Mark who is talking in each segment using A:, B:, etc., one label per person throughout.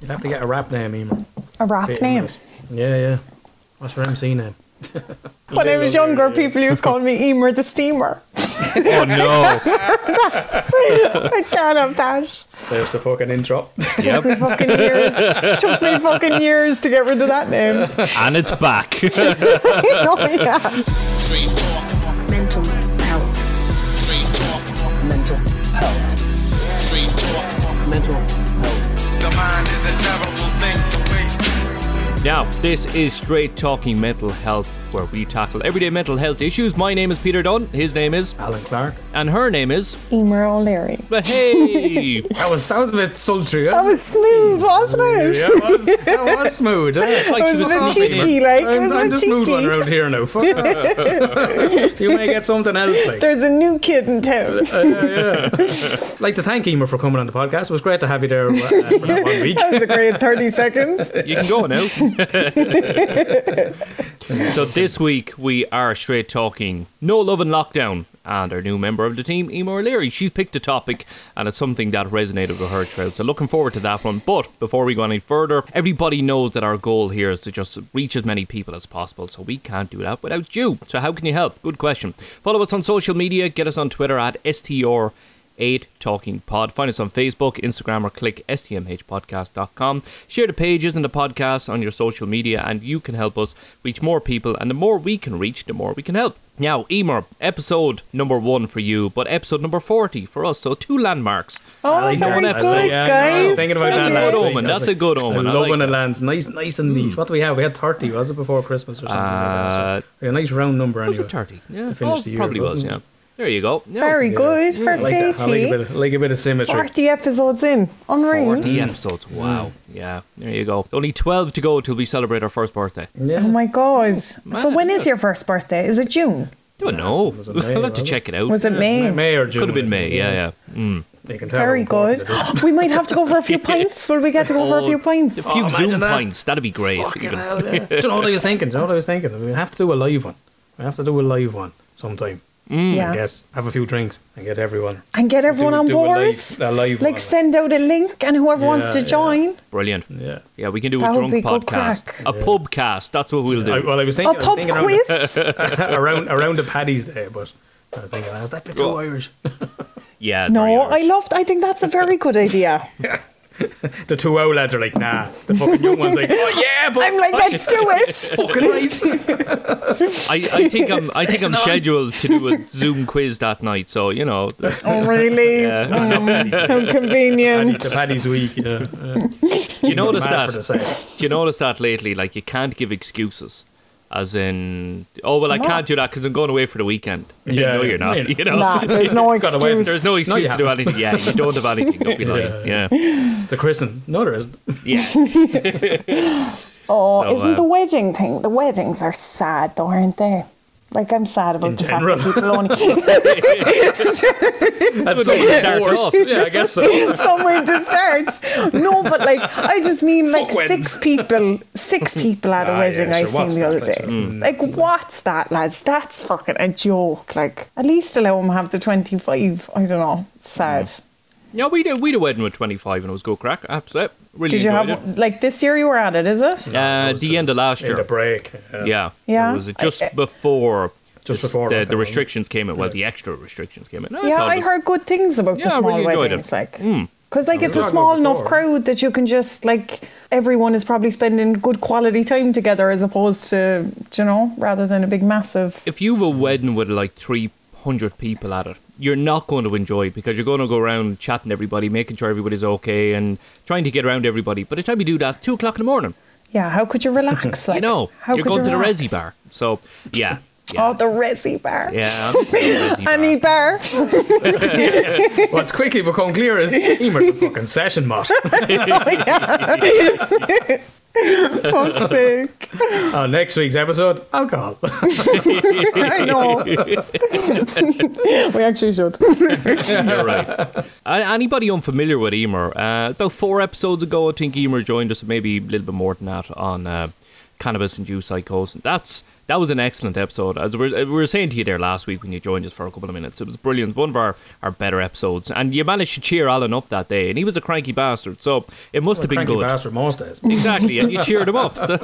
A: You'd have to get a rap name, Eamon.
B: A rap
A: Fit in
B: name.
A: with us. Yeah, yeah. What's your MC name?
B: When I was younger, people used to call me Emer the Steamer.
C: Oh no!
B: I can't have that.
A: There's the fucking intro.
C: yep,
B: Fucking years. Took me fucking years to get rid of that name.
C: and it's back.
B: oh, yeah.
D: Straight talk.
E: mental health.
D: Straight talk.
F: mental health.
D: Straight talk.
F: Mental health.
D: The mind is a terrible thing to waste.
C: now, this is Straight Talking Mental Health, where we tackle everyday mental health issues. My name is Peter Dunn. His name is,
A: Alan Clark.
C: and her name is.
B: Emer O'Leary.
C: But hey, it's
A: That was that was a bit sultry.
B: That was smooth, wasn't it?
A: yeah, it was, that was smooth. eh?
C: like
B: It
C: she
B: was a bit
C: was
B: cheeky, like it was
A: I'm, I'm
B: a bit
A: the smooth one
B: cheeky.
A: around here now. Fuck off. you may get something else. Like.
B: There's a new kid in town.
A: Uh, yeah, yeah. like to thank Emer for coming on the podcast. It was great to have you there uh, for that one week.
B: That was a great 30 seconds.
C: You can go now. so this week we are straight talking no love and lockdown, and our new member of the team, Emor Leary, she's picked a topic, and it's something that resonated with her throughout. So looking forward to that one. But before we go any further, everybody knows that our goal here is to just reach as many people as possible. So we can't do that without you. So how can you help? Good question. Follow us on social media. Get us on Twitter at str. 8 Talking Pod. Find us on Facebook, Instagram, or click stmhpodcast.com. Share the pages and the podcast on your social media, and you can help us reach more people. And the more we can reach, the more we can help. Now, Emer, episode number one for you, but episode number 40 for us. So, two landmarks.
B: Oh,
A: like
B: very
C: that.
B: good,
C: I like-
A: yeah, I
B: guys.
A: was thinking about
C: That's
A: that
C: a
A: last
C: good
A: week.
C: omen.
A: I was
C: That's a good omen. I
A: I'm loving
C: like
A: the
C: that.
A: lands. Nice, nice and neat. What do we have? We had 30, was it, before Christmas or something?
C: Uh,
A: like that. So, a nice round number
C: Was
A: anyway.
C: it 30? Yeah,
A: To finish
C: oh,
A: the year,
C: probably was,
A: wasn't
C: yeah.
A: it?
C: There you go. Yeah.
B: Very good for
A: I like that. I like a bit
B: 40.
A: of, like a bit of symmetry.
B: 40 episodes in. Unreal.
C: 40 episodes.
A: Mm.
C: Wow. Yeah, there you go. Only 12 to go till we celebrate our first birthday.
A: Yeah.
B: Oh my god. So when is your first birthday? Is it June?
C: Don't know.
A: was in May,
C: I'll have to
A: was it?
C: check it out.
B: Was it May?
A: May or June.
C: Could have been
A: I
C: May,
A: think.
C: yeah, yeah.
A: You can tell
B: Very
A: how important
B: good.
A: it is.
B: we might have to go for a few pints. Will we get to go for a few pints?
C: A few
A: Oh, imagine
C: Zoom
A: that.
C: pints, that'd be great.
A: Fucking
C: even.
A: hell, yeah. Do you know what I was thinking? Do you know what I was thinking? We have to do a live one. We have to do a live one sometime.
B: yeah.
A: mm, I guess. Have a few drinks and get everyone.
B: And get everyone
A: do,
B: on
A: do
B: board.
A: A live, a live
B: Like
A: one.
B: send out a link and whoever wants to
A: yeah.
B: join.
C: Brilliant.
A: Yeah.
C: Yeah, we can do
B: That
C: a
B: would
C: drunk
B: be good
C: podcast.
B: crack.
C: A pub cast, that's what we'll do.
A: I, well, I was
B: A
A: thinking, I was
B: pub
A: thinking
B: quiz?
A: Around, the, around around the Paddy's Day, but I was thinking, is that bit too
C: Well,
A: Irish?
C: yeah. very
B: No, I
C: Irish.
B: loved I think that's a very good idea.
A: The two old lads are like, nah. The fucking young one's like, oh yeah, but
B: I'm like, let's do it.
A: fucking right.
C: I, I think I'm I think I'm scheduled to do a Zoom quiz that night, so you know the-
B: Oh really? Mm, how
A: Paddy,
B: convenient.
A: the Paddy's week. Yeah.
C: you notice
A: Mad for the
C: that
A: same.
C: you notice that lately, like you can't give excuses. As in, oh well, I can't do that because I'm going away for the weekend.
A: Yeah,
C: no,
A: yeah.
C: you're not.
A: No, you're not.
C: You know,
B: Nah, there's no
A: Gotta wait,
B: excuse.
C: there's no excuse to do
A: haven't.
C: anything. Yeah, you don't have anything. Don't be lying. Yeah,
A: The christening. No, there isn't.
C: yeah.
B: Oh,
C: So,
B: isn't
C: uh,
B: the wedding thing? The weddings are sad, though, aren't they? Like I'm sad about the
A: general.
B: fact that people only
A: That's
C: Good way to start
A: worst.
C: off.
A: Yeah, I guess so.
B: some way to start. No, but like I just mean like
A: Fuck weddings.
B: six people, six people at a
A: Ah, yeah,
B: wedding I
A: sure,
B: seen
A: what's
B: the
A: that,
B: other
A: like,
B: day.
A: sure.
C: Mm.
B: Like what's that, lads? That's fucking a joke. Like at least allow them have the twenty five. I don't know. It's sad.
C: Mm. Yeah, we did. We did a wedding with 25, and it was good crack. I have to say, really
B: Did you
C: enjoyed
B: have
C: it.
B: like this year you were at it? Is it?
C: Uh,
A: That was
C: the end of last
A: In the
C: year.
A: break.
C: Yeah,
B: Yeah.
C: It was just
B: I- I-
C: before.
A: Just
C: this-
A: before
C: the,
A: lockdown,
C: the restrictions came in. Well, the extra restrictions came in. No,
B: Yeah,
C: thought it
B: I
C: was-
B: heard good things about
C: Yeah,
B: the
C: I
B: small
C: really enjoyed it. Mm.
B: weddings, like because like it's a
A: talked
B: small
A: about
B: enough
A: before.
B: crowd that you can just like everyone is probably spending good quality time together as opposed to you know rather than a big massive.
C: If you have a wedding with like 300 people at it, you're not going to enjoy it because you're going to go around chatting to everybody, making sure everybody's okay, and trying to get around everybody. By the time you do that, two o'clock in the morning,
B: Yeah, how could you relax? Like,
C: you know,
B: how
C: you're
B: could
C: going
B: you
C: to
B: relax?
C: the resi bar. So yeah,
B: Oh, the resi bar.
C: yeah. I'm just going to the resi
B: Any bar.
A: What's quickly become clear is Emer's a fucking session mod.
B: Fuck's sake.
A: On Uh, next week's episode, alcohol.
B: I know. we actually should.
C: You're right. Uh, anybody unfamiliar with Emer, uh, about four episodes ago, I think Emer joined us, maybe a little bit more than that, on uh, cannabis induced psychosis. That's That was an excellent episode. As we were, we were saying to you there last week when you joined us for a couple of minutes, it was brilliant. One of our, our better episodes. And you managed to cheer Alan up that day, and he was a cranky bastard, so it must have been
A: Cranky
C: good.
A: bastard most days.
C: Exactly, and you cheered him up. So.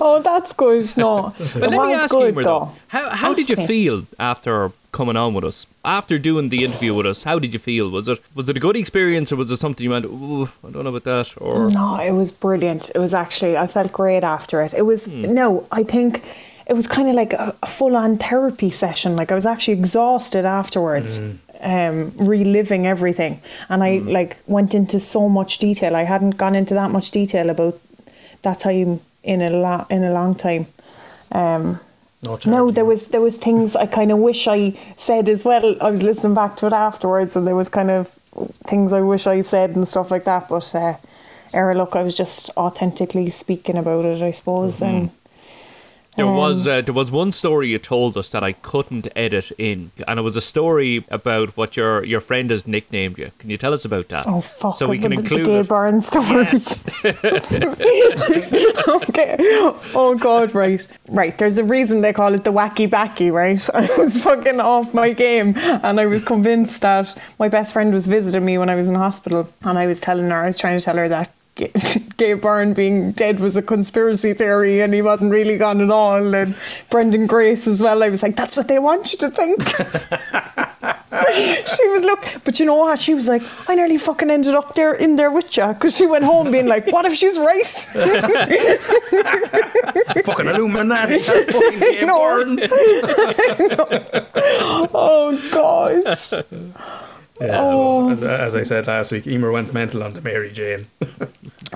B: Oh, that's good. No,
C: But
B: it
C: let me
B: was
C: ask you,
B: good
C: Emer,
B: though.
C: though. How, how did you
B: Ask me.
C: feel after coming on with us? After doing the interview with us, how did you feel? Was it was it a good experience, or was it something you went, "Ooh, I don't know about that"? Or
B: No, it was brilliant. It was actually, I felt great after it. It was, no, I think it was kind of like a, a full on therapy session. Like I was actually exhausted afterwards, um, reliving everything. And I like went into so much detail. I hadn't gone into that much detail about that time in a lot, in a long time. Um,
A: No,
B: no,
A: charity.
B: there was there was things I kind of wish I said as well. I was listening back to it afterwards, and there was kind of things I wish I said and stuff like that. But uh, error, look, I was just authentically speaking about it, I suppose. And
C: there was
B: um,
C: uh, there was one story you told us that I couldn't edit in, and it was a story about what your your friend has nicknamed you. Can you tell us about that?
B: oh fuck,
C: so we
B: I
C: can
B: remember
C: include
B: the gay
C: it.
B: barn story. okay. Oh god, right, right. There's a reason they call it the wacky backy, right? I was fucking off my game, and I was convinced that my best friend was visiting me when I was in hospital, and I was telling her, I was trying to tell her that. Ga- Gay Byrne being dead was a conspiracy theory and he wasn't really gone at all. And Brendan Grace as well. I was like, that's what they want you to think. she was, look, but you know what? She was like, I nearly fucking ended up there in there with you because she went home being like, what if she's right?
A: fucking Illuminati. that fucking Game
B: No.
A: Warden.
B: Oh God!
A: Yeah,
B: Oh.
A: so, as, as I said last week, Emer went mental on the Mary Jane.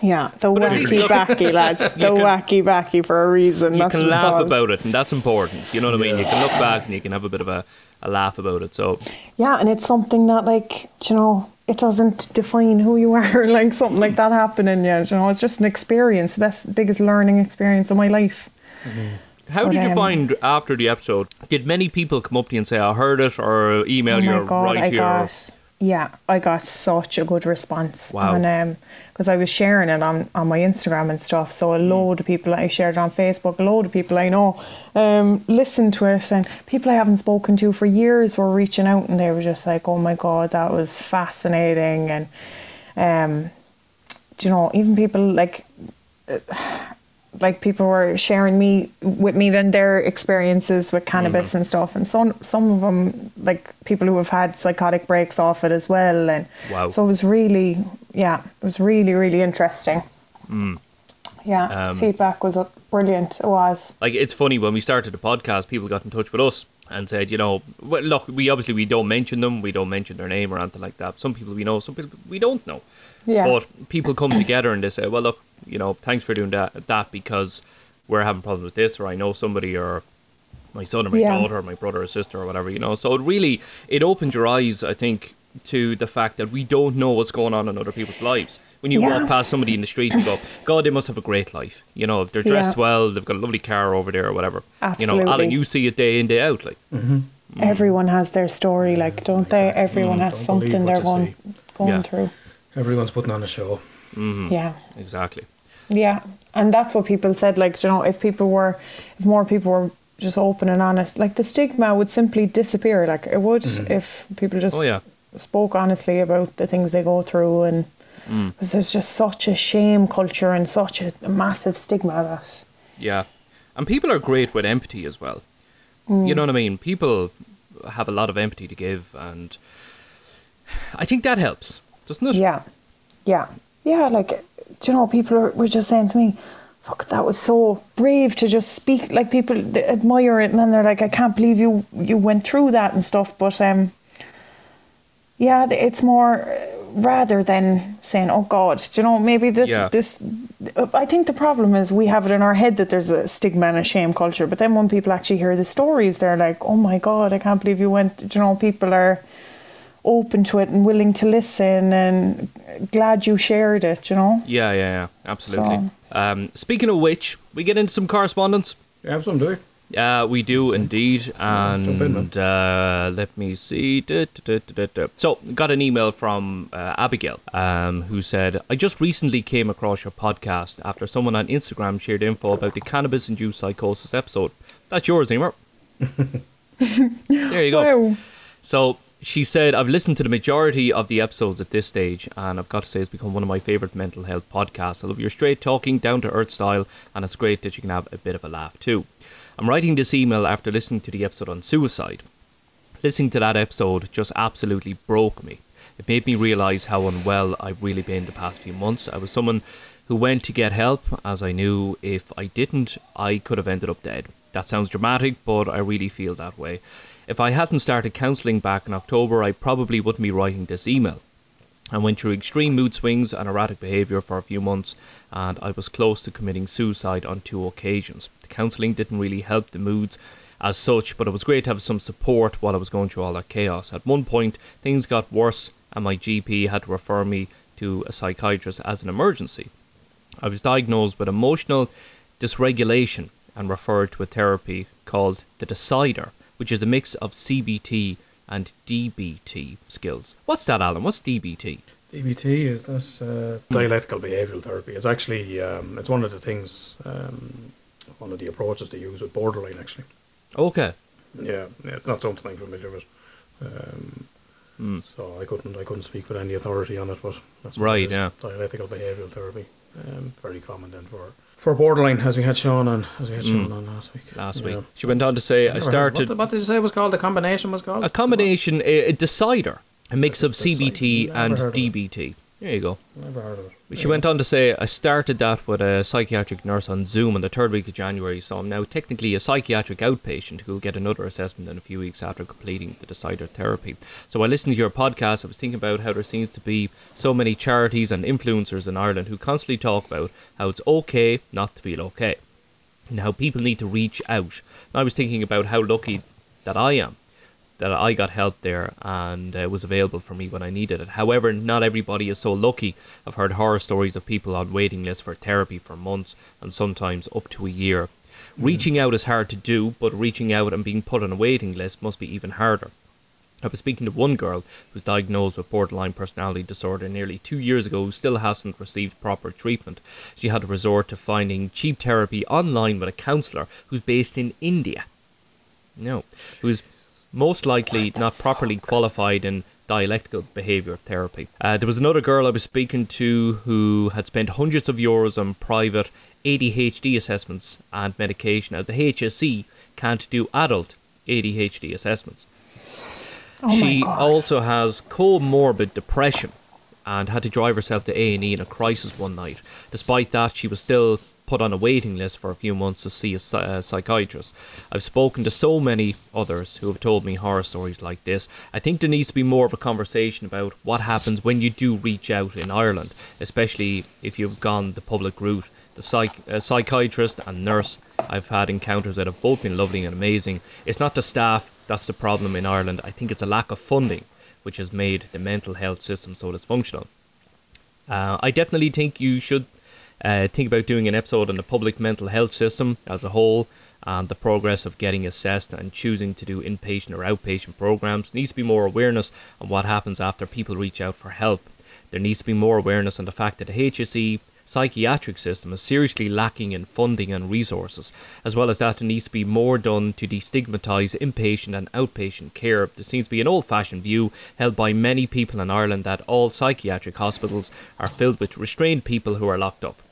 B: Yeah, the
C: at least
B: wacky
C: you-
B: backy lads, the
C: can-
B: wacky backy for a reason.
C: you
B: That's what
C: can
B: it's
C: laugh
B: called.
C: about it, and that's important. You know what I mean? You can look back and you can have a bit of a, a laugh about it. So
B: Yeah, and it's something that, like, do you know, it doesn't define who you are. like something like that happening, yeah. do You know, it's just an experience, the best, biggest learning experience of my life.
C: How
B: But,
C: did you
B: um,
C: find after the episode? Did many people come up to you and say, I heard it, or email
B: Oh
C: you,
B: my
C: or
B: god,
C: write
B: I
C: you? or-
B: got yeah, I got such a good response.
C: Wow.
B: And because I was sharing it on, on my Instagram and stuff, so a load of people I shared it on Facebook, a load of people I know um, listened to it, and people I haven't spoken to for years were reaching out, and they were just like, "Oh my god, that was fascinating," and um, do you know, even people like uh, like people were sharing me with me then their experiences with
C: Mm.
B: cannabis and stuff and some some of them like people who have had psychotic breaks off it as well and
C: Wow.
B: so it was really yeah it was really really interesting
C: Mm.
B: yeah
C: Um,
B: feedback was uh, brilliant it was
C: Like, it's funny, when we started the podcast, people got in touch with us and said, you know, well, look, we obviously we don't mention them, we don't mention their name or anything like that. Some people we know, some people we don't know.
B: yeah
C: But people come together and they say, well, look, you know, thanks for doing that, that because we're having problems with this, or I know somebody, or my son, or my
B: Yeah.
C: daughter, or my brother, or sister, or whatever, you know. So it really, it opens your eyes, I think, to the fact that we don't know what's going on in other people's lives. When you
B: Yeah.
C: walk past somebody in the street and go, God, they must have a great life. You know, they're dressed
B: Yeah.
C: well, they've got a lovely car over there, or whatever. You know, Alan,
B: Absolutely.
C: you see it day in, day out. Like, Mm.
B: everyone has their story like don't they everyone has
A: don't believe
B: something
A: what you
B: they're going going
C: Yeah. Mm.
B: through
A: Everyone's putting on a show.
B: yeah
C: exactly.
B: Yeah, and that's what people said. Like, you know, if people were, if more people were just open and honest, like the stigma would simply disappear. Like it would if people just
C: Oh, yeah.
B: spoke honestly about the things they go through, and
C: Mm.
B: because there's just such a shame culture and such a, a massive stigma that.
C: Yeah. And people are great with empathy as well.
B: Mm.
C: You know what I mean? People have a lot of empathy to give, and I think that helps, doesn't it?
B: Yeah, yeah, yeah. Like, do you know, people are, were just saying to me, "Fuck, that was so brave to just speak." Like, people they admire it, and then they're like, "I can't believe you you went through that and stuff." But um, yeah, th- it's more uh, rather than saying, "Oh God," do you know, maybe that
C: Yeah.
B: this. I think the problem is we have it in our head that there's a stigma and a shame culture, but then when people actually hear the stories, they're like, "Oh my God, I can't believe you went." Do you know, people are open to it and willing to listen and glad you shared it, you know?
C: Yeah, yeah, yeah. Absolutely. Um, speaking of which, we get into some correspondence.
A: You have some, do you?
C: Uh, we do indeed.
A: jump in,
C: And uh, let me see. Du- du- du- du- du- So, got an email from uh, Abigail um, who said, I just recently came across your podcast after someone on Instagram shared info about the cannabis induced psychosis episode. That's yours, Emer. there you go.
B: Wow.
C: So she said, I've listened to the majority of the episodes at this stage, and I've got to say, it's become one of my favourite mental health podcasts. I love your straight talking, down to earth style, and it's great that you can have a bit of a laugh too. I'm writing this email after listening to the episode on suicide. Listening to that episode just absolutely broke me. It made me realise how unwell I've really been the past few months. I was someone who went to get help, as I knew if I didn't, I could have ended up dead. That sounds dramatic, but I really feel that way. If I hadn't started counselling back in October, I probably wouldn't be writing this email. I went through extreme mood swings and erratic behaviour for a few months, and I was close to committing suicide on two occasions. The counselling didn't really help the moods as such, but it was great to have some support while I was going through all that chaos. At one point, things got worse, and my GP had to refer me to a psychiatrist as an emergency. I was diagnosed with emotional dysregulation and referred to a therapy called the Decider, which is a mix of CBT and DBT skills. What's that, Alan? What's DBT?
A: DBT is this uh, dialectical behavioural therapy. It's actually um, it's one of the things, um, one of the approaches they use with borderline. Actually,
C: Okay.
A: yeah, yeah, it's not something I'm familiar with. Um,
C: Hmm.
A: So I couldn't I couldn't speak with any authority on it, but that's what it
C: Right,
A: is.
C: yeah.
A: dialectical behavioural therapy, um, very common then for for borderline, as we had Sean on as we had Sean on last week.
C: Hmm. Last
A: Yeah.
C: week. She went on to say, I
A: Never heard-
C: started
A: What, what did you say it was called? The combination was called
C: a combination, a, a decider, a mix of
A: Decider.
C: CBT
A: Never
C: and
A: heard of it.
C: DBT. There you go.
A: Never heard of it.
C: She went on to say, I started that with a psychiatric nurse on Zoom in the third week of January, so I'm now technically a psychiatric outpatient who will get another assessment in a few weeks after completing the decider therapy. So I listened to your podcast. I was thinking about how there seems to be so many charities and influencers in Ireland who constantly talk about how it's okay not to feel okay and how people need to reach out. And I was thinking about how lucky that I am that I got help there and uh, was available for me when I needed it. However, not everybody is so lucky. I've heard horror stories of people on waiting lists for therapy for months and sometimes up to a year. Reaching out is hard to do, but reaching out and being put on a waiting list must be even harder. I was speaking to one girl who's diagnosed with borderline personality disorder nearly two years ago who still hasn't received proper treatment. She had to resort to finding cheap therapy online with a counsellor who's based in India. No, who's most likely not properly qualified in dialectical behaviour therapy. Uh, there was another girl I was speaking to who had spent hundreds of euros on private ADHD assessments and medication, as the HSC can't do adult ADHD assessments
B: Oh
C: she
B: my God.
C: also has comorbid depression and had to drive herself to A&E in a crisis one night. Despite that, she was still put on a waiting list for a few months to see a psy- uh, psychiatrist. I've spoken to so many others who have told me horror stories like this. I think there needs to be more of a conversation about what happens when you do reach out in Ireland, especially if you've gone the public route. The psych- uh, psychiatrist and nurse I've had encounters that have both been lovely and amazing. It's not the staff that's the problem in Ireland. I think it's a lack of funding, which has made the mental health system so dysfunctional. Uh, I definitely think you should uh, think about doing an episode on the public mental health system as a whole and the progress of getting assessed and choosing to do inpatient or outpatient programs. Needs to be more awareness on what happens after people reach out for help. There needs to be more awareness on the fact that the E HSE psychiatric system is seriously lacking in funding and resources, as well as that there needs to be more done to destigmatise inpatient and outpatient care. There seems to be an old fashioned view held by many people in Ireland that all psychiatric hospitals are filled with restrained people who are locked up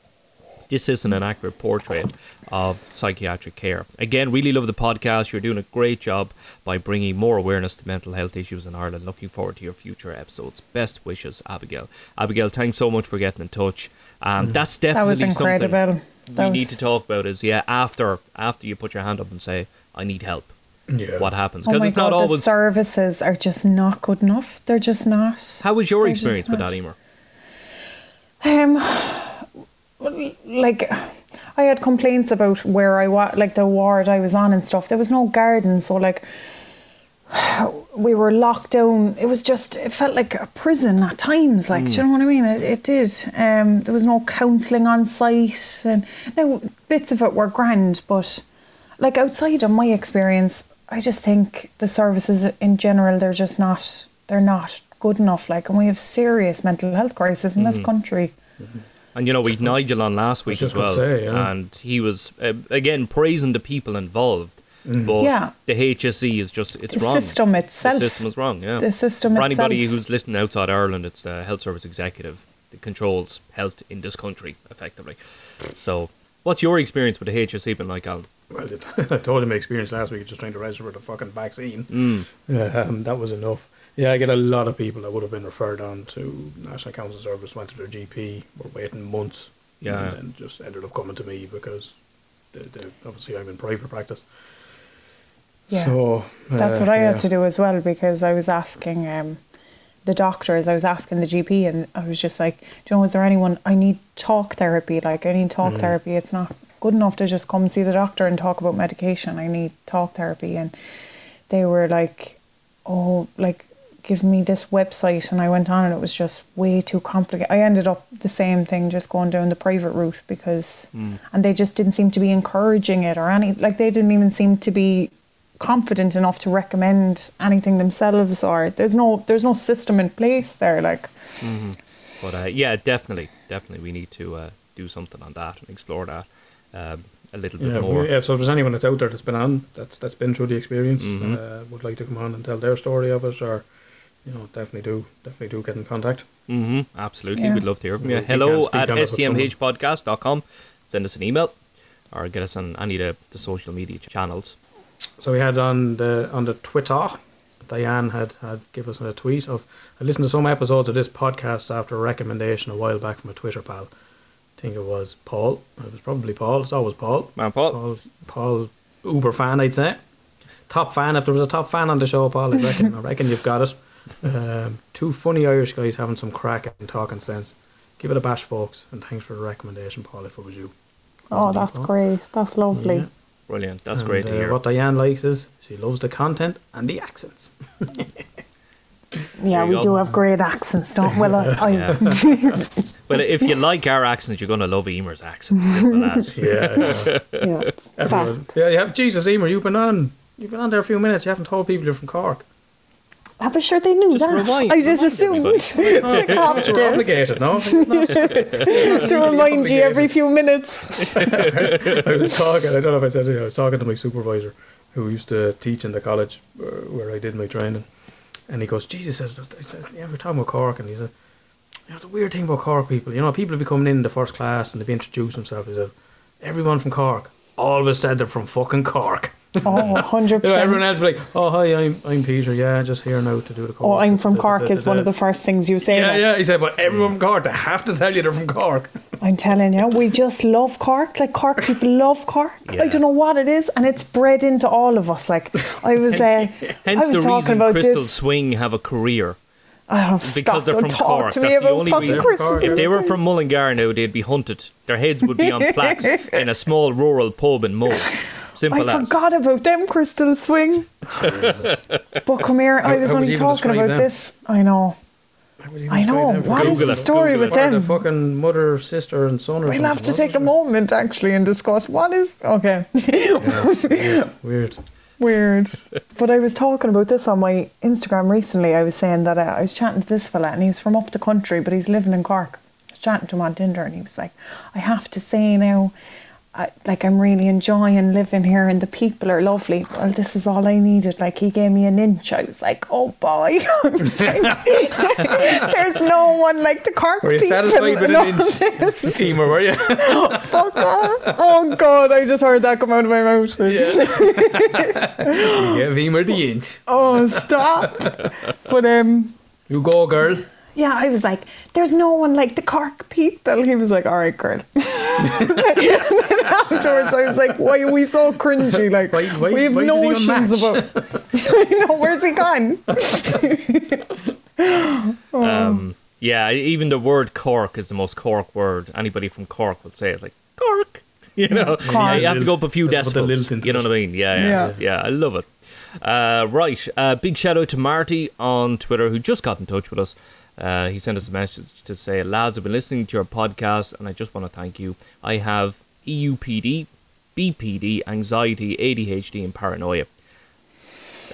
C: this isn't an accurate portrait of psychiatric care. Again, really love the podcast. You're doing a great job by bringing more awareness to mental health issues in Ireland. Looking forward to your future episodes. Best wishes, Abigail. Abigail, thanks so much for getting in touch. Um, That's
B: Mm-hmm. That
C: definitely
B: was incredible.
C: something
B: That
C: we
B: was,
C: need to talk about. Is yeah, after after you put your hand up and say, "I need help,"
A: Yeah.
C: what happens?
B: Oh
C: Because
B: my
C: it's not
B: God, the
C: always.
B: services are just not good enough. They're just not.
C: How was your
B: they're just
C: experience with
B: not.
C: that, Emer?
B: Um, like I had complaints about where I was, like the ward I was on and stuff. There was no garden, so like we were locked down. It was just it felt like a prison at times. Like, do you know what I mean? It, it did. Um, there was no counselling on site, and now bits of it were grand, but like outside of my experience, I just think the services in general they're just not they're not good enough. Like, and we have serious mental health crisis in this country.
C: And you know, we had Nigel on last week
A: just
C: as well,
A: gonna say, yeah.
C: and he was uh, again praising the people involved
A: Mm.
C: But
B: Yeah.
C: the HSE is just it's
B: The
C: wrong.
B: system itself.
C: The system is wrong. Yeah.
B: The system
C: For anybody
B: itself.
C: who's listening outside Ireland, it's the health service executive that controls health in this country effectively. So, what's your experience with the HSE been like, Alan?
A: Well, I told you my experience last week just trying to register for the fucking vaccine.
C: Mm.
A: Um, that was enough. Yeah, I get a lot of people that would have been referred on to National Council Service, went to their GP, were waiting months,
C: Yeah.
A: and then just ended up coming to me because they, they, obviously I'm in private practice.
B: Yeah.
A: So
B: That's
A: uh,
B: what I
A: yeah.
B: had to do as well because I was asking um, the doctors, I was asking the GP, and I was just like, do you know, is there anyone? I need talk therapy. Like, I need
A: Mm.
B: talk therapy. It's not good enough to just come see the doctor and talk about medication. I need talk therapy. And they were like, oh, like, give me this website. And I went on, and it was just way too complicated. I ended up the same thing, just going down the private route because,
A: Mm.
B: and they just didn't seem to be encouraging it or any, like, they didn't even seem to be confident enough to recommend anything themselves or there's no there's no system in place there like
C: But uh, yeah, definitely, definitely, we need to uh, do something on that and explore that um, a little bit
A: Yeah,
C: more.
A: we- yeah, so if there's anyone that's out there that's been on, that's that's been through the experience,
C: Mm-hmm.
A: uh, would like to come on and tell their story of it, or you know, definitely do, definitely do get in contact.
C: hmm absolutely,
B: Yeah.
C: we'd love to hear from you.
A: We- we
C: Hello
A: can't speak
C: at
A: on it, but someone-
C: stmhpodcast.com. Send us an email or get us on any of the, the social media ch- channels.
A: So we had on the on the Twitter, Diane had had give us a tweet of I listened to some episodes of this podcast after a recommendation a while back from a Twitter pal. I think it was Paul. It was probably Paul. It's always Paul.
C: Man, Paul.
A: Paul, Paul Uber fan, I'd say. Top fan. If there was a top fan on the show, Paul, I reckon, I reckon you've got it. Um, two funny Irish guys having some crack and talking sense. Give it a bash, folks, and thanks for the recommendation, Paul, if it was you.
B: oh that's great that's lovely
A: Yeah.
C: Brilliant. That's
A: And,
C: great to
A: uh,
C: hear.
A: What Diane likes is she loves the content and the accents.
B: yeah
C: There you
B: we
C: go.
B: do have great accents don't we well I, I,
C: But if you like our accent, you're going to love Emer's accent. simple as.
A: Yeah,
B: yeah, it's fact.
A: yeah. You have Jesus Emer. You've been on. You've been on there a few minutes. You haven't told people you're from Cork.
B: I was sure they knew
C: Just
B: that
C: rewind-
B: I just assumed
C: rewind
B: they copped
A: You're
B: it
A: obligated, no? It's not-
B: to remind you every
A: obligated.
B: few minutes
A: I was talking. I don't know if I said it. I was talking to my supervisor, who used to teach in the college uh, where I did my training, and he goes, "Jesus, I said- I said, yeah, we're talking about Cork," and he said, "You know the weird thing about Cork people. You know, people be coming in the first class and they be introduced themselves. He said, everyone from Cork always said they're from fucking Cork."
B: oh 100
A: You know, everyone else
B: percent
A: be like, "Oh hi, I'm I'm Peter. Yeah, just here now to do the Cork."
B: oh I'm from
A: Da, da, da,
B: Cork
A: da,
B: is one
A: da."
B: of the first things you say
A: Yeah,
B: like,
A: yeah. He said, "But everyone from Cork, they have to tell you they're from Cork."
B: I'm telling you, we just love Cork. Like Cork people love Cork.
C: Yeah.
B: I don't know what it is, and it's bred into all of us. Like I was, uh, I
C: Hence
B: was
C: the
B: talking
C: reason
B: about
C: Crystal
B: this.
C: Swing have a career.
B: Oh,
C: because
B: stop!
C: they're
B: Don't
C: from
B: talk
C: Cork.
B: to me
C: That's the
B: about
C: only
B: fucking
C: reason.
B: Crystal.
C: If they were from Mullingar now, they'd be hunted. Their heads would be on plaques in a small rural pub in Mull.
B: I
C: Simple as.
B: forgot about them Crystal Swing. but come here, I
A: How-
B: was
A: how would
B: only
A: you even
B: talking
A: describe
B: about
A: them?
B: this. I know. I know. What is
C: Google
B: the
C: it,
B: story
C: Google
B: with
C: it.
A: Or the
B: them?
A: fucking mother, sister, and son. Or
B: We'll have to take a moment actually and discuss what is okay.
A: Weird.
B: Weird. but I was talking about this on my Instagram recently. I was saying that uh, I was chatting to this fella and he's from up the country, but he's living in Cork. I was chatting to him on Tinder and he was like, I have to say now, I, like, I'm really enjoying living here and the people are lovely. Well, this is all I needed. Like, he gave me an inch. I was like, oh boy. I was like, There's no one like the Cork
A: Were you
B: people.
A: satisfied with
B: in all
A: an inch?
B: this.
A: Femur, were you?
B: Fuck off. Oh God, I just heard that come out of my mouth.
A: yeah, femur the inch.
B: Oh, stop. but, um,
A: You go, girl.
B: Yeah, I was like, there's no one like the Cork people. He was like, all right, girl. and then afterwards, I was like, why are we so cringy? Like,
A: Why- why-
B: we have
A: why did he
B: notions
A: unmatch?
B: about. you know, where's he gone?
C: Um, yeah, even the word Cork is the most Cork word. Anybody from Cork would say it like Cork. You know,
B: Cork.
C: you have to go up a few
A: Put the lilt
C: decibels.
A: into
C: You know what I mean? Yeah, yeah, yeah.
B: Yeah.
C: I love it. Uh, right, uh, big shout out to Marty on Twitter who just got in touch with us. Uh, he sent us a message to say, "Lads, I've been listening to your podcast, and I just want to thank you. I have E EUPD, BPD, anxiety, ADHD, and paranoia."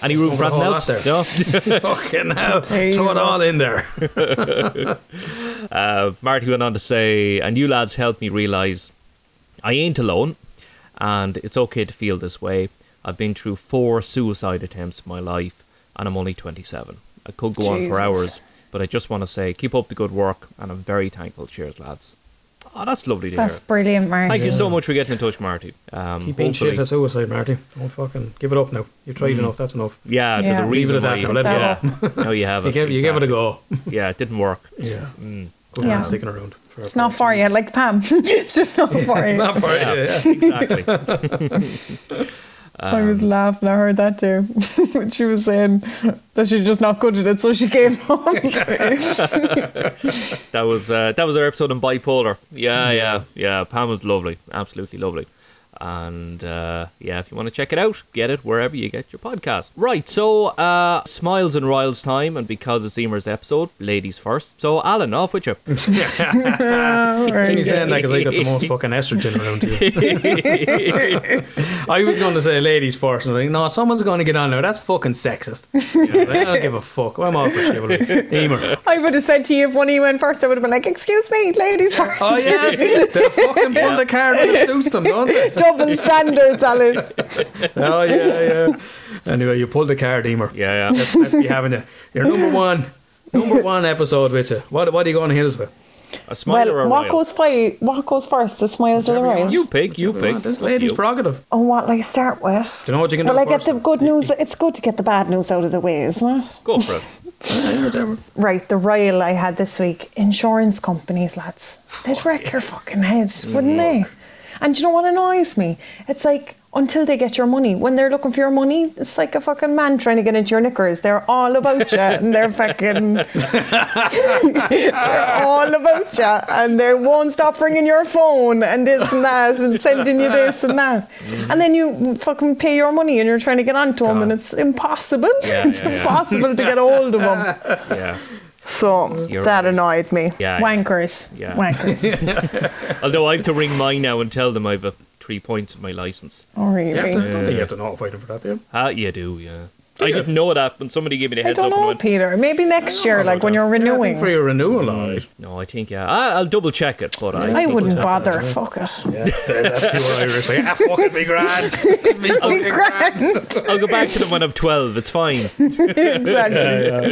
C: Any room for
A: Over the
C: anything
A: whole
C: else?
A: lot
C: No.
A: Fucking hell.
B: Jesus.
A: Throw it all in there.
C: Uh, Marty went on to say, and you lads helped me realise I ain't alone, and it's okay to feel this way. I've been through four suicide attempts in my life, and I'm only 27. I could go on
B: Jesus.
C: for hours, but I just want to say keep up the good work, and I'm very thankful. Cheers, lads. Oh, that's lovely to
B: That's
C: hear.
B: brilliant, Mark.
C: Thank you so much for getting in touch, Marty. Um,
A: Keep being
C: hopefully-
A: shit at suicide, Marty. Don't fucking give it up now. You've tried enough. That's enough.
C: Yeah, there's
B: Yeah.
C: a
A: Leave it
C: reason
A: at
C: why
A: that,
C: you-
A: but let
C: yeah.
A: it
C: No, you have
A: You
C: it.
A: gave, you gave it a
C: exactly.
A: go.
C: Yeah, it didn't work.
A: Yeah. Good
B: Yeah.
A: man sticking around. For
B: It's not for you, like Pam. it's just not for you.
A: Not for you. Yeah.
C: Exactly.
B: I was laughing. I heard that too. When she was saying that she's just not good at it, so she gave up.
C: That was uh, that was our episode on bipolar. Yeah, yeah, yeah. Pam was lovely, absolutely lovely. And uh, yeah, if you want to check it out, get it wherever you get your podcast. Right, so uh, smiles and riles time, and because it's Emer's episode, ladies first. So Alan, off with you.
A: And he's saying that because I got the most fucking estrogen around here. I was going to say ladies first, and I was like, no, someone's going to get on now. That's fucking sexist. You know, I don't give a fuck. I'm all for chivalry. Emer.
B: I would have said to you if one of you went first, I would have been like, "Excuse me, ladies first.
A: Oh yeah, they fucking pull the card when it suits them, don't they?
B: Double standards, Alan.
A: Oh yeah, yeah. Anyway, you pulled the card, Emer.
C: Yeah, yeah.
A: Let's be having you. Your number one, number one episode with you. What, what are you going to hit us with?
C: A smile or a
B: well, what
C: rile.
B: goes, fi- what goes first? The smiles or the riles?
C: You pick, you pick.
A: This lady's
C: You.
A: prerogative.
B: Oh, what like start with?
A: Do you know what you can
B: well,
A: do
B: I get
A: first?
B: the good news. It's good to get the bad news out of the way, isn't it?
C: Go for it.
B: Right, the rile I had this week. Insurance companies, lads. They'd wreck your fucking head,
C: Mm,
B: wouldn't they? And do you know what annoys me? It's like until they get your money. When they're looking for your money, it's like a fucking man trying to get into your knickers. They're all about you and they're fucking. they're all about you and they won't stop ringing your phone and this and that and sending you this and that.
C: Mm-hmm.
B: And then you fucking pay your money and you're trying to get onto them and it's impossible.
C: Yeah,
B: it's
C: yeah, yeah.
B: impossible to get hold of them.
C: Yeah.
B: So
C: You're
B: that
C: right.
B: annoyed me.
C: Yeah, yeah.
B: Wankers.
C: Yeah.
B: Wankers.
C: Although I have to ring mine now and tell them I've a three points in my license.
B: oh,
A: You have
B: really?
A: to, I don't think you have to notify them for that, do you?
C: Ah, you do, yeah. I didn't know that when somebody gave me the
B: I
C: heads
B: don't
C: up. and
B: know,
C: went,
B: Peter. Maybe next year, like when you're
A: Yeah, I think
B: renewing.
A: for your renewal, all right.
C: No, I think yeah. I, I'll double check it, but I,
B: I wouldn't
C: double-check
B: bother. Fuck it.
A: Yeah, that's pure Irish. Like, ah, fuck it, be grand. Be fucking
B: Be grand.
C: it. I'll go back to them when I'm twelve. It's fine.
B: exactly.
A: grand.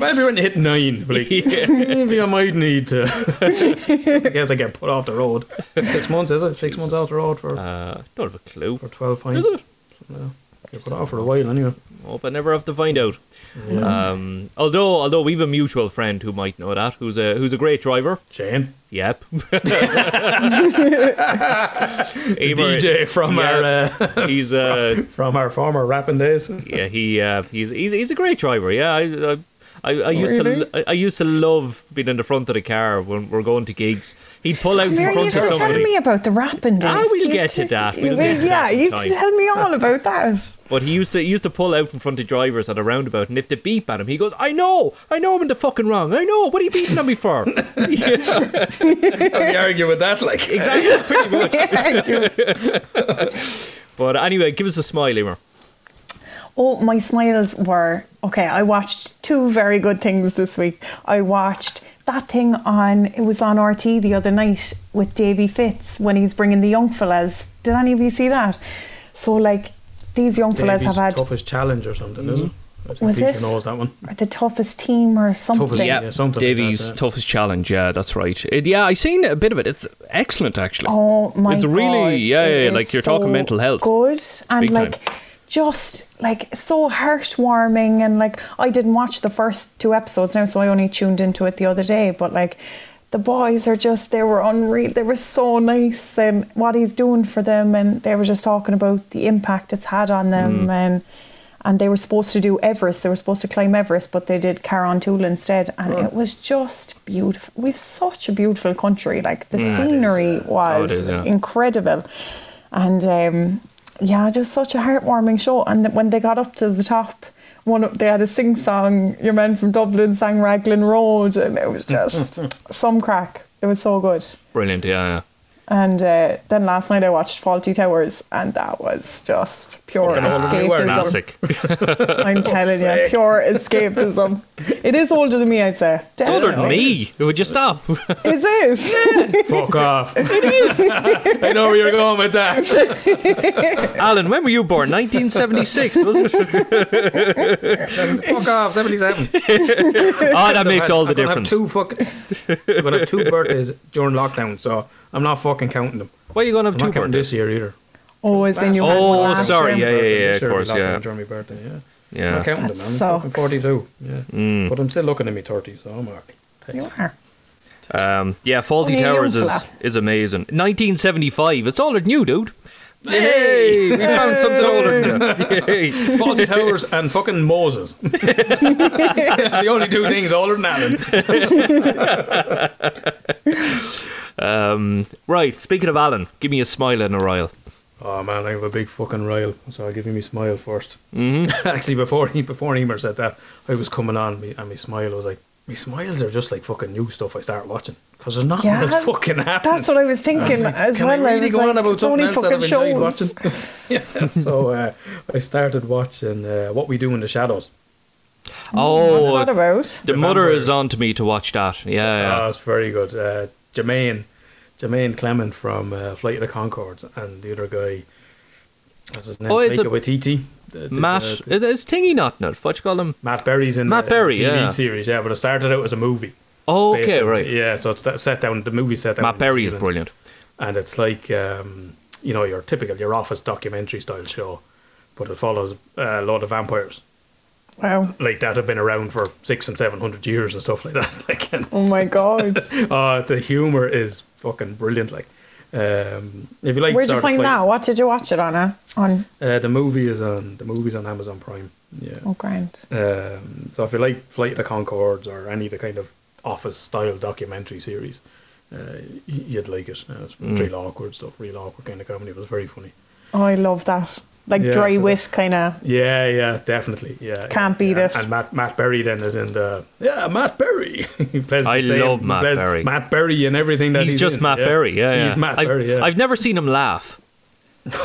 A: Maybe when you hit nine, like, maybe I might need to. I guess I get put off the road. Six months, is it? Six months off the road for,
C: Uh, don't have a clue.
A: for 12
C: Is
A: pints.
C: it?
A: You're put off for a while, anyway.
C: Hope I never have to find out. Um, although, although we've a mutual friend who might know that, who's a who's a great driver.
A: Shane,
C: Yep.
A: the DJ from our uh,
C: He's uh,
A: from our former rapping days.
C: yeah, he uh, he's, he's he's a great driver. Yeah, I I, I, I used
B: Really?
C: to I, I used to love being in the front of the car when we're going to gigs. He'd pull out in
B: Mary, you
C: front
B: have
C: of
B: to tell
C: somebody.
B: me about the rapping days.
C: Ah, we'll
B: You
C: get
B: have
C: to that.
B: you
C: We'll
B: will-
C: get to
B: yeah,
C: that
B: you have to
C: sometime.
B: tell me all about that.
C: But he used to he used to pull out in front of drivers at a roundabout, and if they beep at him, he goes, "I know, I know, I'm in the fucking wrong. I know. What are you beeping at me for?" Yeah,
A: I'd argue with that, like.
C: exactly, pretty much. But anyway, give us a smile, Emer.
B: Oh, my smiles were okay. I watched two very good things this week. I watched that thing on it was on RT the other night with Davy Fitz when he's bringing the young fellas. Did any of you see that? So like these young fellas
A: Davy's
B: have had
A: toughest challenge or something, isn't it? I think
B: Was
A: Peter
B: it?
A: knows that one.
B: the toughest team or something.
A: Yeah, something like
E: Davies'
A: that, yeah.
E: toughest challenge. Yeah, that's right. It- yeah, I seen a bit of it. It's excellent, actually.
B: Oh my
E: It's really-
B: God,
E: yeah,
B: it
E: yeah,
B: is
E: like you're talking
B: so
E: mental health.
B: Good and
E: Big
B: like just like so heartwarming and like I didn't watch the first two episodes now, so I only tuned into it the other day. But like the boys are just they were unreal. They were so nice and what he's doing for them, and they were just talking about the impact it's had on them
E: Mm.
B: and. And they were supposed to do Everest. They were supposed to climb Everest, but they did Caron Tool instead, and it was just beautiful. We've such a beautiful country. Like the scenery
C: Oh,
B: was
E: is, Mm. yeah.
B: incredible. And um, yeah, just such a heartwarming show. And th- when they got up to the top, one of- they had a sing song. Your men from Dublin sang Raglan Road, and it was just some crack. It was so good.
C: Brilliant, yeah.
B: And uh, then last night I watched Faulty Towers, and that was just pure
A: Fucking all the way
B: escapism.
A: where
C: yeah. Classic.
B: I'm telling you, pure escapism. It is older than me, I'd say.
C: Other than me, would you stop?
B: Is it?
A: Fuck off. I know where you're going with that.
C: Alan, when were you born? 1976, wasn't it?
A: Fuck off, 77.
C: Ah, that makes all the
A: I'm gonna
C: difference.
A: Have two fucking, I'm going to have two birthdays during lockdown, so I'm not fucking counting them.
C: Why are you going to have
A: I'm not
C: two
A: counting
C: birthdays?
A: this year either.
B: oh, is in your
C: Oh, sorry, yeah, yeah,
A: Birthday
C: yeah,
A: this
C: of
A: year,
C: course,
A: lockdown
C: yeah.
A: During my birthday, yeah. I'm
C: Yeah. Mm.
A: not counting
B: That
A: them. I'm fucking
B: sucks.
A: 42. Yeah. But I'm still looking at me 30, so I'm alright.
B: You are.
C: Um, yeah, Faulty
B: Only a young
C: Towers is,
B: fella.
C: is amazing. 1975. It's older than you, dude. Hey, we found something older than you. Yay.
A: Faulty Towers and fucking Moses. the only two things older than Alan.
C: Um, right, speaking of Alan, give me a smile and a rile.
A: Oh man, I have a big fucking rile, so I'll give him my smile 1st Mm-hmm. Actually, before he before Emer said that, I was coming on me and my smile was like, my smiles are just like fucking new stuff I start watching because there's nothing
B: Yeah,
A: that's fucking happening.
B: That's what I was thinking as
A: Can
B: well.
A: I really
B: was
A: go
B: like,
A: on about
B: it's only
A: something else that
B: fucking
A: I've enjoyed
B: shows.
A: watching? yeah, so uh, I started watching uh, What We Do in the Shadows.
C: Oh,
B: What Mm, about?
C: the mother
A: vampires.
C: is on to me to watch that.
A: Oh,
C: Yeah,
A: it's very good. Uh, Jermaine, Jermaine Clement from uh, Flight of the Concords and the other guy, what's his name?
C: Oh, it's a-
A: Taika Waititi. The- the-
C: yeah. Matt,
A: the- the-
C: is Tingy not in it? What you call him?
A: Matt Berry's in
C: Matt
A: the
C: Berry,
A: TV
C: yeah.
A: series, yeah, but it started out as a movie.
C: Oh,
A: based
C: okay,
A: on-
C: right.
A: Yeah, so it's that set down, the movie set down.
C: Matt
A: in
C: Berry
A: New
C: is
A: Zealand.
C: brilliant.
A: And it's like, um, you know, your typical, your office documentary style show, but it follows uh, a lot of vampires
B: Wow.
A: like that have been around for six and seven hundred years and stuff like that. Like, and
B: Oh my god.
A: uh, the humor is fucking brilliant. Like, um, if you like,
B: Where'd you
A: sort of
B: find
A: like-
B: that? What did you watch it on? Huh? On
A: Uh, the movie is on the movie's on Amazon Prime. Yeah.
B: oh grand.
A: Um, so if you like Flight of the Concords or any of the kind of office style documentary series, uh, y- you'd like it. Uh, it's real awkward stuff, real awkward kind of comedy. It was very funny.
B: Oh, I love that. Like
A: Yeah,
B: dry
A: so
B: wit kind of.
A: Yeah, yeah, definitely. Yeah,
B: Can't
A: yeah,
B: beat
A: yeah.
B: it.
A: And Matt Matt Berry then is in the yeah Matt Berry. he plays.
C: I
A: the same,
C: love
A: he
C: Matt
A: plays
C: Berry.
A: Matt Berry and everything that
C: He's,
A: he's,
C: just
A: in,
C: Matt Berry. Yeah, yeah.
A: He's Matt
C: I've,
A: Berry. Yeah,
C: I've never seen him laugh.
A: He's-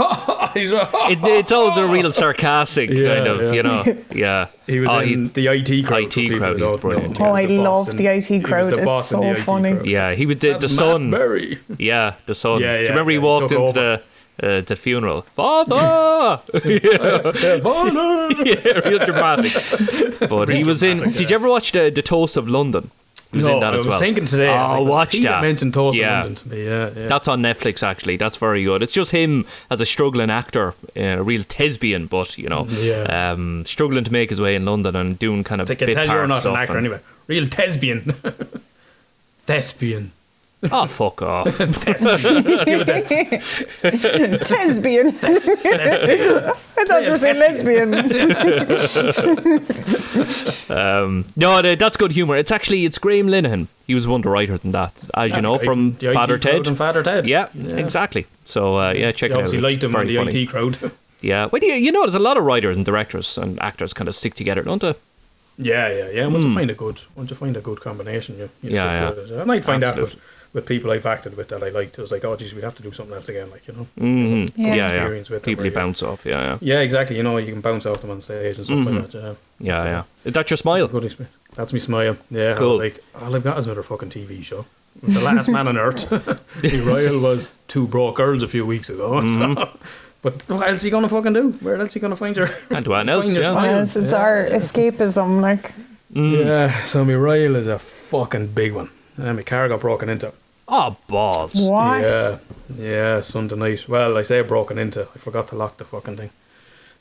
C: It, it's always a real sarcastic
A: Yeah,
C: kind of,
A: yeah.
C: you know. Yeah.
A: He was
C: Oh,
A: in the IT crowd.
C: IT
A: for people
C: crowd,
A: who
C: he's
A: don't
C: brilliant,
A: know.
B: yeah.
A: He
B: Oh, I
A: was the boss
B: love
A: in-
B: the IT
A: he was
B: crowd,
A: the
B: it's
A: boss in
B: so
A: the IT
B: funny.
A: crowd.
C: Yeah, he was the, the
A: That's
C: son.
A: Matt Berry.
C: Yeah, the son.
A: Yeah,
C: Do you
A: yeah,
C: remember he
A: yeah, he
C: walked
A: took
C: into
A: over.
C: the uh, the funeral? Father, yeah, real dramatic. But he was in. Did you ever watch the, the Toast of London? He was
A: no,
C: in that
A: I
C: as
A: was
C: well.
A: thinking today. I was
C: Oh,
A: like, was
C: watch
A: Peter
C: that.
A: mentioned Tulsa
C: Yeah.
A: London to me. Yeah, yeah.
C: That's on Netflix, actually. That's very good. It's just him as a struggling actor, uh, a real thespian, but you know,
A: Yeah.
C: um, struggling to make his way in London and doing kind of
A: they can
C: bit
A: tell you're
C: part
A: not
C: stuff.
A: an actor
C: and-
A: anyway. Real thespian. thespian.
C: Oh, fuck off!
B: Lesbian. I thought you were saying lesbian.
C: No, th- that's good humor. It's actually it's Graham Linehan. He was one of the writer than that, as you know
A: Guy
C: from
A: the IT
C: Father
A: crowd
C: Ted.
A: and Father Ted.
C: Yeah, exactly. So uh, yeah, check
A: You
C: it out.
A: obviously
C: It's
A: liked him on the
C: very funny.
A: IT crowd.
C: Yeah, well, you, you know, there's a lot of writers and directors and actors kind of stick together, don't they?
A: Yeah, yeah, yeah. Once you find a good, once you find a good combination, you, you
C: Hmm. Yeah,
A: stick with it. And I find out
C: Absolute.
A: with, with people I've acted with that I liked, it was like, oh, geez, we'd have to do something else again, like you know.
C: Hmm. Yeah,
B: Yeah.
C: yeah.
A: experience with them,
C: People you
A: right, yeah.
C: bounce off. Yeah, yeah,
A: Yeah, exactly. You know, you can bounce off them on stage and stuff
C: Hmm.
A: like that. Yeah,
C: yeah,
A: So,
C: yeah. Is that your smile?
A: Good experience. That's me smile. Yeah, I
C: Cool.
A: was like, all I've got is another fucking TV show. The Last Man on Earth. the Royal was two broke girls a few weeks ago.
C: Mm-hmm.
A: So. But what else are you gonna fucking do? Where else are you gonna find your?
C: Can't do anything
A: find
C: else,
A: your
C: yeah.
A: smile?
B: Yes, it's our escapism. Like, Mm.
A: Yeah, so my rail is a fucking big one. And my car got broken into.
C: Oh, balls!
B: what?
A: Yeah, yeah, Sunday night. Well, I say broken into. I forgot to lock the fucking thing.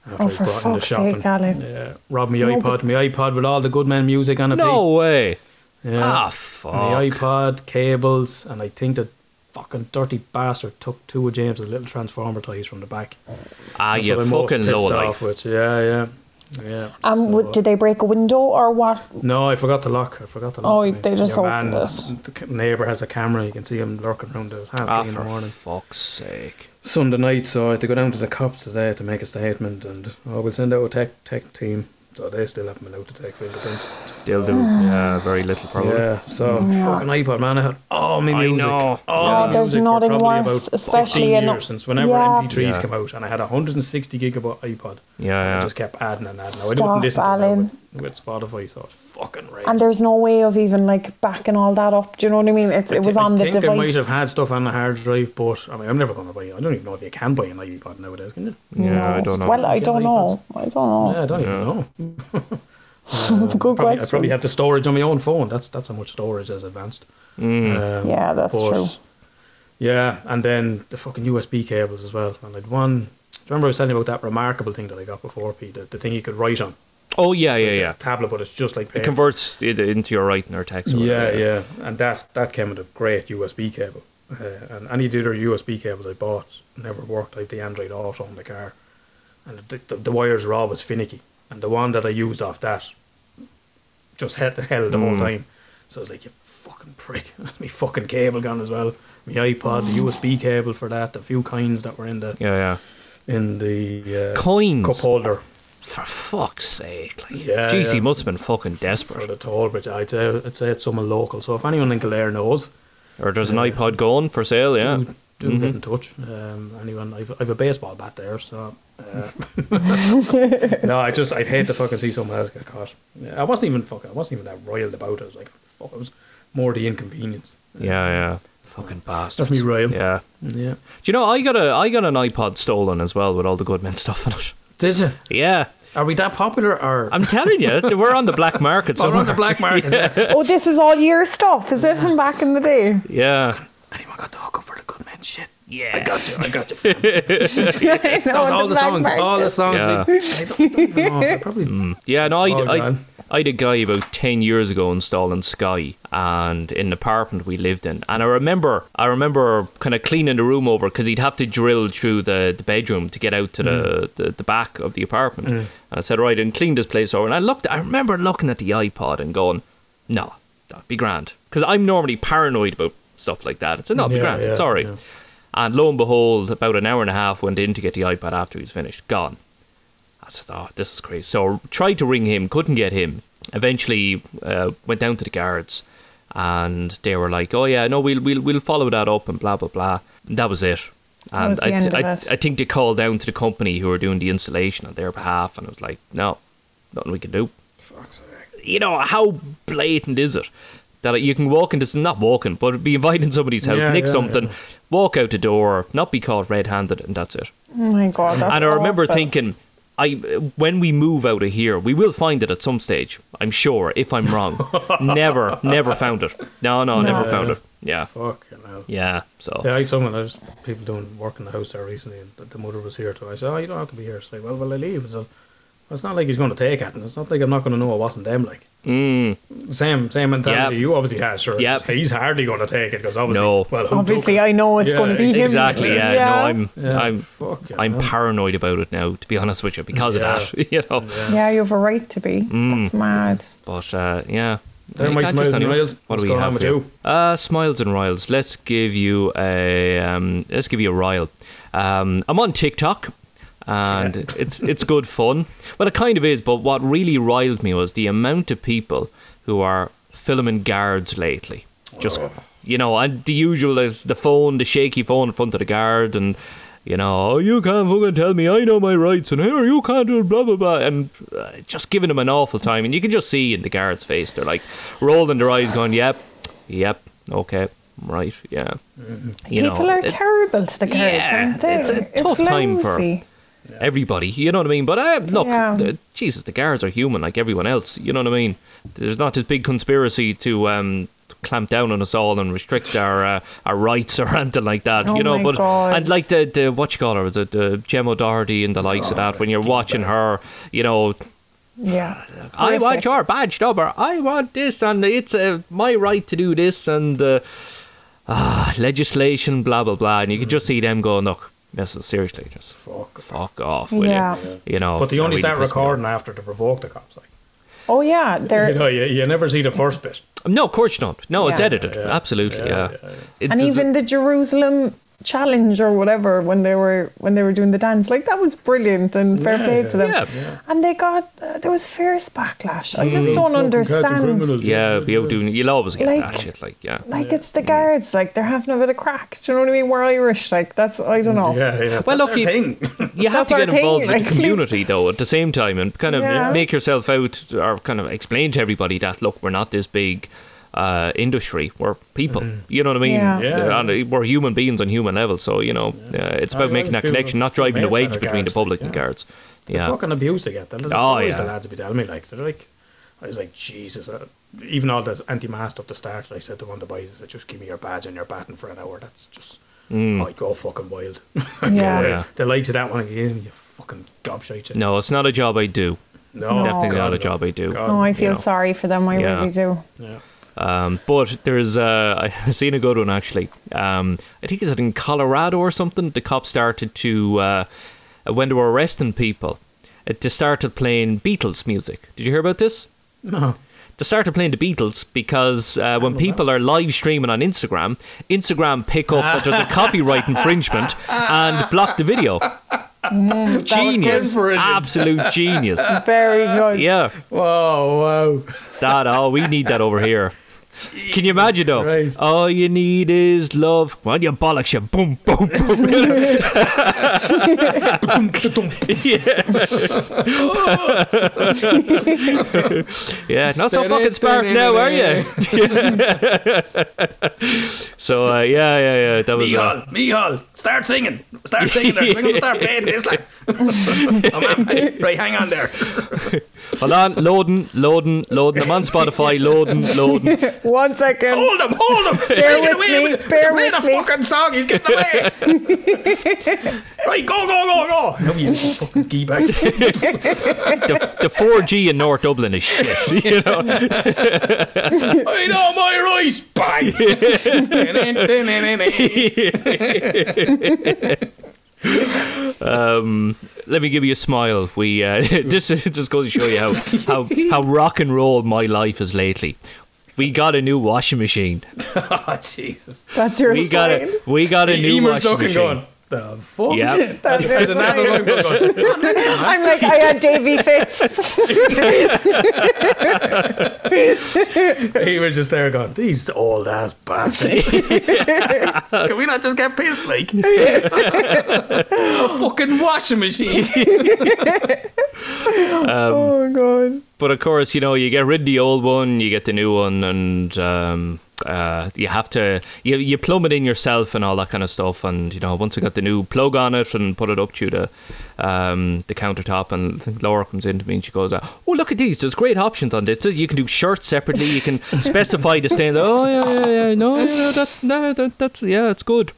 A: After
B: Oh,
A: I was
B: for
A: brought in the
B: fuck's
A: shop
B: sake,
A: and-
B: Alan.
A: Yeah, robbed my
B: No,
A: iPod.
B: but-
A: My iPod with all the Goodman music on it.
C: No way!
A: Pete. Yeah.
C: Ah,
A: And the
C: fuck!
A: iPod, cables, and I think the fucking dirty bastard took two of James's little transformer ties from the back.
C: Ah,
A: That's
C: you
A: what I'm most
C: fucking
A: pissed
C: low
A: off
C: life.
A: with. Yeah, yeah. Yeah.
B: Um, what, did they break a window or what?
A: No, I forgot to lock. I forgot to lock.
B: Oh,
A: mate.
B: they just
A: Your
B: opened
A: man-
B: it.
A: The c- neighbour has a camera. You can see him lurking around. It was half
C: Ah,
A: three in the
C: for
A: morning.
C: fuck's sake!
A: Sunday night, so I had to go down to the cops today to make a statement, and oh, we'll send out a tech tech team. So they still haven't been out to take fingerprints.
C: Still do. Yeah, very little probably.
A: Yeah, so fucking iPod man, I had all my
C: I
A: music.
C: know.
A: all
C: Yeah.
A: my
B: Oh, there's
A: music for
B: nothing
A: probably
B: worse,
A: about
B: especially
A: 15
B: in-
A: years since whenever
B: Yeah.
A: MP3s
C: Yeah.
A: came out, and I had a 160 gigabyte iPod.
C: Yeah,
A: And
C: yeah.
A: I just kept adding and adding. I
B: Stop,
A: didn't listen to it now
B: Alan.
A: with, with Spotify, so it's fucking red.
B: And there's no way of even like backing all that up. Do you know what I mean? It, it was
A: I
B: on the
A: think I might
B: device.
A: have had stuff on the hard drive, but I mean, I'm never going to buy. I don't even know if you can buy an iPod nowadays, can you?
C: Yeah, I don't know.
B: Well, I
A: Get
B: don't know. I don't know.
C: Oh,
A: Yeah, I don't even know.
B: Good
A: Probably, I
B: question.
A: probably have the storage on my own phone. That's that's how much storage has advanced.
C: Mm.
A: Um,
B: Yeah, that's true.
A: Yeah, and then the fucking USB cables as well. And I'd one. do you Remember I was telling you about that remarkable thing that I got before, Pete? The, the thing you could write on.
C: Oh yeah, yeah, yeah.
A: Tablet, but it's just like paper.
C: It converts it into your writing or text. Or
A: Yeah,
C: whatever,
A: yeah, and that that came with a great USB cable, uh, and any of the other USB cables I bought never worked like the Android Auto on the car, and the, the, the wires were always finicky, and the one that I used off that just held held the
C: Mm.
A: whole time, so I was like, you fucking prick, my fucking cable gone as well, my iPod, the USB cable for that, the few kinds that were in the
C: yeah, yeah.
A: in the uh,
C: Coins.
A: cup holder
C: For fuck's sake! Like,
A: Yeah,
C: geez, he
A: yeah.
C: must have been fucking
A: for
C: desperate.
A: the toll bridge. I'd say I'd say it's someone local, so if anyone in Kildare knows.
C: Or there's an iPod going for sale. Yeah.
A: do, do
C: Mm-hmm.
A: get in touch. Um, anyone, I've, I've a baseball bat there, so. Uh, no, I just I'd hate to fucking see someone else get caught. Yeah, I wasn't even fucking. I wasn't even that riled about it. I was like, fuck. It was more the inconvenience.
C: Yeah, yeah. Fucking bastards.
A: me rail.
C: Yeah.
A: Yeah.
C: Do you know I got a I got an iPod stolen as well with all the Goodman stuff in it.
A: Did you?
C: Yeah,
A: Are we that popular? Or
C: I'm telling you, we're on the black market
A: Oh, we're
C: somewhere.
A: on the black market? yeah.
B: Oh, this is all your stuff, is it from back in the day?
C: Yeah.
A: Anyone got the hook up for the good man shit?
C: Yeah.
A: I got you. I got you. fam.
B: I know,
A: That was all the,
B: black
A: songs. All the
B: market.
A: songs.
C: Yeah. Mm.
A: we- I don't- don't even know. I probably.
C: Yeah, no, I,
A: It's all
C: I,
A: gone.
C: I had a guy about 10 years ago installing Sky and in an apartment we lived in. And I remember I remember kind of cleaning the room over because he'd have to drill through the, the bedroom to get out to the,
A: Mm.
C: the, the back of the apartment. And I said, right, and clean this place over. And I looked, I remember looking at the iPod and going, no, that'd be grand. Because I'm normally paranoid about stuff like that. It's not be
A: Yeah,
C: grand, it's
A: yeah,
C: all right.
A: yeah.
C: And lo and behold, about an hour and a half went in to get the iPad after he was finished. Gone. I said, oh, this is crazy. So tried to ring him, couldn't get him. Eventually uh, went down to the guards and they were like, oh, yeah, no, we'll, we'll, we'll follow that up and blah, blah, blah. And that was it. And
B: was the
C: I,
B: end of
C: I,
B: it.
C: I think they called down to the company who were doing the installation on their behalf and it was like, no, nothing we can do. You know, how blatant is it? That you can walk into, not walking, but be invited in somebody's house,
A: Yeah,
C: nick
A: yeah,
C: something,
A: yeah.
C: walk out the door, not be caught red handed, and that's it
B: Oh my god, that's
C: and I remember
B: awful.
C: thinking, I when we move out of here, we will find it at some stage. I'm sure. If I'm wrong, never, never found it. No, no, never
B: No.
C: found it. Yeah,
A: Fucking hell.
C: yeah. So
A: Yeah, I had someone, there's people doing work in the house there recently, and the- the mother was here too. I said, Oh, you don't have to be here. She's like, Well, will I leave? I said, well, It's not like he's going to take it, and it's not like I'm not going to know it wasn't them. Like, same same mentality
C: Mm. Yep.
A: you obviously had, sure.
C: Yep.
A: He's hardly going to take it because obviously,
C: No.
A: well, who
B: Obviously,
A: took it?
B: I know it's
A: Yeah,
B: going to be him.
C: exactly. Yeah. No, I'm, uh,
A: Yeah,
C: I'm,
A: fucking
C: I'm
A: hell.
C: paranoid about it now. To be honest with you, because
A: Yeah.
C: of that, you know.
B: Yeah, you have a right to be.
C: Mm.
B: That's mad.
C: But uh, yeah.
A: There,
C: You
A: Mike
C: can't just
A: Smiles and
C: anyone-
A: Riles.
C: What
A: What's
C: do we
A: going
C: have
A: on with
C: here?
A: you?
C: Uh, Smiles and Riles. Let's give you a um, let's give you a Rile. Um, I'm on TikTok, and it's it's good fun. Well, it kind of is. But what really riled me was the amount of people who are filming guards lately. Just you know, and the usual is the phone, the shaky phone in front of the guard, and. You know, oh, you can't fucking tell me I know my rights, and here you can't do blah blah blah, and uh, just giving them an awful time, and you can just see in the guard's face they're like rolling their eyes, going, "Yep, yep, okay, right, yeah."
B: Mm-hmm.
C: You know,
B: People are
C: it-
B: terrible to the kids,
C: yeah,
B: aren't they?
C: it's a tough time for-
B: lousy.
C: everybody. You know what I mean? But uh, look,
B: Yeah.
C: uh, Jesus, the guards are human like everyone else. You know what I mean? There's not this big conspiracy to um, to clamp down on us all and restrict our uh, our rights or anything like that.
B: Oh
C: you know,
B: my
C: but
B: God.
C: and like the the what you call her, was it the Gem O'Doherty and the likes of that? When you're watching her, you know,
B: Yeah.
C: I want
B: Horrific.
C: your badge number. I want this, and it's uh, my right to do this, and uh, ah, legislation, blah blah blah. And you can just see them going, "Look, listen, seriously, just fuck, fuck off, will
B: Yeah.
C: you?" You know.
A: But they only
C: that really
A: start
C: pissed me off.
A: recording after to provoke the cops. Like,
B: Oh yeah,
A: you
B: they're
A: know, you, you never see the first bit.
C: No, of course you don't. No, it's
B: Yeah.
C: edited. Absolutely, yeah. It
B: and
C: does-
B: even the Jerusalem challenge or whatever when they were when they were doing the dance. Like that was brilliant and fair
A: Yeah,
B: play
A: yeah.
B: to them.
C: Yeah.
B: And they got uh, there was fierce backlash. I just
A: Fucking
B: don't
A: cats and
B: understand.
A: criminals,
C: Yeah, you'll do. You'll always get
B: Like-
C: that shit. Like, yeah,
B: Like it's the guards, like they're having a bit of crack. Do you know what I mean? We're Irish, like that's I don't know.
A: Yeah, yeah.
C: Well, look, you, you have
B: That's
C: to
B: our
C: get
B: thing,
C: involved with
B: like-
C: the community, though, at the same time, and kind of
B: Yeah.
C: make yourself out or kind of explain to everybody that, look, we're not this big uh, industry. We're people. You know what I mean?
B: Yeah.
A: Mm-hmm. Yeah.
C: They're on- We're human beings on human level. So, you know, uh, it's about
A: I
C: making that
A: feel-
C: connection, not driving the
A: feel
C: wedge
A: better
C: between the
A: guards,
C: public and
A: yeah.
C: guards.
A: the
C: Yeah.
A: fucking abuse they get. The little
C: Oh,
A: stories
C: yeah.
A: the lads be telling me, like they're like, I was like, Jesus, uh, even all the anti-mask stuff to start. I said to one of the boys, I said, just give me your badge and your batting for an hour. That's just, I'd go fucking wild.
B: Yeah.
C: Mm. Yeah.
A: the likes of that one again, you fucking gobshite. you.
C: No, it's not a job I do.
A: no,
C: Definitely
A: God,
C: not a
A: no.
C: job eh? I do.
A: God,
B: Oh, I feel
C: know.
B: sorry for them. I
C: Yeah.
B: really do.
A: yeah.
C: Um, but there's, uh, I seen a good one actually. Um, I think it's in Colorado or something. The cops started to, uh, when they were arresting people, uh, they started playing Beatles music. Did you hear about this?
A: No.
C: They started playing the Beatles because uh, when people are live streaming on Instagram, Instagram pick up that there's a copyright infringement and block the video. Genius, absolute genius.
B: Very good.
C: Yeah,
A: Whoa, wow.
C: that. Oh, we need that over here. Can you imagine though?
A: Christ.
C: All you need is love. Well, you bollocks, you boom, boom, boom. yeah, not so fucking spark now, are you? so uh, yeah, yeah, yeah. That was. Uh,
A: Mihal, Mihal, start singing. Start singing there. We're going to start playing this. Like. I'm happy. Right, hang on there.
C: hold on, loading, loading, loading. I'm on Spotify. Loading, loading.
B: One second.
A: Hold him, hold him.
B: Bear
A: Take it
B: with
A: away
B: me,
A: it.
B: bear
A: Play
B: with
A: the
B: me.
A: fucking song. He's getting away. right, go, go, go, go. No, you fucking gee back.
C: The, the 4G in North Dublin is shit. You know.
A: I know my rights. Bang.
C: let me give you a smile. We uh, just just goes to show you how how how rock and roll my life is lately. We got a new washing machine.
A: oh, Jesus.
B: That's your
C: We got
B: sign.
C: a we got a new
A: Emer's
C: washing
A: looking
C: machine.
A: going. The fuck?
C: Yeah,
B: That's your
A: There's another
B: sign.
A: one going.
B: I'm like, I had Davy Fitz.
A: He was just there going, these old ass bastards. Can we not just get pissed like a fucking washing machine?
B: oh god.
C: but of course, you know, you get rid of the old one, you get the new one, and um, uh, you have to you you plumb it in yourself and all that kind of stuff. And you know, once I got the new plug on it and put it up to the um, the countertop, and I think Laura comes in to me and she goes, "Oh, look at these! There's great options on this. You can do shirts separately. You can specify the stain. Oh, yeah, yeah, yeah. No, yeah, no, that, no, that, that's yeah, it's good."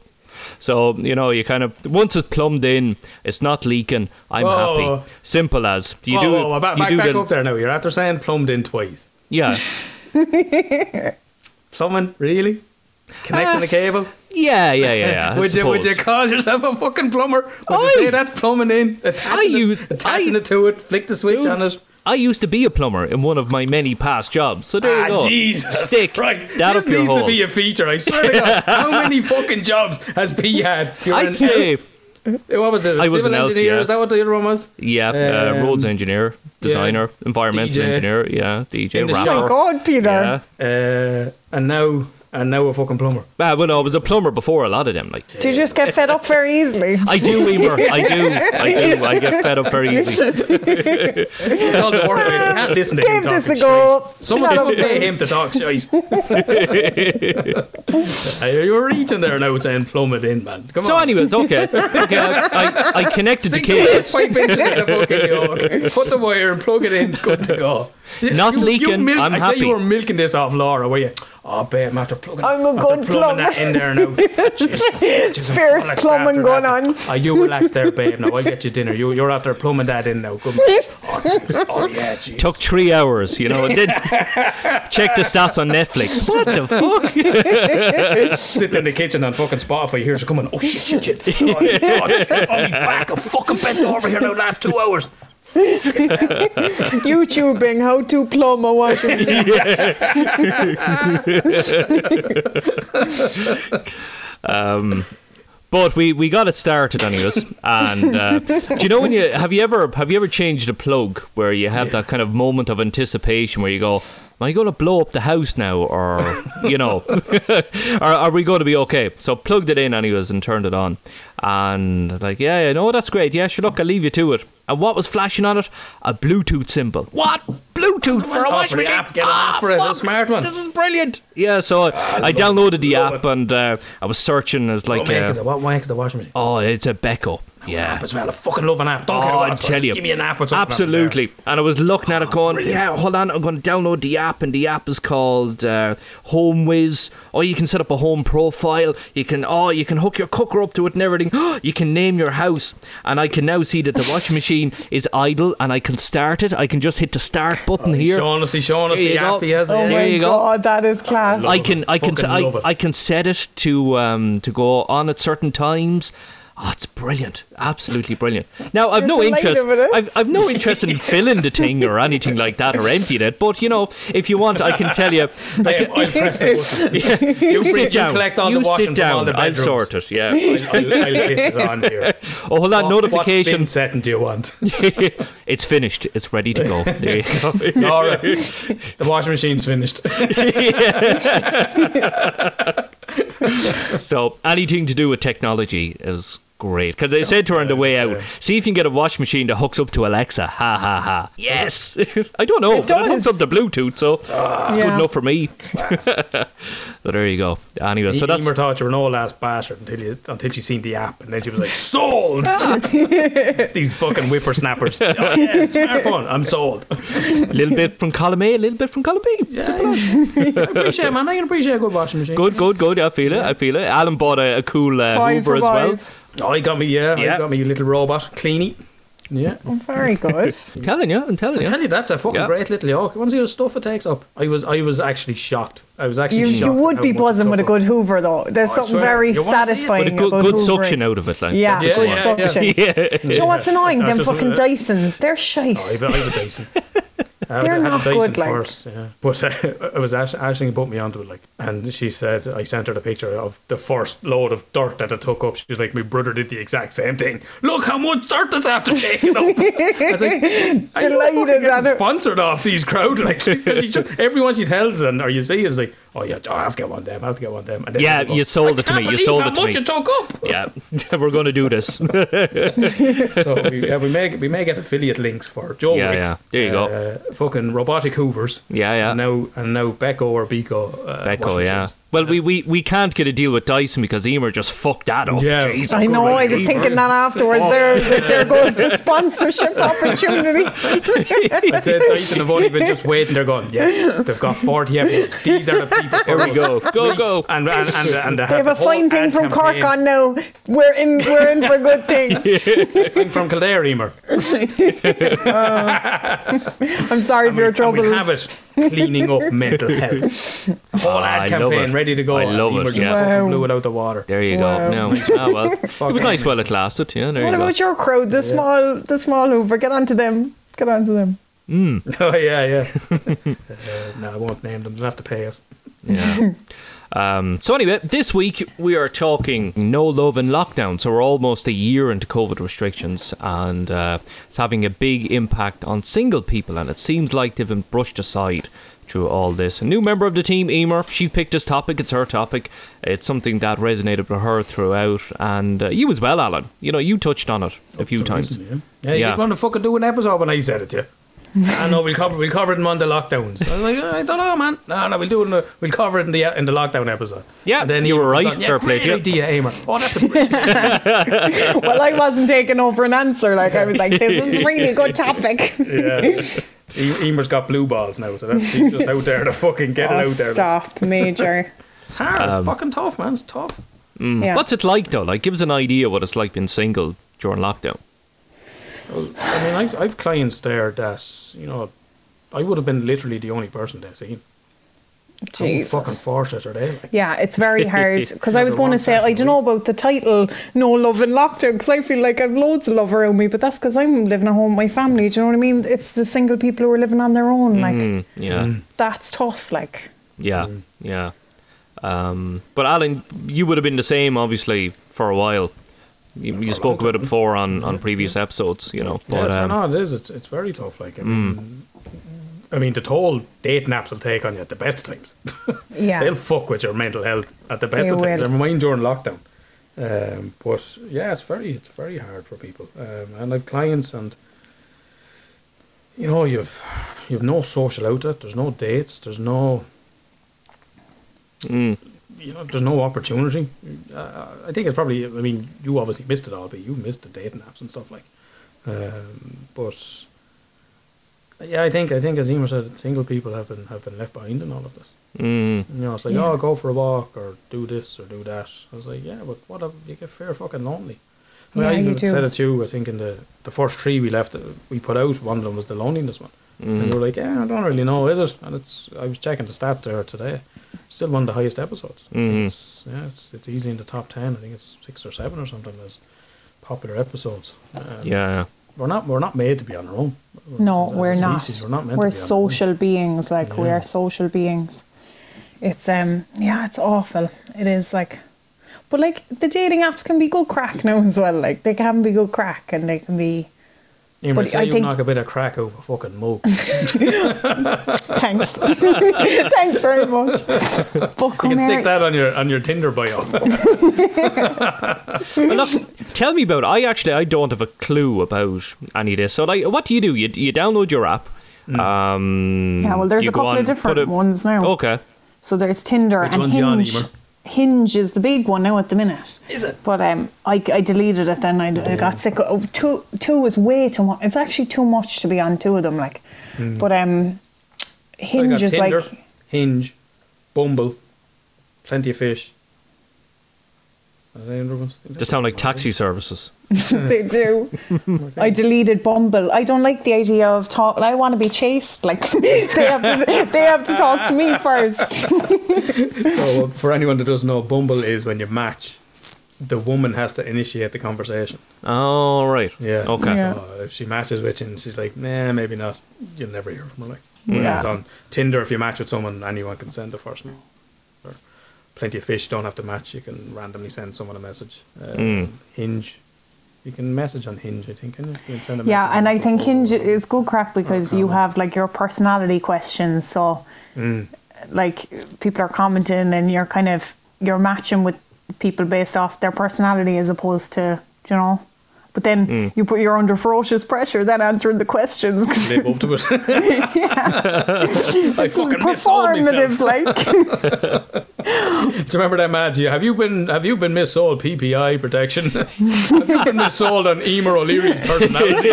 C: So you know, you kind of once it's plumbed in, it's not leaking. I'm
A: Whoa.
C: happy. Simple as you
A: whoa,
C: do.
A: whoa, whoa, back,
C: you
A: back,
C: do
A: back
C: the-
A: up there now. You're after saying plumbed in twice.
C: yeah.
A: Plumbing, really? Connecting the
C: Ah.
A: cable?
C: Yeah, yeah, yeah. yeah I
A: would you would you
C: suppose.
A: call yourself a fucking plumber? Would
C: Aye.
A: you say that's plumbing in? Attaching,
C: I use-
A: it, attaching
C: I-
A: it to it, flick the switch on it.
C: I used to be a plumber in one of my many past jobs, so there you
A: Ah,
C: go.
A: Jesus.
C: Stick
A: Right.
C: that
A: this
C: up your
A: needs
C: hole.
A: to be a feature, I swear to God. How many fucking jobs has P had? You were
C: I'd
A: an
C: say,
A: elf- What was it? A
C: I was
A: civil
C: an elf,
A: engineer?
C: yeah.
A: Is that what the other one was?
C: yeah, uh,
A: Um,
C: roads engineer, designer, environmental
A: DJ.
C: engineer, yeah, DJ,
A: In the
C: rapper.
A: shop.
B: My god, Peter.
C: Yeah.
A: Uh, and now and now a fucking plumber.
C: Ah, well, no, I was a plumber before a lot of them. Like,
B: Do you just get fed up very easily?
C: I do, Emer. I do. I do. I get fed up very easily.
A: It's all the work. You can't listen to him
B: Give
A: talking
B: this a
A: shit.
B: go.
A: Someone
B: Not
A: didn't pay
B: okay.
A: him to talk shite. you were reaching there now saying plumb it in, man. Come
C: So,
A: on.
C: anyways, okay, okay. I, I, I connected the
A: Sink the
C: cables.
A: pipe into the fucking York, put the wire and plug it in, good to go.
C: Not leaking, I'm
A: I say
C: happy.
A: you were milking this off Laura, were you? Oh, babe, I'm after plugging,
B: I'm a
A: after
B: good
A: plumbing that in there now.
B: It's fierce
A: Relax
B: plumbing
A: after
B: going
A: that.
B: on.
A: Ah, you relax there, babe. Now I'll get you dinner. You, you're after plumbing that in now. Good man. Oh, thanks. Oh, yeah, gee.
C: Took three hours, you know. It did check the stats on Netflix. What the fuck?
A: Sitting in the kitchen on fucking Spotify, here's her coming. Oh, shit, shit, shit. Oh, God. Oh, me back. I fucking bent over here now last two hours.
B: YouTubing how to Oh plumb a washing machine.
C: But we, we got it started, anyways. And uh, do you know when you have you ever have you ever changed a plug where you have that kind of moment of anticipation where you go, "Am I going to blow up the house now, or you know, are, are we going to be okay?" So plugged it in, anyways, and turned it on. And like, yeah, yeah, no, that's great. Yeah, sure, look, I'll leave you to it. And what was flashing on it? A Bluetooth symbol. What Bluetooth for a
A: Oh,
C: watch
A: for the
C: machine? Ah,
A: app, get an app for it, a smart one.
C: This is brilliant. Yeah, so I, I downloaded the app and uh, I was searching. I was like,
A: What make
C: uh,
A: is it? What wank is the washing machine?
C: Oh, it's a Becco. Yeah.
A: App as well. I fucking love an app. Don't care
C: Oh,
A: what
C: I
A: it's
C: tell
A: for,
C: you,
A: just Give me an Oh, app. Or something up there.
C: absolutely. And I was looking at it, going, "Yeah, hold on, I'm going to download the app." And the app is called uh, Home Wiz. Oh, you can set up a home profile. You can, oh, you can hook your cooker up to it and everything. you can name your house, and I can now see that the washing machine is idle, and I can start it. I can just hit the start
A: Oh,
C: button here.
A: Shaughnessy, Shaughnessy,
C: There you
A: app
C: go.
A: he has.
B: Oh
A: yeah.
B: my
C: you go.
B: god, that is class.
A: love
C: I
A: it.
C: can, I can,
A: Fucking
C: I,
A: love it.
C: I can set it to um to go on at certain times. Oh, it's brilliant, absolutely brilliant. Now I've
B: You're
C: no
B: delighted
C: interest.
B: with it.
C: I've, I've no interest in filling the thing or anything like that or emptying it. But you know, if you want, I can tell you. I
A: Yeah,
C: can,
A: I'll press the button.
C: you
A: bring-
C: sit down.
A: collect all
C: you
A: the washing
C: sit
A: from all
C: down.
A: the
C: I'll
A: bedrooms.
C: sort it. Yeah.
A: I'll, I'll hit it on here.
C: Oh, hold
A: What
C: on.
A: spin
C: notifications.
A: setting do you want?
C: it's finished. It's ready to go. There you go.
A: All right. The washing machine's finished.
C: So anything to do with technology is great because I said to her on the way out, see if you can get a wash machine that hooks up to Alexa. Ha ha ha. Yes. I don't know.
B: It
C: but It hooks
B: does. Oh.
C: up to Bluetooth, so it's good enough for me. so there you go. Anyway, so
A: So
C: that's
A: Emer thought you were an old ass bastard until you until she seen the app, and then she was like, "Sold!" These fucking whippersnappers. Oh, yeah, smartphone. I'm sold.
C: a little bit from column A, a little bit from column B.
A: appreciate, man. I can appreciate a good washing machine.
C: Good, good, good. I feel it. I feel it. Alan bought a, a cool uh,
B: Toys
C: Hoover
B: for
C: as well.
B: boys.
A: Oh, you got me. Yeah,
C: Yeah.
A: I got me a little robot cleanie. Yeah,
B: Very good.
C: I'm telling you. I'm telling you.
A: tell you that's a fucking
C: Yeah.
A: great little yoke. You want to see the stuff it takes up? I was, I was actually shocked. I was actually
B: You,
A: shocked.
B: you
A: at
B: would
A: how
B: be
A: much it
B: buzzing
A: took
B: with a
A: up.
B: good Hoover though. There's something
A: Oh, swear.
B: very
A: You wanna see it?
B: satisfying
C: Good,
B: about
C: good
B: Hoovering.
C: suction out of it. Like.
B: Yeah,
A: Yeah,
B: good
A: yeah, yeah.
B: suction. Do you know what's annoying?
A: Yeah,
B: Them
A: just-
B: fucking Dysons, they're shite.
A: Oh, I have, I have a Dyson. I
B: They're
A: had a
B: not
A: Dyson
B: good, like.
A: first, yeah. But uh, it was Ash- Ashling put me onto it, like, and she said I sent her the picture of the first load of dirt that it took up. She was like, "My brother did the exact same thing. Look how much dirt this after taking up." I was like, "Are you fucking
B: Delighted at
A: getting
B: it.
A: sponsored off these crowd?" Like, 'cause she just- everyone she tells and or you see is like, "Oh yeah, I have to get one of them. I have to get one of them." And then
C: Yeah,
A: they go,
C: you sold it to
A: "Can't
C: me. You
A: believe
C: sold
A: how
C: it to
A: much
C: me.
A: it took up.
C: Yeah, we're going to do this.
A: So we, yeah, we may we may get affiliate links for Joe
C: Yeah,
A: Wicks.
C: yeah. There you go.
A: go. Fucking robotic hoovers.
C: Yeah, yeah.
A: And now and now Becco or Beko. Uh,
C: Becco,
A: washing
C: yeah.
A: machines.
C: Well, we, we, we can't get a deal with Dyson because Emer just fucked that up.
A: Yeah.
C: Jesus
B: I know, I
C: Christ.
B: was thinking that afterwards. There,
A: Oh.
B: there goes the sponsorship opportunity.
A: I'd say Dyson have only been just waiting. They're going. Yes, they've got forty episodes. These are the people. Here
C: we go. Go, go.
A: And and and, and
B: They have a fine thing from Cork on now. We're in, we're in for a good thing.
A: Thing from Kildare, Emer.
B: Uh, I'm sorry for your
A: And we
B: troubles.
A: have it cleaning up mental health. Whole ad
C: Oh, I love
A: campaign
C: it.
A: ready to go.
C: I love
A: Emer
C: it,
A: just
C: yeah.
A: fucking
B: Wow.
A: blew it out the water.
C: There you
B: Wow.
C: go. No. Ah, well. It was nice while it lasted. Yeah, there
B: What
C: you go.
B: about your crowd? The small, the small Hoover. Get onto them. Get onto them.
A: Oh yeah, yeah. uh, no, I won't name them. They'll have to pay us.
C: Yeah. Um, so anyway, this week we are talking no love in lockdown. So we're almost a year into COVID restrictions, and uh, it's having a big impact on single people. And it seems like they've been brushed aside through all this. A new member of the team, Emer, she picked this topic. It's her topic. It's something that resonated with her throughout, and uh, you as well, Alan. You know, you touched on it a few times.
A: Yeah, you
C: Yeah.
A: didn't want to fucking do an episode when I said it to you. I know we'll cover we'll cover it in one of the lockdowns. I was like, I don't know, man. No, no, we'll do it. In the, we'll cover it in the in the lockdown episode.
C: Yeah,
A: And
C: you
A: he
C: were
A: was
C: right.
A: like,
C: Fair play to
A: great
C: you.
A: idea, Aymer. Oh, that's a brilliant
B: Well, I wasn't taking over an answer. Like I was like, this is really good topic.
A: idea. Aymer's got blue balls now, so that's he's just out there to fucking get it
B: Oh,
A: out there.
B: stop, major.
A: It's hard.
C: Um,
A: it's fucking tough, man. It's tough. Mm.
B: Yeah.
C: What's it like though? Like, give us an idea what it's like being single during lockdown.
A: I mean, I've I've clients there that you know, I would have been literally the only person they seen.
B: Jesus.
A: How Oh, fucking fortunate are they? Like,
B: Yeah, it's very hard because I was
A: Another
B: going
A: one
B: to say I don't know about the title "No Love in Lockdown" because I feel like I've loads of love around me, but that's because I'm living at home with my family. Do you know what I mean? It's the single people who are living on their own. Like
A: Mm.
C: Mm, Yeah.
B: that's tough. Like Mm.
C: Yeah, yeah. Um, but Alan, you would have been the same, obviously, for a while. You, you spoke about it before on, on previous episodes, you know.
A: yeah,
C: But
A: it's,
C: um, Hmm.
A: no, it is. It's, it's very tough. Like, I mean, I mean, the toll date naps will take on you at the best times.
B: Yeah.
A: They'll fuck with your mental health at the best
B: They
A: of times. Never
B: will.
A: mind during lockdown. Um, but yeah, it's very it's very hard for people. Um, and I've clients and you know you've you've no social outlet. There's no dates. There's no you know there's no opportunity. Uh, I think it's probably. I mean, you obviously missed it all, but you missed the dating apps and stuff like. Um, but yeah, I think I think as Emer said, single people have been have been left behind in all of this.
C: mm,
A: You know, it's like,
B: Yeah.
A: oh, go for a walk or do this or do that. I was like, yeah, but what if you get fair fucking lonely? I mean,
B: Yeah,
A: I
B: you
A: even
B: do.
A: said it to you, I think, in the, the first three we left, uh, we put out, one of them was the loneliness one. And you were like, yeah, I don't really know, is it? And it's, I was checking the stats there today. Still one of the highest episodes. I think
C: Mhm.
A: It's, yeah, it's, it's easily in the top 10. I think it's six or seven or something as popular episodes. Um,
C: yeah.
A: We're not, we're not made to be on our own.
B: No,
A: As a
B: we're not.
A: species, We're not meant
B: We're
A: to be on our own.
B: social beings. Like we
A: Yeah.
B: are social beings. It's um yeah, it's awful. It is like, but like the dating apps can be good crack now as well. Like they can be good crack and they can be
A: Emer,
B: But
A: say
B: I
A: you
B: think-
A: knock a bit of crack over fucking mug.
B: thanks, thanks very much. But come
A: You can
B: here.
A: stick that on your on your Tinder bio.
C: Well, look, tell me about. it. I actually I don't have a clue about any of this. So like, what do you do? You you download your app. Um,
B: yeah, well, there's
C: you
B: a
C: go
B: couple
C: on,
B: of different
C: put a-
B: ones now.
C: Okay.
B: So there's Tinder
A: Which
B: and
A: one's you on,
B: Hinge.
A: Emer?
B: Hinge is the big one now at the minute. Is it? But um, I, I deleted it then. I, I got sick. Of, oh, two two is way too much. It's actually too much to be on two of them. Like, but um,
A: I
B: Hinge
A: Hmm. got
B: is
A: Tinder,
B: like
A: Hinge, Bumble, Plenty of Fish. Are they under ones?
C: They sound like taxi services.
B: they do. I deleted Bumble. I don't like the idea of talk. I want to be chased. Like they have to they have to talk to me first.
A: So, uh, for anyone that doesn't know, Bumble is when you match, the woman has to initiate the conversation.
C: Oh right.
A: Yeah.
C: Okay.
B: Yeah.
A: So if she matches with you and she's like, nah, maybe not, you'll never hear from her. Like,
B: Yeah.
A: Whereas on Tinder, if you match with someone, anyone can send the first one. Or Plenty of fish don't have to match. You can randomly send someone a message. Um, Hinge. You can message on Hinge, I think. Can you? You can send a
B: Yeah,
A: message
B: and
A: on
B: I think
A: Bumble.
B: Hinge is good crack because you have like your personality questions. So, like, people are commenting and you're kind of you're matching with people based off their personality as opposed to you know. But then you put you're under ferocious pressure then answering the questions.
A: live up to it. I fucking missold
B: Performative,
A: myself.
B: like
A: Do you remember that match? Have you been have you been missold PPI protection? have you been missold on Emer O'Leary's personality?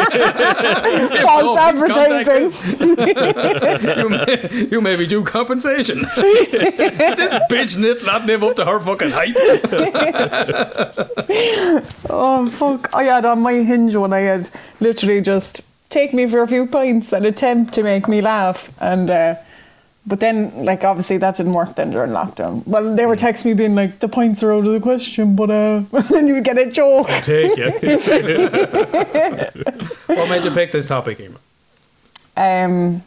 B: false
A: Oh, please contact
B: advertising.
A: you, may, you may be due compensation. this bitch nit not live up to her fucking hype.
B: Oh fuck! I had on my hinge when I had literally just take me for a few pints and attempt to make me laugh, and uh, but then like obviously that didn't work then during lockdown. Well, they were texting me being like the pints are out of the question, but uh, and then you would get a joke.
A: Take it. what made you pick this topic, Emer?
B: Um,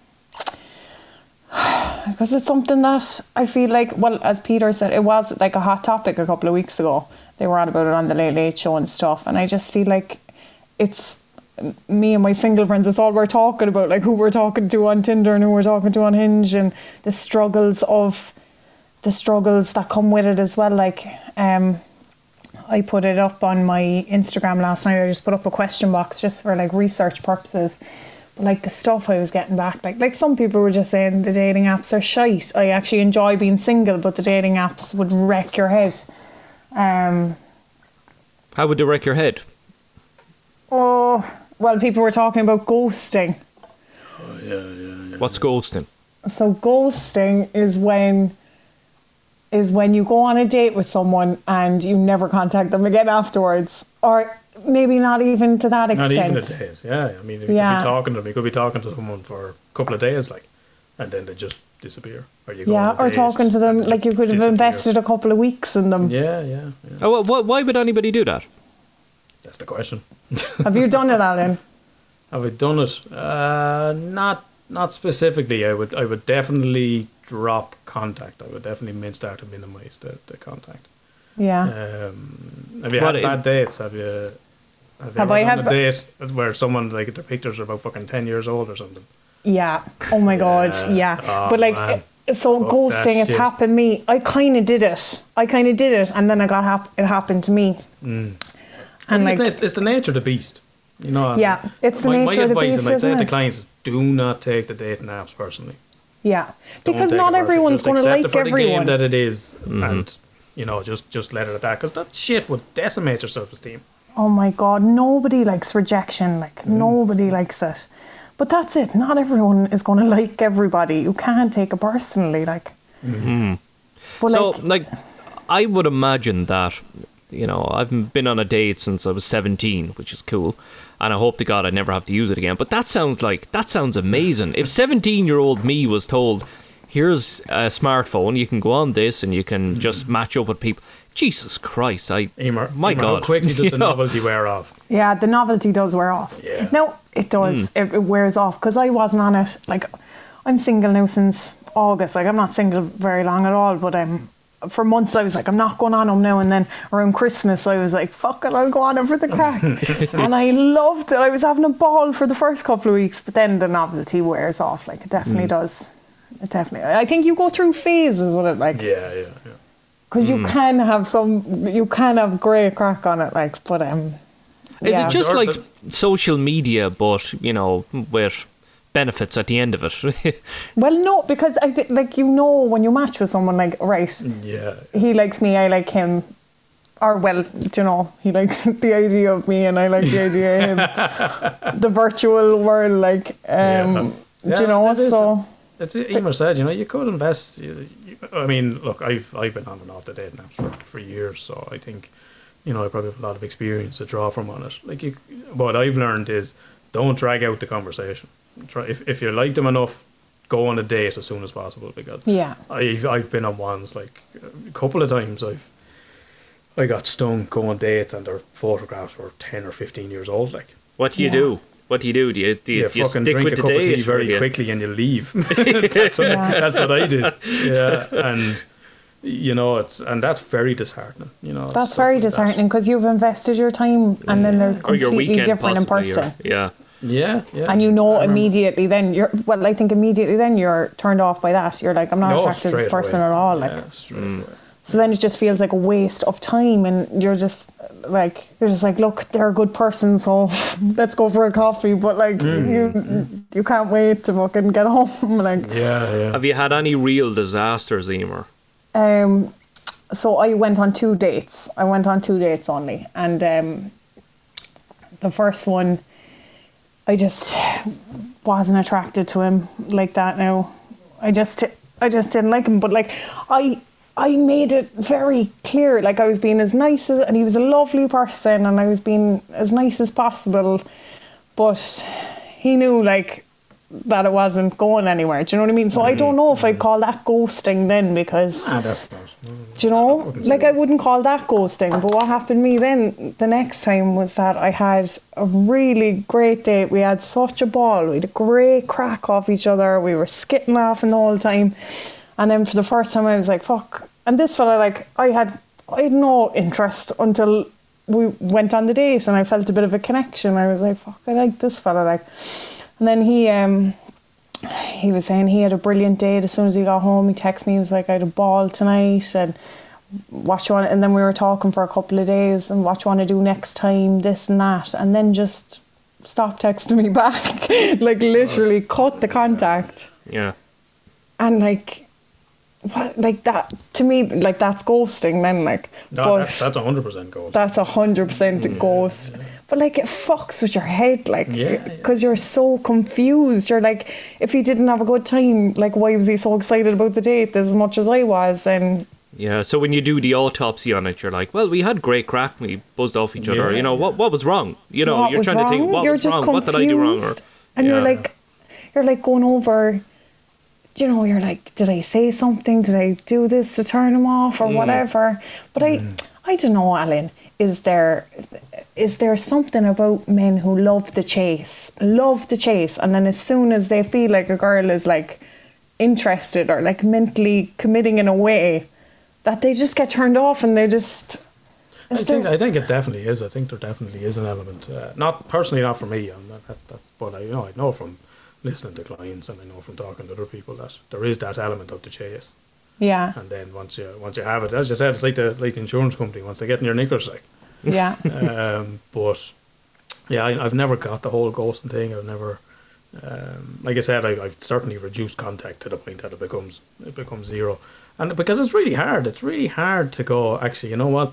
B: because it's something that I feel like, well, as Peter said, it was like a hot topic a couple of weeks ago. They were on about it on the Late Late Show and stuff, and I just feel like it's me and my single friends. It's all we're talking about, like who we're talking to on Tinder and who we're talking to on Hinge, and the struggles of the struggles that come with it as well. Like, um, I put it up on my Instagram last night. I just put up a question box just for like research purposes. But like the stuff I was getting back, like like some people were just saying the dating apps are shite. I actually enjoy being single, but the dating apps would wreck your head. Um,
C: How would they wreck your head?
B: oh well, people were talking about ghosting.
A: Oh,
C: What's ghosting?
B: So ghosting is when is when you go on a date with someone and you never contact them again afterwards, or maybe not even to that
A: Not even
B: extent.
A: a day. Yeah, I mean, you could
B: Yeah.
A: be talking to them. You could be talking to someone for a couple of days, like, and then they just disappear. Or you go
B: Yeah,
A: on a
B: or
A: date
B: talking to
A: and
B: them
A: they
B: like you
A: just
B: could have
A: disappear.
B: invested a couple of weeks in them.
A: Yeah, yeah, yeah.
C: Oh, well, why would anybody do that?
A: That's the question.
B: Have you done it, Alan?
A: Have I done it? Uh, not not specifically. I would I would definitely drop contact. I would definitely mince out to minimise the, the contact.
B: Yeah.
A: Um, have you
C: Well,
A: had
C: it-
A: bad dates? Have you? Have, you
B: Have
A: ever
B: I
A: done
B: had
A: a
B: ba-
A: date where someone like their pictures are about fucking ten years old or something?
B: Yeah. Oh my god. Yeah.
A: Oh,
B: but like,
A: man.
B: it- so
A: Fuck that
B: ghosting, it's
A: shit.
B: happened me. I kind of did it. I kind of did it, and then I got hap- it happened to me.
A: Mm.
B: And
A: It's,
B: like,
A: it's, it's the nature of the beast, you know. and
B: Yeah, it's the
A: my,
B: nature
A: my
B: of the
A: advice,
B: beast,
A: and I say
B: isn't
A: to
B: it?
A: clients, is do not take the dating apps personally.
B: yeah,
A: Don't
B: because
A: take it
B: not
A: personally.
B: everyone's
A: Just
B: going to
A: accept it
B: like
A: for the game
B: everyone.
A: that it is, and you know, just just let it at that because that shit would decimate your self-esteem.
B: oh my god, nobody likes rejection. Like
A: Mm.
B: nobody likes it. But that's it. Not everyone is going to like everybody. You can't take it personally. Like.
A: Mm-hmm.
B: But
C: So,
B: like,
C: like, I would imagine that, you know, I've been on a date since I was 17, which is cool. And I hope to God I never have to use it again. But that sounds like, that sounds amazing. If 17 year old me was told, here's a smartphone, you can go on this and you can just match up with people. Jesus Christ, I.
A: Emer,
C: my
A: Emer,
C: God.
A: how quickly does
C: You
A: the
C: know?
A: novelty wear off?
B: Yeah, the novelty does wear off.
A: Yeah. Hmm.
B: No, it does. It, it wears off because I wasn't on it. Like, I'm single now since August. Like, I'm not single very long at all, but um, for months I was like, I'm not going on them now. And then around Christmas, I was like, fuck it, I'll go on them for the crack. and I loved it. I was having a ball for the first couple of weeks, but then the novelty wears off. Like, it definitely
A: Hmm.
B: does. It definitely. I think you go through phases with it. Like,
A: Yeah, Hmm. yeah, yeah.
B: because you can have some, you can have great crack on it. Like, but um.
C: Is
B: yeah.
C: it just
A: Or
C: like
A: the-
C: social media, but, you know, with benefits at the end of it?
B: Well, no, because I think like you know when you match with someone, like right,
A: Yeah,
B: he likes me, I like him, or well, do you know, he likes the idea of me, and I like the idea of him. The virtual world, like, um,
A: Yeah.
B: do
A: Yeah,
B: you know,
A: that is-
B: so
A: It's Emer said, you know, you could invest. You, you, I mean, look, I've I've been on and off the dating apps for, for years, so I think, you know, I probably have a lot of experience to draw from on it. Like, you, what I've learned is don't drag out the conversation. Try if if you like them enough, go on a date as soon as possible because
B: Yeah.
A: I've I've been on ones like a couple of times. I've I got stung going dates and their photographs were ten or fifteen years old. Like,
E: What do you
B: Yeah.
E: do? What do you do? Do you, do you,
A: you
E: do you
A: fucking
E: stick
A: drink
E: with
A: a
E: the
A: cup of
E: day?
A: tea very quickly and you leave. that's, what,
B: Yeah.
A: that's what I did. Yeah, and you know it's and that's very disheartening. You know,
B: that's
A: stuff
B: very
A: like that.
B: disheartening because you've invested your time, and then they're
E: Or your
B: completely
E: weekend,
B: different in
E: possibly,
B: person.
E: or- yeah.
A: Yeah, yeah.
B: and you
A: Mm. I
B: know
A: remember-
B: immediately then you're well i think immediately then you're turned off by that you're like i'm not
A: No,
B: attracted to this
A: straight
B: person
A: away.
B: at all like
A: Yeah, straight away.
B: So then it just feels like a waste of time, and you're just like you're just like, look, they're a good person, so let's go for a coffee. But like you, you can't wait to fucking get home. like,
A: Yeah, yeah.
E: Have you had any real disasters, Emer?
B: um, so I went on two dates. I went on two dates only, and um, the first one, I just wasn't attracted to him like that. Now, I just, I just didn't like him. But like, I, I made it very clear. Like I was being as nice as, and he was a lovely person, and I was being as nice as possible. But he knew like that it wasn't going anywhere. Do you know what I mean? So I don't know if I'd call that ghosting then because
A: Ah, that's not.
B: do you know? Like I wouldn't call that ghosting, but what happened to me then the next time was that I had a really great date. We had such a ball. We had a great crack off each other. We were skitting laughing the whole time. And then for the first time I was like, fuck. And this fella like I had I had no interest until we went on the date and I felt a bit of a connection. I was like, fuck, I like this fella like and then he um he was saying he had a brilliant date. As soon as he got home, he texted me. He was like, "I had a ball tonight," and what you want. And then we were talking for a couple of days and what you want to do next time, this and that, and then just stop texting me back, like literally cut the contact.
E: Yeah.
B: And like, what, like that to me, like that's ghosting. Then like,
A: No,
B: but
A: that's that's hundred percent gold.
B: that's a hundred percent a ghost. But like it fucks with your head, like
A: Yeah, yeah.
B: because you're so confused. You're like, if he didn't have a good time, like why was he so excited about the date as much as I was? And
E: Yeah. So when you do the autopsy on it, you're like, well, we had great crack. We buzzed off each other.
A: Yeah.
E: You know, what what was wrong? You know,
B: what
E: you're
B: was
E: trying
B: wrong?
E: to think, what
B: you're
E: was
B: just
E: wrong?
B: confused,
E: What did I do wrong? Or,
B: and you're
E: Yeah.
B: like, you're like going over. You know, you're like, did I say something? Did I do this to turn him off or
E: Mm.
B: whatever? But
A: Mm.
B: I, I don't know, Alan. Is there, is there something about men who love the chase, love the chase, and then as soon as they feel like a girl is like interested or like mentally committing in a way, that they just get turned off and they just.
A: I
B: Is
A: think
B: there-
A: I think it definitely is. I think there definitely is an element. Uh, not personally, not for me. I'm not, that, that, but I you know I know from listening to clients and I know from talking to other people that there is that element of the chase.
B: yeah,
A: And then once you once you have it, as you said, it's like the like the insurance company once they get in your knickers. Like,
B: yeah,
A: um, but yeah, I, I've never got the whole ghosting thing. I've never, um, like I said, I, I've certainly reduced contact to the point that it becomes it becomes zero, and because it's really hard. It's really hard to go. Actually, you know what?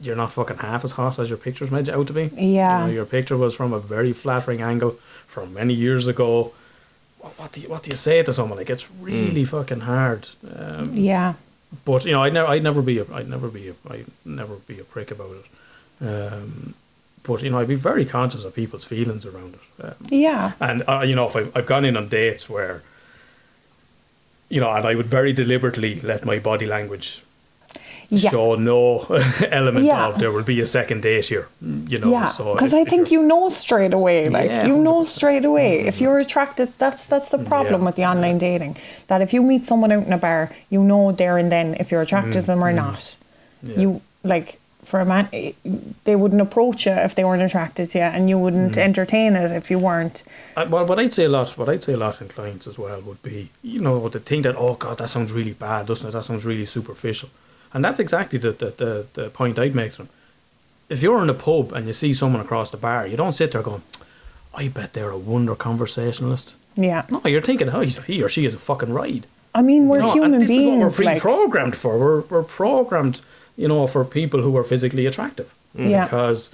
A: You're not fucking half as hot as your pictures made you out to be.
B: Yeah.
A: you know, your picture was from a very flattering angle from many years ago. What, what do you what do you say to someone? Like it's really fucking hard. Um,
B: yeah,
A: but you know, I'd never, I'd never be, a, I'd never be, a, I'd never be a prick about it. Um, but you know, I'd be very conscious of people's feelings around it. Um,
B: yeah,
A: and uh, you know, if I've, I've gone in on dates where, you know, and I would very deliberately let my body language
B: yeah.
A: show no element
B: Yeah.
A: of there will be a second date here. You know,
B: yeah,
A: so
B: because
A: if-
B: I
A: if
B: think
A: you're-
B: you know straight away. Like
A: Yeah, Mm-hmm.
B: you know straight away if you're attracted. That's that's the problem
A: Yeah.
B: with the online dating. That if you meet someone out in a bar, you know there and then if you're attracted to them or
A: Mm-hmm.
B: not. You like for a man, eh, they wouldn't approach you if they weren't attracted to you, and you wouldn't
A: Mm-hmm.
B: entertain it if you weren't.
A: Uh, well, what I'd say a lot, what I'd say a lot in clients as well would be, you know, the thing that oh god, that sounds really bad, doesn't it? That sounds really superficial, and that's exactly the the, the, the point I'd make to them. If you're in a pub and you see someone across the bar, you don't sit there going, "I bet they're a wonder conversationalist."
B: Yeah,
A: No, you're thinking, "Oh, he's, he or she is a fucking ride."
B: I mean we're
A: No, and
B: human
A: this is what we're
B: beings. like
A: pre-programmed for. We're we're programmed, you know, for people who are physically attractive
B: yeah,
A: because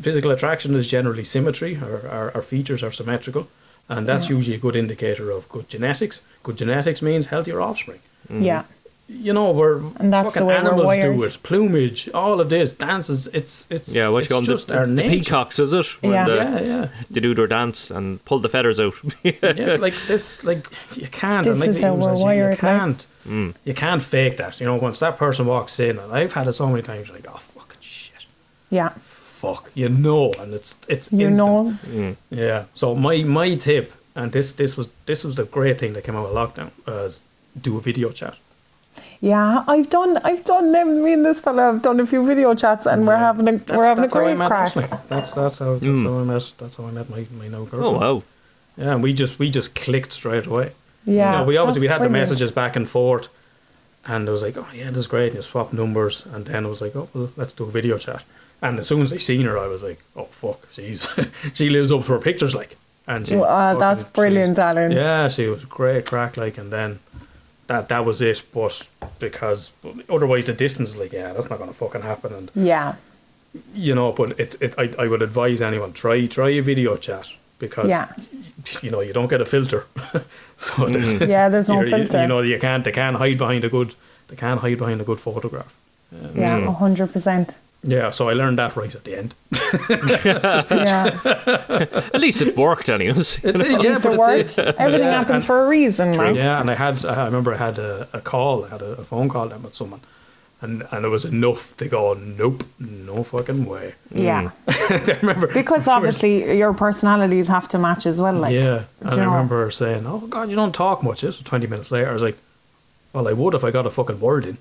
A: physical attraction is generally symmetry. Our, our, our features are symmetrical, and that's usually a good indicator of good genetics. Good genetics means healthier offspring.
B: yeah,
A: You know, we're
B: And that's the
A: fucking
B: way we're
A: animals do
B: wired.
A: it. Plumage, all of this, dances. It's it's
E: Yeah, what
A: it's
E: you call them?
A: just
E: The,
A: our
E: it's the
A: nature.
E: peacocks, is it? When
B: Yeah.
E: The,
A: Yeah, yeah,
E: they do their dance and pull the feathers out.
A: yeah. Like this, like you can't.
B: This
A: and like
B: is
A: the
B: how
A: Eames
B: we're
A: are saying, You
B: wired, like.
A: can't.
E: Hmm.
A: You can't fake that. You know, once that person walks in, and I've had it so many times. Like, oh fucking shit,
B: yeah.
A: fuck. You know, and it's it's
B: You
A: instant.
B: know,
A: Yeah. So my my tip, and this this was this was the great thing that came out of lockdown, was do a video chat.
B: Yeah, I've done. I've done them. Me and this fella have done a few video chats, and we're having a
A: That's-
B: we're having a
A: that's how I
B: great
A: met
B: crack.
A: Ashley. That's that's how that's how I met that's how I met my my now girlfriend.
E: Hmm. oh wow!
A: Yeah, and we just we just clicked straight away.
B: Yeah,
A: You know, we obviously we
B: that's
A: had the
B: brilliant.
A: messages back and forth, and it was like, oh yeah, this is great. And you swap numbers, and then it was like, oh, well, let's do a video chat. And as soon as I seen her, I was like, oh fuck, she's she lives up to her pictures, like. And she
B: Well, uh,
A: fucking-
B: that's
A: she's-
B: brilliant, Alan.
A: Yeah, she was great crack, like, and then that that was it. But because otherwise, the distance, like, yeah, that's not gonna fucking happen. And
B: Yeah,
A: you know, but it, it I, I would advise anyone try try a video chat because
B: Yeah.
A: you know you don't get a filter, so there's,
B: Yeah, there's no
A: you're- you-
B: filter.
A: You know, you can't they can't hide behind a good they can't hide behind a good photograph. Mm.
B: yeah, a hundred percent.
A: Yeah, so I learned that right at the end.
B: Yeah,
E: At least it worked, anyways.
A: yeah,
B: it's a word. Everything
A: Yeah,
B: happens
A: and-
B: for a reason, right?
A: Yeah, and I had I remember I had a, a call, I had a, a phone call then with someone, and and it was enough to go, nope, no fucking way.
B: Yeah, because obviously your personalities have to match as well. Like,
A: yeah,
B: do
A: and
B: you
A: I
B: know?
A: remember her saying, "Oh God, you don't talk much." This was twenty minutes later. I was like, "Well, I would if I got a fucking word in."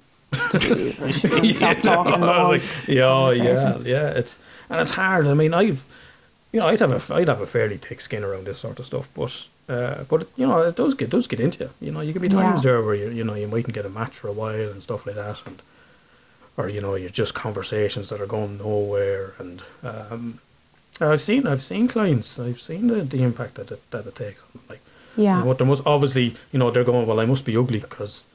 B: Jesus, you don't stop talking.
A: I
B: no.
A: was like, "Yeah, yeah,
B: conversation.
A: yeah." It's and it's hard. I mean, I've you know, I'd have a I'd have a fairly thick skin around this sort of stuff, but uh, but you know, it does get does get into you. You know, you can be times
B: Yeah.
A: there where you you know you mightn't get a match for a while and stuff like that, and or you know, you're just conversations that are going nowhere. And um, I've seen I've seen clients, I've seen the, the impact that it, that it takes. Like,
B: Yeah.
A: what there must obviously, you know, they're going, well, I must be ugly because.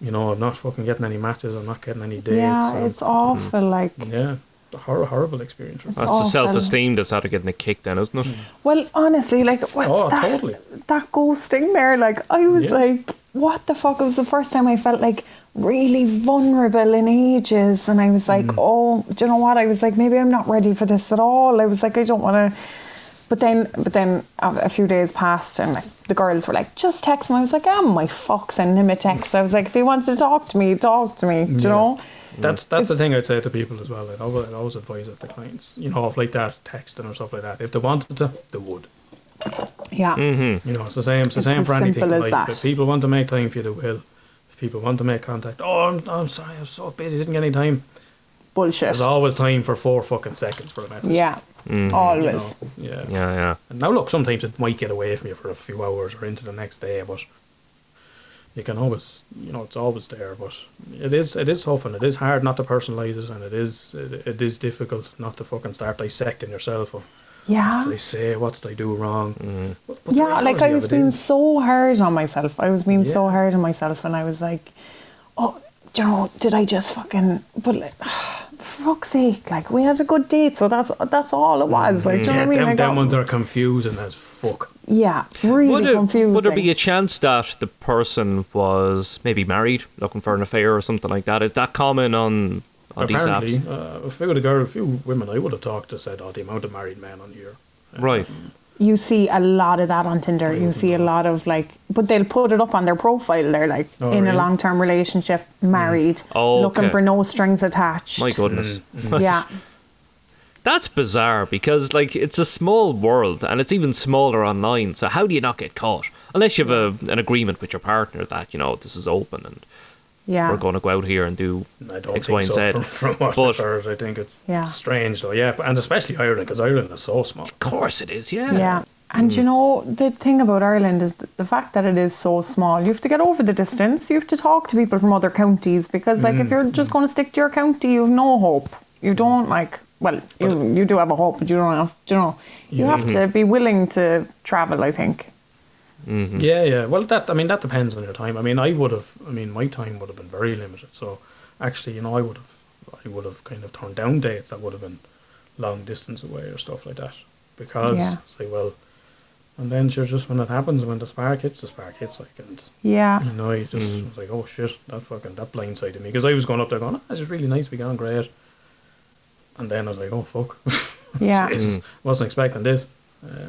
A: You know, I'm not fucking getting any matches. I'm not getting any dates.
B: yeah,
A: and-
B: it's awful.
A: Mm.
B: Like,
A: yeah, a hor- horrible experience.
B: It's
E: That's
B: awful. Mm.
E: the self-esteem that's out of getting a kick, then, isn't it?
B: Well, honestly, like what,
A: Oh,
B: that,
A: totally.
B: that ghosting there, like I was
A: Yeah.
B: like, what the fuck? It was the first time I felt like really vulnerable in ages, and I was like,
A: Mm.
B: oh, do you know what? I was like, maybe I'm not ready for this at all. I was like, I don't want to. But then, but then a a few days passed, and like the girls were like, "Just text him." I was like, "Am my fuck sending him a text?" I was like, "If he wants to talk to me, talk to me." Do you know?
A: That's that's the thing I'd say to people as well. I'd always, I'd always advise it to clients, you know, if like that, texting or stuff like that. If they wanted to, they would.
B: Yeah,
A: You know, it's the same. It's the
B: It's
A: same
B: as
A: for anything.
B: simple
A: in
B: as
A: life.
B: that.
A: If people want to make time for you, they will. If people want to make contact. Oh, I'm, I'm sorry, I was so busy, didn't get any time.
B: Bullshit.
A: There's always time for four fucking seconds for a message.
B: Yeah. Always.
A: Mm-hmm. you know? Yeah.
C: Yeah, yeah.
A: And now look, sometimes it might get away from you for a few hours or into the next day, but you can always, you know, it's always there. But it is, it is tough, and it is hard not to personalize it, and it is, it, it is difficult not to fucking start dissecting yourself. Of,
B: Yeah.
A: they say, what did I do wrong? Mm-hmm. But, but the
B: yeah, like
A: reality
B: I
A: of
B: was
A: it
B: being
A: is-
B: so hard on myself. I was being so
A: Yeah.
B: hard on myself, and I was like, "Oh, do you know, did I just fucking?" But like, for fuck's sake, like we had a good date, so that's that's all it was. Like, do you
A: Mm-hmm. yeah,
B: know what I mean?
A: them,
B: I
A: them
B: got-
A: ones are confusing as fuck.
B: yeah, really
C: Would, it,
B: confusing.
C: would there be a chance that the person was maybe married, looking for an affair or something like that? Is that common on, on these
A: Apparently,
C: apps?
A: uh, a few of the girl, a few women I would have talked to said, "Oh, the amount of married men on here."
C: Right.
B: you see a lot of that on Tinder. You see a lot of like, but they'll put it up on their profile. They're like
A: Oh,
B: in a
A: really?
B: long-term relationship, married,
C: Oh,
B: looking
C: okay.
B: for no strings attached.
A: Mm.
C: My goodness.
B: Yeah,
C: That's bizarre because like it's a small world and it's even smaller online. So how do you not get caught? Unless you have a, an agreement with your partner that you know this is open and
B: yeah.
C: we're going to go out here and do
A: I don't
C: X,
A: think
C: Y, and
A: so.
C: Z.
A: From, from what
C: But-
A: I've heard, I think it's
B: Yeah.
A: strange though. Yeah, but- and especially Ireland because Ireland is so small.
C: Of course it is. Yeah.
B: Yeah. And
C: Mm.
B: you know, the thing about Ireland is th- the fact that it is so small. You have to get over the distance. You have to talk to people from other counties because, like,
C: Mm.
B: if you're just going to stick to your county, you have no hope. You don't, like, well, you, you do have a hope, but you don't have, you know, you have to
C: Mm-hmm.
B: be willing to travel, I think.
A: Yeah, yeah. Well, that I mean that depends on your time. I mean, I would have. I mean, my time would have been very limited. So, actually, you know, I would have. I would have kind of turned down dates that would have been long distance away or stuff like that because
B: Yeah.
A: say well, and then sure, just when it happens, when the spark hits, the spark hits like and.
B: Yeah.
C: Mm.
A: You know, you just was like, oh shit, that fucking that blindsided me because I was going up there going, oh, this is really nice, we gone great, and then I was like, oh fuck,
B: Yeah.
A: Jesus, wasn't expecting this.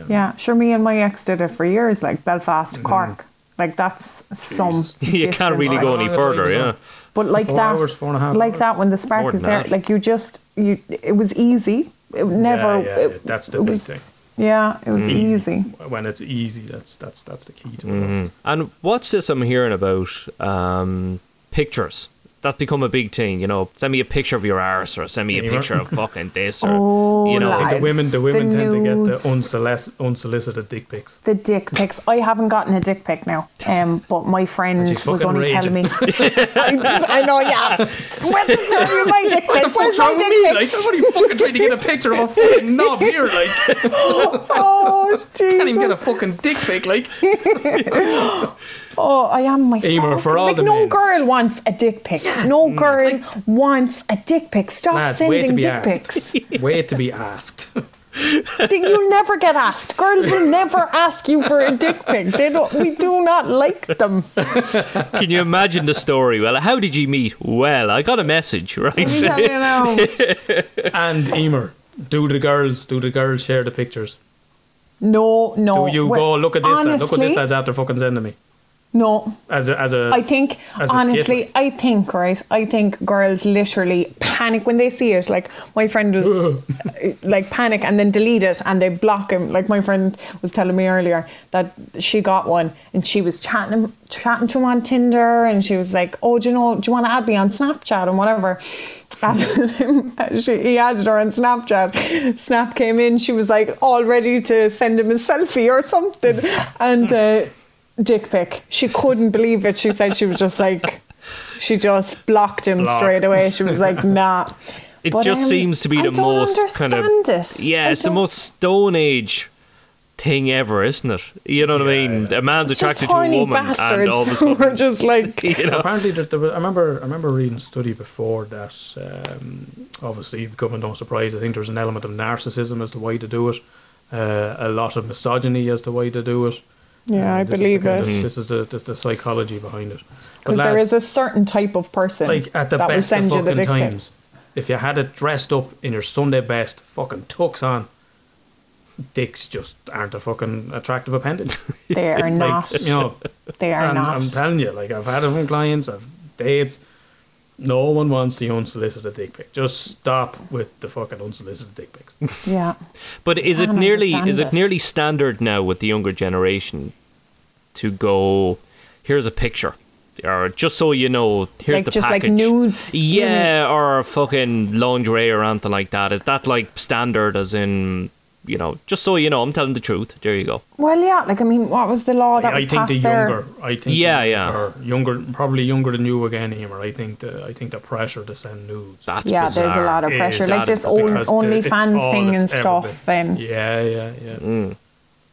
B: Yeah. Sure, me and my ex did it for years, like Belfast, Cork. Like, that's some.
A: Jesus.
C: Mm. You
B: distance,
C: can't really
B: like-
C: go any
A: How long it
C: further.
A: takes
C: Yeah.
A: us
B: But like
A: Four
B: that,
A: hours, four and a half
B: like
A: hours.
B: that, when the spark
C: More
B: is
C: than
B: there,
C: that.
B: like you just, you, it was easy. It never.
A: yeah, yeah,
B: it-
A: that's the
B: it
A: big
B: was-
A: thing. Mm.
B: Yeah, it was easy.
A: When it's easy, that's that's that's the key to it.
C: And what's this I'm hearing about? Um, pictures. That's become a big thing, you know. Send me a picture of your arse, or send me a
A: Yeah, you
C: picture of fucking this, or
B: Oh,
C: you know,
A: Like the
B: lads.
A: women, the
B: The
A: women tend to get
B: nudes.
A: the unsolicited, unsolicited dick pics.
B: The dick pics. I haven't gotten a dick pic now, um, but my friend
A: she's
B: was
A: fucking
B: only
A: raging.
B: telling me. I, I know, yeah. Where's the story of my dick pic? Where's my dick
A: Like
B: pics?
A: somebody fucking trying to get a picture of a fucking knob here, like
B: Oh,
A: can't even get
B: Jesus.
A: a fucking dick pic, like.
B: Oh, I am my
A: Emer,
B: fuck.
A: for all
B: Like,
A: the
B: no
A: men.
B: girl wants a dick pic. No girl wants a dick pic. Stop
A: Lads, wait to
B: sending
A: be
B: dick pics.
A: asked. Wait to be asked.
B: Th- You'll never get asked. Girls will never ask you for a dick pic. They don't. We do not like them.
C: Can you imagine the story? Well, how did you meet? Well, I got a message, right?
B: You know.
A: And Emer, do the girls, do the girls share the pictures?
B: No, no.
A: Do you
B: Oh, Well,
A: go look at this? Lad, look what this
B: honestly,
A: lad's after fucking sending me.
B: No,
A: As a, as a
B: I think
A: As a
B: honestly,
A: skater.
B: I think right. I think girls literally panic when they see it. Like my friend was uh, like panic and then delete it and they block him. Like my friend was telling me earlier that she got one and she was chatting chatting to him on Tinder and she was like, "Oh, do you know? Do you want to add me on Snapchat and whatever?" Added him. She, he added her on Snapchat. Snap came in. She was like all ready to send him a selfie or something, and. Uh, dick pic. She couldn't believe it. She said she was just like, she just blocked him
A: Block.
B: straight away. She was like, nah. um,
C: It just seems to be
B: I
C: the
B: don't
C: most kind of-
B: understand it.
C: yeah,
B: I
C: it's the
B: don't-
C: most stone age thing ever, isn't it? You know what I mean? A man's
B: it's just
C: attracted to a
B: horny
C: woman,
B: bastards.
C: and all of a
B: who are
C: sudden,
B: just like,
C: you know,
A: Apparently, there, there was, I remember I remember reading a study before that. Um, obviously, becoming no surprise, I think there's an element of narcissism as to why to do it. Uh, a lot of misogyny as to why to do it.
B: yeah, I
A: This is the
B: believe
A: kind
B: it.
A: of- this is the, the, the psychology behind it. But
B: Because there
A: lads,
B: is a certain type of person
A: like at the
B: that will
A: best of
B: send you the
A: fucking
B: dick pic.
A: times. If you had it dressed up in your Sunday best, fucking tux on, dicks just aren't a fucking attractive appendage.
B: They are not.
A: Like, you know,
B: they are
A: and
B: not.
A: I'm telling you, like I've had it from clients, I've dates. No one wants the unsolicited dick pic. Just stop with the fucking unsolicited dick pics.
B: yeah.
C: But is it
B: can't
C: nearly
B: understand
C: is it
B: it.
C: nearly standard now with the younger generation to go? Here's a picture. or just so you know, here's
B: Like,
C: the
B: just like
C: package.
B: nudes,
C: Yeah, or fucking lingerie or anything like that. Is that like standard? As in, you know, just so you know, I'm telling the truth. There you go.
B: Well, yeah, like I mean, what was the law that
A: I
B: was
A: think
B: passed
A: the
B: there?
A: younger. I think
C: Yeah,
A: the-
C: yeah.
A: Or younger, probably younger than you again, Emer. I think the I think the pressure to send nudes.
C: That's
B: yeah,
C: bizarre.
B: there's a lot of
A: is-
B: pressure, like
C: that
B: this
C: is
B: own,
A: because the- it's all
B: OnlyFans thing and
A: that's ever
B: stuff.
A: been-
B: Then,
A: Yeah, yeah, yeah.
C: Mm,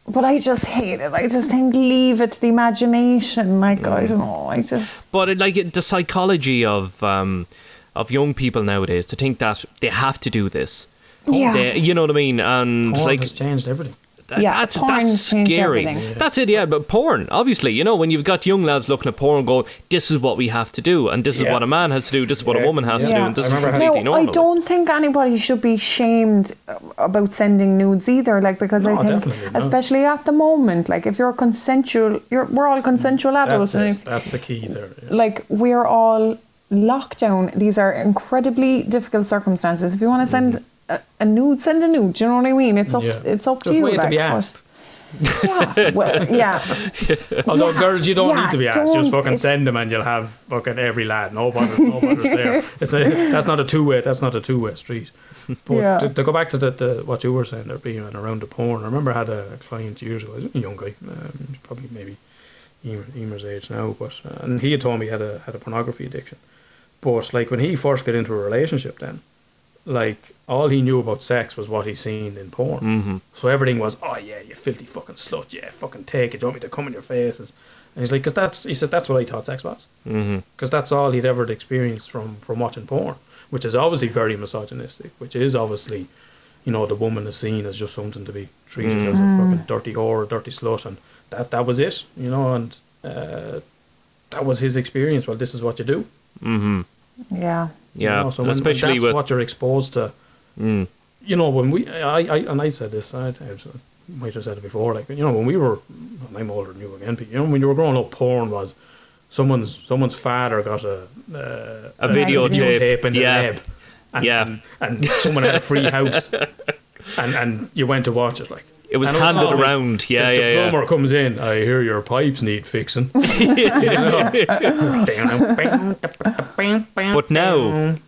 B: but I just hate it. I just think leave it to the imagination. Like I don't know. I just
C: but it, like it- the psychology of um, of young people nowadays to think that they have to do this.
B: yeah.
C: They, you know what I mean? And
A: Porn
C: like
A: has changed everything.
C: Th-
B: Yeah,
C: that's
B: porn
C: that's
B: changed
C: scary.
B: everything.
C: That's it, yeah. But porn, obviously, you know, when you've got young lads looking at porn, and going, "This is what we have to do, and this
A: Yeah.
C: is what a man has to do, this is what
A: Yeah,
C: a woman has to
B: yeah.
C: do, and this
A: I
C: is
A: remember
C: completely
A: having-
B: No,
C: normal."
B: I don't think anybody should be shamed about sending nudes either. Like because
A: No,
B: I think,
A: definitely not.
B: especially at the moment, like if you're consensual, you're we're all consensual
A: Mm, That's,
B: adults, and
A: it.
B: if,
A: that's the key there. yeah.
B: like we're all locked down. These are incredibly difficult circumstances. If you want to send a, a nude, send a nude. Do you know what I mean? It's up,
A: Mm. Yeah.
B: it's up to
A: Just
B: you.
A: wait to
B: like,
A: be
B: but-
A: asked.
B: Yeah, well, yeah.
A: Although
B: Yeah,
A: girls, you don't
B: yeah,
A: need to be asked. Just
B: don't-
A: fucking
B: it's-
A: send them, and you'll have fucking every lad. Nobody's, nobody's there. It's a, that's not a two way. That's not a two way street. But
B: Yeah.
A: to, to go back to the, the, what you were saying there, being around the porn. I remember I had a client years ago. He was a young guy, um, he's probably maybe Emer, Emer's age now, but uh, and he had told me he had a had a pornography addiction. But like when he first got into a relationship, then like all he knew about sex was what he seen in porn. Mm-hmm. So everything was, oh yeah, you filthy fucking slut, yeah, fucking take it, don't want me to come in your faces. And he's like, because that's he said that's what I thought sex was, because that's all he'd ever experienced from from watching porn, which is obviously very misogynistic, which is obviously, you know, the woman is seen as just something to be treated as a
C: Mm.
A: fucking dirty whore, a dirty slut, and that that was it, you know, and uh, that was his experience. Well, this is what you do.
B: Yeah.
A: You
C: Yeah,
A: know, so when- when
C: especially
A: that's
C: with Mm.
A: what you're exposed to. You know, when we, I, I, and I said this, I, I was- might have said it before, like, you know, when we were, well, I'm older than you again, but, you know, when you were growing up, porn was someone's someone's father got a, uh,
C: a video
B: videotape.
C: tape.
A: in the
C: yeah,
A: lab. And,
C: Yeah.
A: and, and someone had a free house, and and you went to watch it like
C: it was
A: and
C: handed
A: always-
C: around. Yeah,
A: the, the
C: yeah, yeah.
A: plumber comes in. I hear your pipes need fixing. You know?
C: But now,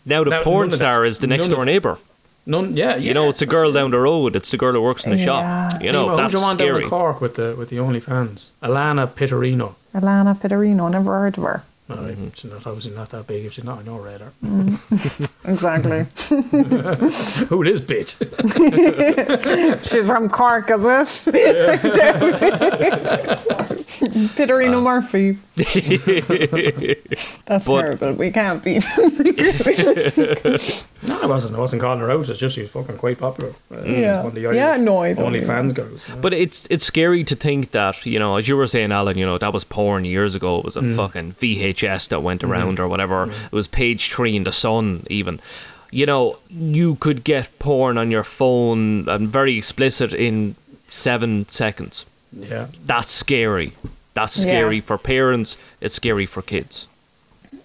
C: now the
A: Now, none
C: porn
A: of that-
C: star is the next
A: none of-
C: door neighbor.
A: None, yeah,
C: You know, it's the girl down the road. It's the girl that works in the
B: Yeah.
C: shop. You know, that's
A: you want down
C: scary.
A: in Cork with the with the OnlyFans? Alana Pitterino.
B: Alana Pitterino, never heard of her.
A: All right,
C: Mm-hmm.
A: she's not obviously not that big. If she's not, I know her radar.
B: Exactly.
A: Who it is, bitch?
B: She's from Cork, is it? Pitterino Murphy. That's
C: Uh. But-
B: terrible. We can't beat.
A: no, I wasn't. I wasn't calling her out. It's just she's fucking quite popular. Uh,
B: Yeah.
A: one of the
B: Yeah,
A: Irish
B: no, I don't
A: OnlyFans girls.
C: But it's it's scary to think that you know, as you were saying, Alan. You know, that was porn years ago. It was a fucking VHS that went around or whatever. It was page three in the Sun, even. You know, you could get porn on your phone and very explicit in seven seconds.
A: Yeah,
C: That's scary. That's
B: Yeah.
C: scary for parents. It's scary for kids.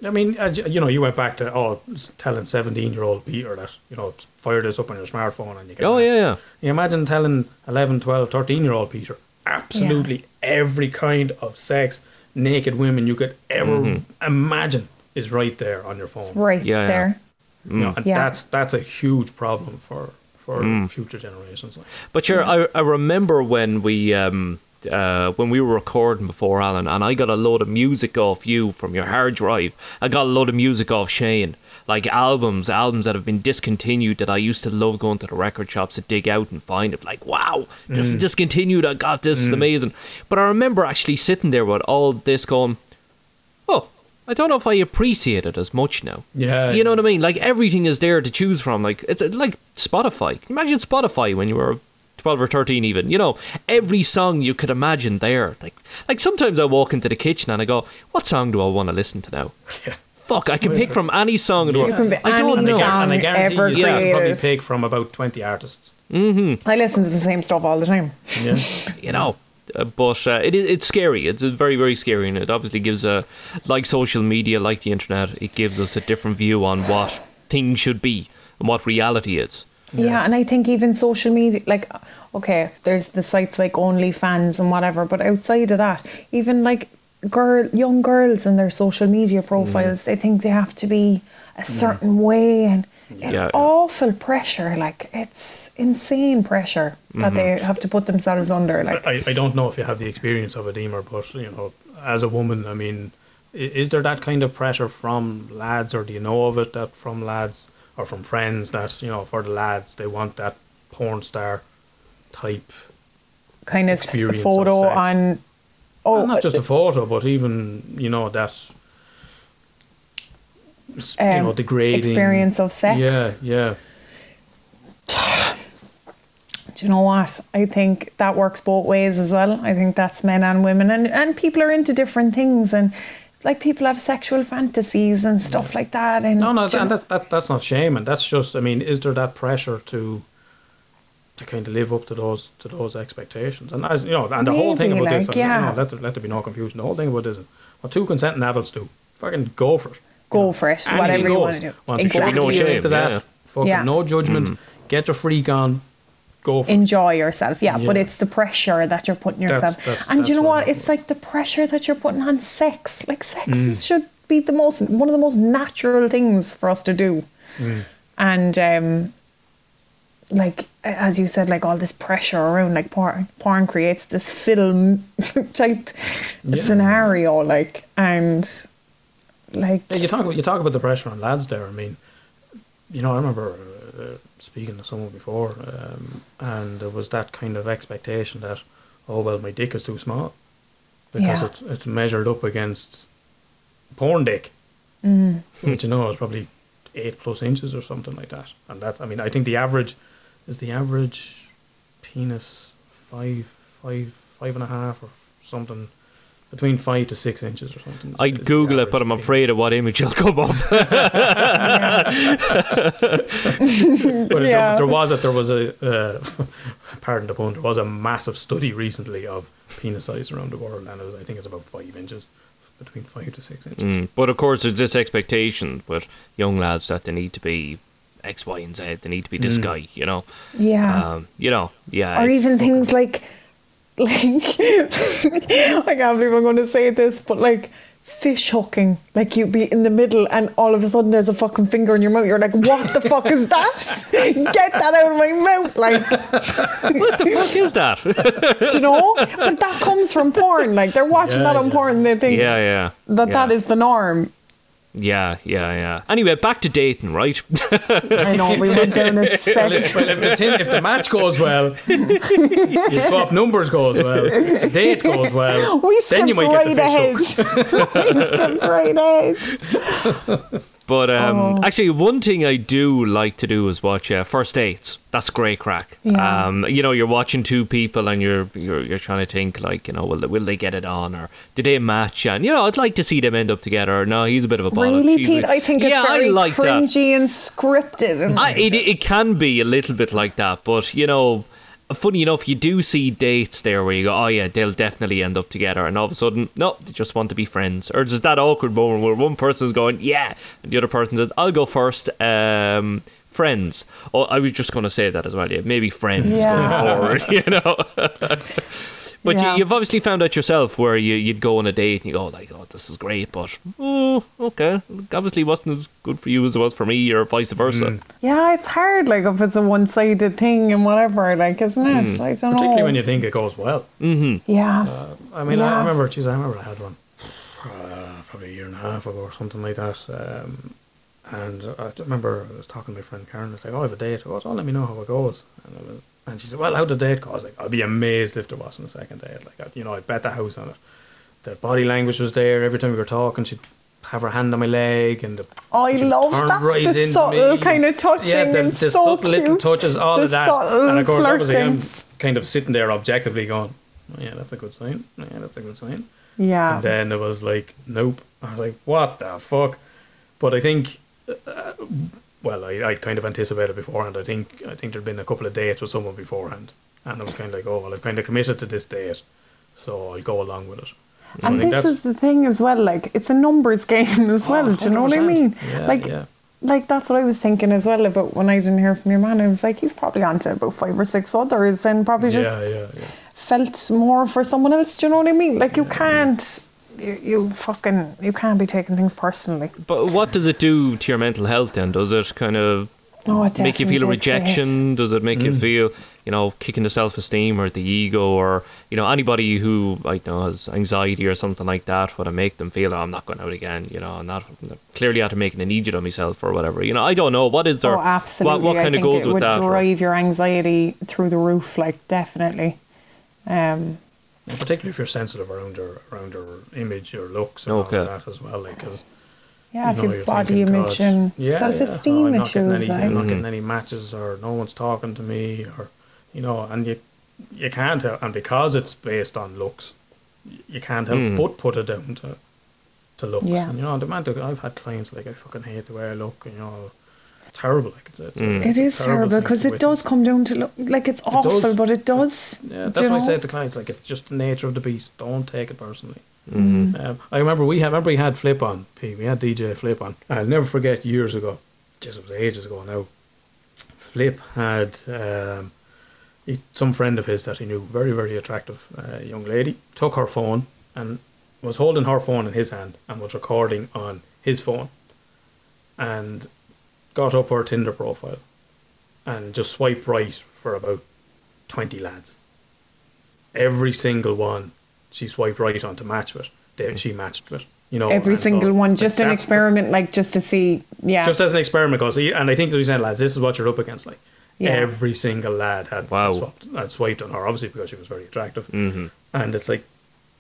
A: I mean, uh, you know, you went back to oh, s- telling seventeen-year-old Peter that you know, fire this up on your smartphone and you get.
C: Oh
A: that.
C: yeah, yeah.
A: You imagine telling 11, 12, 13 year old Peter absolutely every kind of sex, naked women you could ever
C: Mm-hmm.
A: imagine is right there on your phone.
B: Right
C: Yeah, yeah.
B: there.
A: You know, and
B: Yeah.
A: that's that's a huge problem for for
C: Mm.
A: future generations. Like,
C: But sure, I, I remember when we um, uh, when we were recording before Alan, and I got a load of music off you from your hard drive. I got a load of music off Shane, like albums, albums that have been discontinued that I used to love going to the record shops to dig out and find it. Like, wow, this is discontinued. I got this. It's amazing. But I remember actually sitting there with all this going, oh. I don't know if I appreciate it as much now.
A: Yeah.
C: You know what I mean? Like everything is there to choose from. Like it's uh, like Spotify. Can you Imagine Spotify when you were twelve or thirteen, even. You know, every song you could imagine there. Like, like sometimes I walk into the kitchen and I go, "What song do I want to listen to now?" Fuck, I can pick from any song. in the
B: You can
C: world.
B: pick
C: I don't
B: any
C: know.
B: song.
A: and I guarantee
B: ever
A: you you can probably
B: created.
A: take from about twenty artists.
B: I listen to the same stuff all the time.
A: Yeah.
C: you know. Uh, but uh, it is it's scary. It's uh, very very scary, and it obviously gives a like social media, like the internet. It gives us a different view on what things should be and what reality is.
B: Yeah. and I think even social media, like, okay, there's the sites like OnlyFans and whatever, but outside of that, even like girl, young girls and their social media
A: Mm-hmm.
B: profiles. They think they have to be a certain way, and it's
C: Yeah.
B: awful pressure. Like it's insane pressure that they
A: Mm-hmm.
B: have to put themselves under. Like
A: I, I don't know if you have the experience of a deemer, but you know, as a woman, I mean, i- is there that kind of pressure from lads, or do you know of it that from lads or from friends that you know for the lads they want that porn star type,
B: kind of
A: experience of
B: photo
A: sex.
B: on. Oh,
A: and not just a photo, but even you know that s- you
B: Um,
A: know degrading
B: experience of sex.
A: Yeah, yeah.
B: do you know what? I think that works both ways as well. I think that's men and women, and and people are into different things, and like people have sexual fantasies and stuff like that. And
A: No, no,
B: do you
A: and
B: know-
A: that's that, that's not shaming. That's just, I mean, is there that pressure to to kind of live up to those to those expectations? And as you know, and the whole thing
B: Maybe,
A: about this,
B: like,
A: and, you
B: yeah.
A: know, let there, let there be no confusion. The whole thing about this is what two consenting adults do. Fucking go for it.
B: go for it,
A: Anything
B: whatever you
A: goes.
B: want to do.
A: Once you
C: Should be no
A: clear
C: shame,
A: into that,
C: yeah. Mm.
A: Fucking
B: Yeah.
A: no judgment. Get your freak on. Go for it.
B: enjoy yourself. Yeah, but
A: Yeah.
B: it's the pressure that you're putting
A: That's-
B: yourself.
A: that's-
B: and
A: that's
B: you know
A: what
B: what?
A: I-
B: It's like the pressure that you're putting on sex. Like sex
A: Mm.
B: is- should be the most one of the most natural things for us to do.
A: Mm.
B: And um like a- as you said, like all this pressure around like porn porn creates this film type scenario, like and like
A: Yeah, you talk about you talk about the pressure on lads there. I mean, you know, I remember uh, speaking to someone before, um, and there was that kind of expectation that, oh well, my dick is too small because
B: Yeah.
A: it's it's measured up against porn dick, mm. which you know is probably eight plus inches or something like that. And that's I mean, I think the average is the average penis five five five and a half or something. Between five to six inches or something. is- is
C: I'd
A: the
C: Google it,
A: average
C: but I'm
A: penis.
C: afraid of what image will come up.
A: But if there,
B: Yeah.
A: there was a there was a uh, pardon the pun. There was a massive study recently of penis size around the world, and it was, I think it's about five inches, between five to six inches.
C: Mm, But of course, there's this expectation with young lads that they need to be X, Y, and Z. They need to be this guy, you know.
B: yeah.
C: Um, you know, yeah.
B: or
C: it's
B: even
C: fucking-
B: things like like I can't believe I'm going to say this, but like fish hooking, like you'd be in the middle and all of a sudden there's a fucking finger in your mouth. You're like, what the fuck is that? Get that out of my mouth, like
C: What the fuck is that? yeah,
B: do you know. But that comes from porn. Like they're watching
A: Yeah,
B: that on
A: yeah.
B: porn, and they think
C: yeah.
B: that
C: yeah.
B: that is the norm.
C: Yeah, yeah, yeah. Anyway, back to dating, right?
B: I know we went down a
A: Well, if,
B: sex.
A: well, if, the tin, if the match goes well, you swap numbers goes well, the date goes well,
B: We skipped
A: then you might
B: right
A: get the fish
B: ahead.
A: hook.
B: we skipped right ahead.
C: But
B: Oh.
C: um, actually, one thing I do like to do is watch uh, first dates. That's great crack.
B: Yeah.
C: Um, you know, you're watching two people and you're you're you're trying to think like, you know, will they- will they get it on or do they match? And you know, I'd like to see them end up together. Or, no, he's a bit of a bother.
B: Really,
C: She's
B: Pete?
C: a-
B: I think it's
C: yeah,
B: very
C: I like that.
B: cringy and scripted. And
C: I, it, it can be a little bit like that, but you know, funny enough, you do see dates there where you go, oh yeah, they'll definitely end up together, and all of a sudden, no, they just want to be friends. Or there's that awkward moment where one person's going, yeah, and the other person says, I'll go first, um, friends. Oh, I was just going to say that as well, yeah, maybe friends
B: Yeah.
C: going forward, you know. But
B: Yeah.
C: you, you've obviously found out yourself where you, you'd go on a date and you go like, oh, this is great, but oh, okay, obviously it wasn't as good for you as it was for me, or vice versa.
B: Mm. Yeah, it's hard, like if it's a one-sided thing and whatever, like isn't it? I
A: Hmm.
B: don't
A: Particularly
B: know.
A: when you Uh, think it goes well.
B: yeah,
A: I mean,
B: Yeah.
A: I remember, geez, I remember I had one uh, probably a year and a half ago or something like that. Um, and I d- remember I was talking to my friend Karen. I was like, oh, I have a date. Oh, so let me know how it goes. And, I was, and she said, well, how'd the date go? I was like, I'd be amazed if there wasn't a second date. Like, I, you know, I'd bet the house on it. The body language was there. Every time we were talking, she'd have her hand on my leg and the
B: I
A: she'd
B: love
A: turn
B: that
A: right
B: the
A: into
B: subtle
A: me.
B: kind of touching
A: yeah, the,
B: and
A: the
B: so
A: subtle little
B: cute.
A: touches all
B: The
A: of oh, that
B: subtle
A: and of course obviously
B: flirting.
A: I'm kind of sitting there objectively going "Oh, yeah that's a good sign yeah that's a good sign
B: Yeah,
A: and then it was like, nope. I was like, what the fuck? But I think, uh, well, I, I kind of anticipated beforehand. I think I think there'd been a couple of dates with someone beforehand, and I was kind of like, oh well, I've kind of committed to this date, so I'll go along with it. So I
B: and
A: think
B: this
A: that's-
B: is the thing as well. Like it's a numbers game as well. do you know what I
A: 100%.
B: mean?
A: Yeah,
B: like,
A: yeah.
B: like that's what I was thinking as well about when I didn't hear from your man. I was like, he's probably on to about five or six others, and probably just
A: yeah, yeah, yeah.
B: felt more for someone else. Do you know what I mean? Like you can't you, you fucking you can't be taking things personally.
E: But what does it do to your mental health then? Does it kind of
B: No, Oh, it
E: make you
B: definitely
E: feel a
B: takes the hit.
E: rejection? Does it make you feel, you know, kicking the self esteem or the ego or, you know, anybody who, I don't know, has anxiety or something like that, would it make them feel, oh, I'm not going out again, you know, I'm not clearly out of making an idiot of myself or whatever. You know, I don't know. What is there?
B: Oh, absolutely.
E: What, what kind
B: I
E: of
B: think
E: goes
B: it
E: with
B: would
E: that? or-
B: drive your anxiety through the roof, like definitely. Um,
A: particularly if you're sensitive around your around your image, your looks, and
E: Okay.
A: all of that as well. Like, 'cause
B: yeah,
A: you
B: if
A: know,
B: you've
A: you're
B: body
A: thinking,
B: image
A: "God,
B: and
A: yeah,
B: self-esteem
A: yeah. oh, I'm not
B: issues,
A: getting any,
B: like.
A: I'm not getting any matches, or no one's talking to me, or you know, and you you can't help, and because it's based on looks, y- you can't help but put it down to to looks.
B: Yeah.
A: And, you know, the man that- I've had clients like I fucking hate the way I look, and you know, terrible. Like it's, it's, a-
B: It
A: it's a
B: is terrible
A: thing to
B: because it
A: witness.
B: does come down to look like it's awful,
A: does.
B: but it does.
A: Yeah,
B: do
A: that's
B: you
A: why I
B: know?
A: said to clients like it's just the nature of the beast. Don't take it personally. Um, I remember we had, remember we had Flip on P. We had DJ Flip on. I'll never forget years ago. Just it was ages ago now. Flip had um, he, some friend of his that he knew, very very attractive uh, young lady, took her phone and was holding her phone in his hand and was recording on his phone, and got up her Tinder profile, and just swiped right for about 20 lads. Every single one she swiped right on to match with. They, she matched with. You know,
B: Every
A: and so-
B: single one, just an
A: that's-
B: experiment, like just to see. Yeah,
A: Just as an experiment goes, and I think the reason, lads, this is what you're up against. Like
B: Yeah.
A: every single lad had
E: Wow.
A: swapped, had swiped on her, obviously because she was very attractive. Mm-hmm. And it's like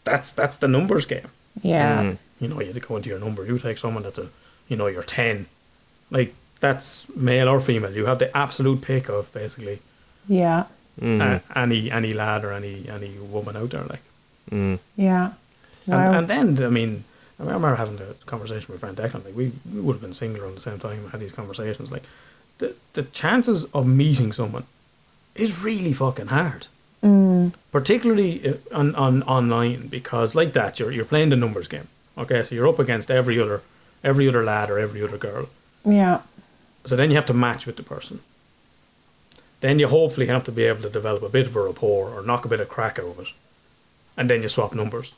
A: that's that's the numbers game.
B: yeah.
E: Hmm.
A: You know, you had to go into your number. You take someone that's a, you know, you're ten, like that's male or female. You have the absolute pick of basically
B: Yeah,
A: uh, any any lad or any any woman out there. Like
B: yeah. Wow.
A: And, and then, I mean, I remember having a conversation with Van Declan. Like we, we would have been single around the same time. and Had these conversations. Like the the chances of meeting someone is really fucking hard, mm. particularly uh, on, on online because like that you're you're playing the numbers game. Okay, so you're up against every other every other lad or every other girl.
B: yeah,
A: So then you have to match with the person. Then you hopefully have to be able to develop a bit of a rapport or knock a bit of crack out of it, and then you swap numbers.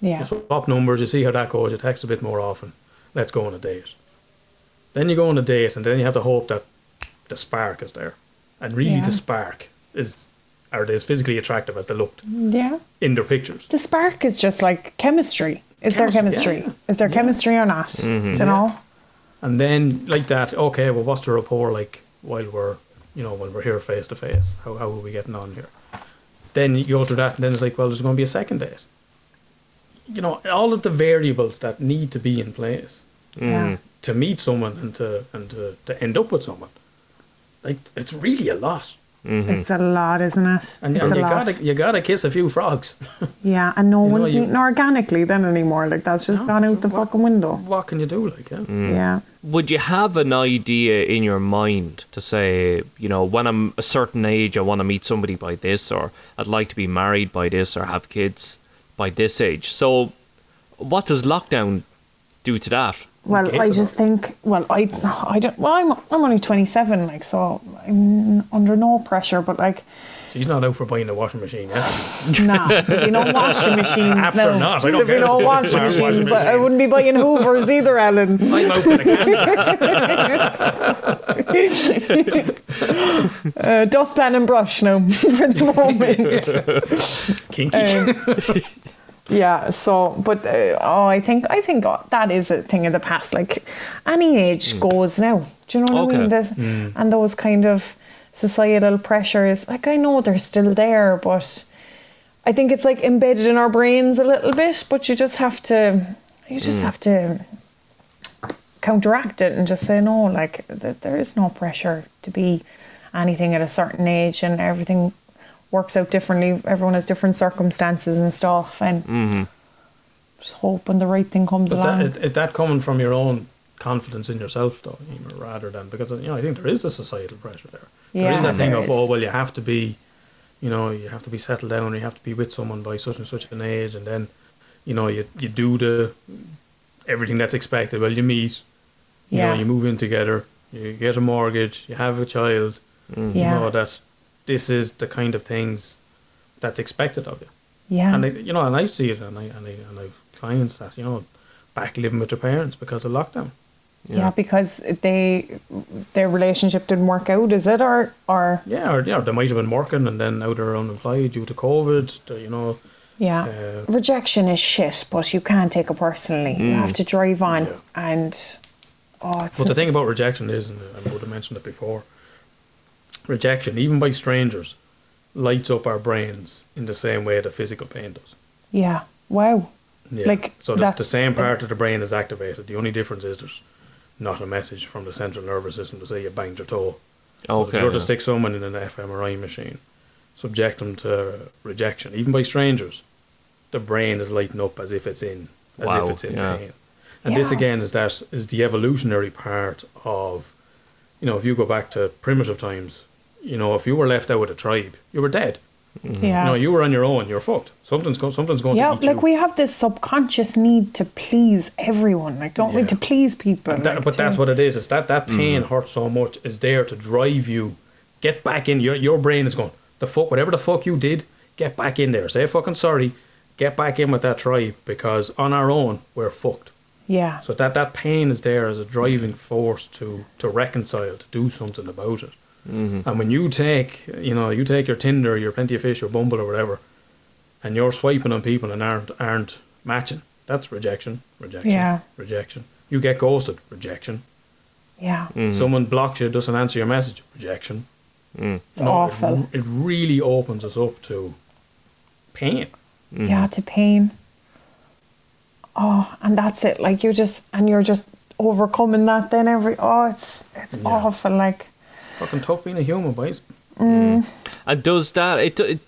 B: yeah,
A: You swap numbers, you see how that goes, you text a bit more often. Let's go on a date. Then you go on a date, and then you have to hope that the spark is there. And really,
B: Yeah.
A: the spark is are they as physically attractive as they looked
B: yeah.
A: in their pictures?
B: The spark is just like chemistry. Is there
A: Chemistry,
B: chemistry?
A: yeah,
B: Is there chemistry or not?
E: Mm-hmm.
B: Do you know?
A: And then, like that, okay, well, what's the rapport like while we're, you know, while we're here face to face? How how are we getting on here? Then you go through that, and then it's like, well, there's going to be a second date. You know, all of the variables that need to be in place.
B: Yeah.
A: to meet someone and to and to, to end up with someone. Like it's really a lot.
E: Mm-hmm.
B: It's a lot, isn't it?
A: And,
B: it's
A: and
B: a
A: you
B: lot.
A: gotta you gotta kiss a few frogs.
B: yeah, and no
A: know,
B: one's
A: you-
B: meeting organically then anymore. Like that's just
A: No,
B: gone out the
A: what- Mm.
B: fucking window.
A: what can you do like yeah?
B: Yeah.
E: would you have an idea in your mind to say, you know, when I'm a certain age, I want to meet somebody by this, or I'd like to be married by this, or have kids by this age? So, what does lockdown do to that?
B: Well,
A: gates
B: I
A: are
B: just think. Well, I, I don't. Well, I'm, I'm only 27, like so. I'm under no pressure, but like,
A: She's not out for buying a washing machine, yeah.
B: nah, there'd be no washing machines.
A: After
B: no.
A: not, I don't
B: there'd be
A: care.
B: no washing
A: Smart
B: machines.
A: washing
B: I
A: machine.
B: wouldn't be buying Hoovers either, Alan.
A: I'm out for the can.
B: Uh, dustpan and brush now for the moment.
A: Kinky.
B: Yeah. So, but uh, oh, I think I think that is a thing of the past. Like any age goes now. Do you know what I
E: Okay.
B: mean? This, And those kind of societal pressures. Like I know they're still there, but I think it's like embedded in our brains a little bit. But you just have to, you just have to counteract it and just say no. Like th- there is no pressure to be anything at a certain age, and everything works out differently. Everyone has different circumstances and stuff, and just hoping the right thing comes
A: But
B: along.
A: that, is, is that coming from your own confidence in yourself, though, Emer, rather than because you know I think there is the societal pressure there. there
B: Yeah,
A: is that thing
B: there
A: of
B: is.
A: oh well, you have to be, you know, you have to be settled down, you have to be with someone by such and such an age, and then, you know, you you do the everything that's expected. Well, you meet, you
B: yeah,
A: know, you move in together, you get a mortgage, you have a child.
B: yeah,
A: You know that this is the kind of things that's expected of you
B: yeah,
A: and I, you know, and I see it, and I and I and I've clients that you know back living with their parents because of lockdown.
B: Yeah. because they their relationship didn't work out, is it? Or or
A: Yeah, or yeah, they might have been working and then now they're unemployed due to COVID. they- You know,
B: yeah.
A: Uh,
B: Rejection is shit, but you can't take it personally. You have to drive on
A: Yeah.
B: and oh it's
A: But the thing about rejection is, and I would have mentioned it before, rejection, even by strangers, lights up our brains in the same way that physical pain does.
B: Yeah. Wow.
A: Yeah.
B: Like,
A: so that's
B: that-
A: the same part of the brain is activated. The only difference is there's not a message from the central nervous system to say you banged your toe. But
C: Okay,
A: If you were
C: yeah.
A: to stick someone in an fMRI machine, subject them to rejection, even by strangers, the brain is lighting up as if it's in, as
C: Wow,
A: if it's in
C: yeah.
A: pain. And this
B: Yeah.
A: again is that is the evolutionary part of, you know, if you go back to primitive times, you know, if you were left out with a tribe, you were dead.
B: Yeah.
A: You know, you were on your own. You're fucked. Something's go- something's going
B: yeah,
A: to eat
B: like
A: you.
B: we have this subconscious need to please everyone. Like, don't we
A: Yeah.
B: to please people?
A: And that-
B: like,
A: but that's
B: to-
A: what it is. It's that that pain hurts so much is there to drive you. Get back in. Your your brain is going. The fuck, whatever the fuck you did, get back in there. Say fucking sorry. Get back in with that tribe because on our own we're fucked.
B: Yeah.
A: So that that pain is there as a driving force to to reconcile, to do something about it. And when you take, you know, you take your Tinder, your Plenty of Fish, your Bumble, or whatever, and you're swiping on people and aren't aren't matching. That's rejection, rejection,
B: Yeah.
A: rejection. You get ghosted, rejection.
B: yeah.
A: Someone blocks you, doesn't answer your message, rejection.
B: It's
A: No, it-
B: awful.
A: It, really opens us up to pain. mm-hmm.
B: Yeah, to pain. Oh, and that's it. Like you're just and you're just overcoming that then every oh it's it's awful. Like
A: Fucking tough being a human, boys.
C: And does that it, it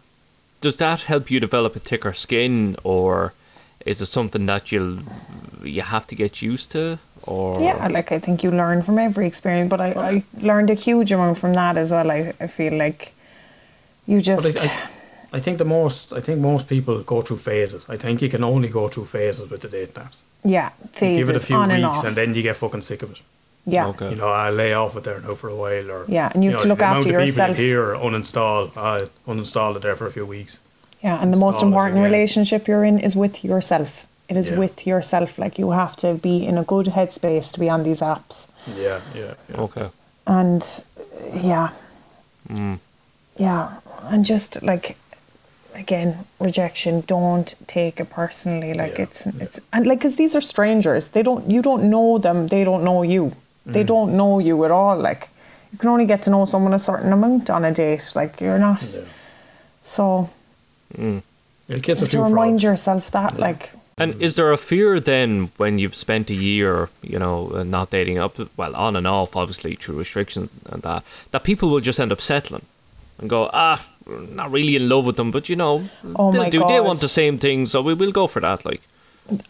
C: does that help you develop a thicker skin, or is it something that you will you have to get used to? Or
B: yeah, like I think you learn from every experience, but I, I learned a huge amount from that as well. I, I feel like you just
A: But I, I, I think the most, I think most people go through phases. I think you can only go through phases with the date naps.
B: yeah
A: You
B: phases
A: give it a few
B: on and
A: weeks,
B: off.
A: and then you get fucking sick of it.
B: yeah,
C: Okay.
A: You know, I lay off it there now for a while, or
B: Yeah, and you have to look
A: the amount
B: after
A: of people in
B: yourself.
A: Here, uninstall, I uninstalled it there for a few weeks.
B: yeah, and the most
A: Install it
B: important
A: again.
B: relationship you're in is with yourself. It is
A: Yeah.
B: with yourself. Like you have to be in a good headspace to be on these apps.
A: Yeah, yeah, yeah.
C: okay,
B: and uh, yeah
A: Mm.
B: yeah and just like again rejection don't take it personally like
A: Yeah,
B: it's it's and like because these are strangers they don't you don't know them they don't know you
A: Mm.
B: they don't know you at all like you can only get to know someone a certain amount on a date like you're not
A: yeah.
B: so
A: It'll kiss
B: you
A: a
B: have to
A: few
B: remind
A: frogs.
B: yourself that like
C: and is there a fear then when you've spent a year, you know, uh, not dating up, well, on and off, obviously through restrictions and that, that people will just end up settling and go ah. we're Not really in love with them, but you know,
B: Oh
C: they'll
B: my
C: do. They
B: God.
C: want the same thing, so we will go for that. Like,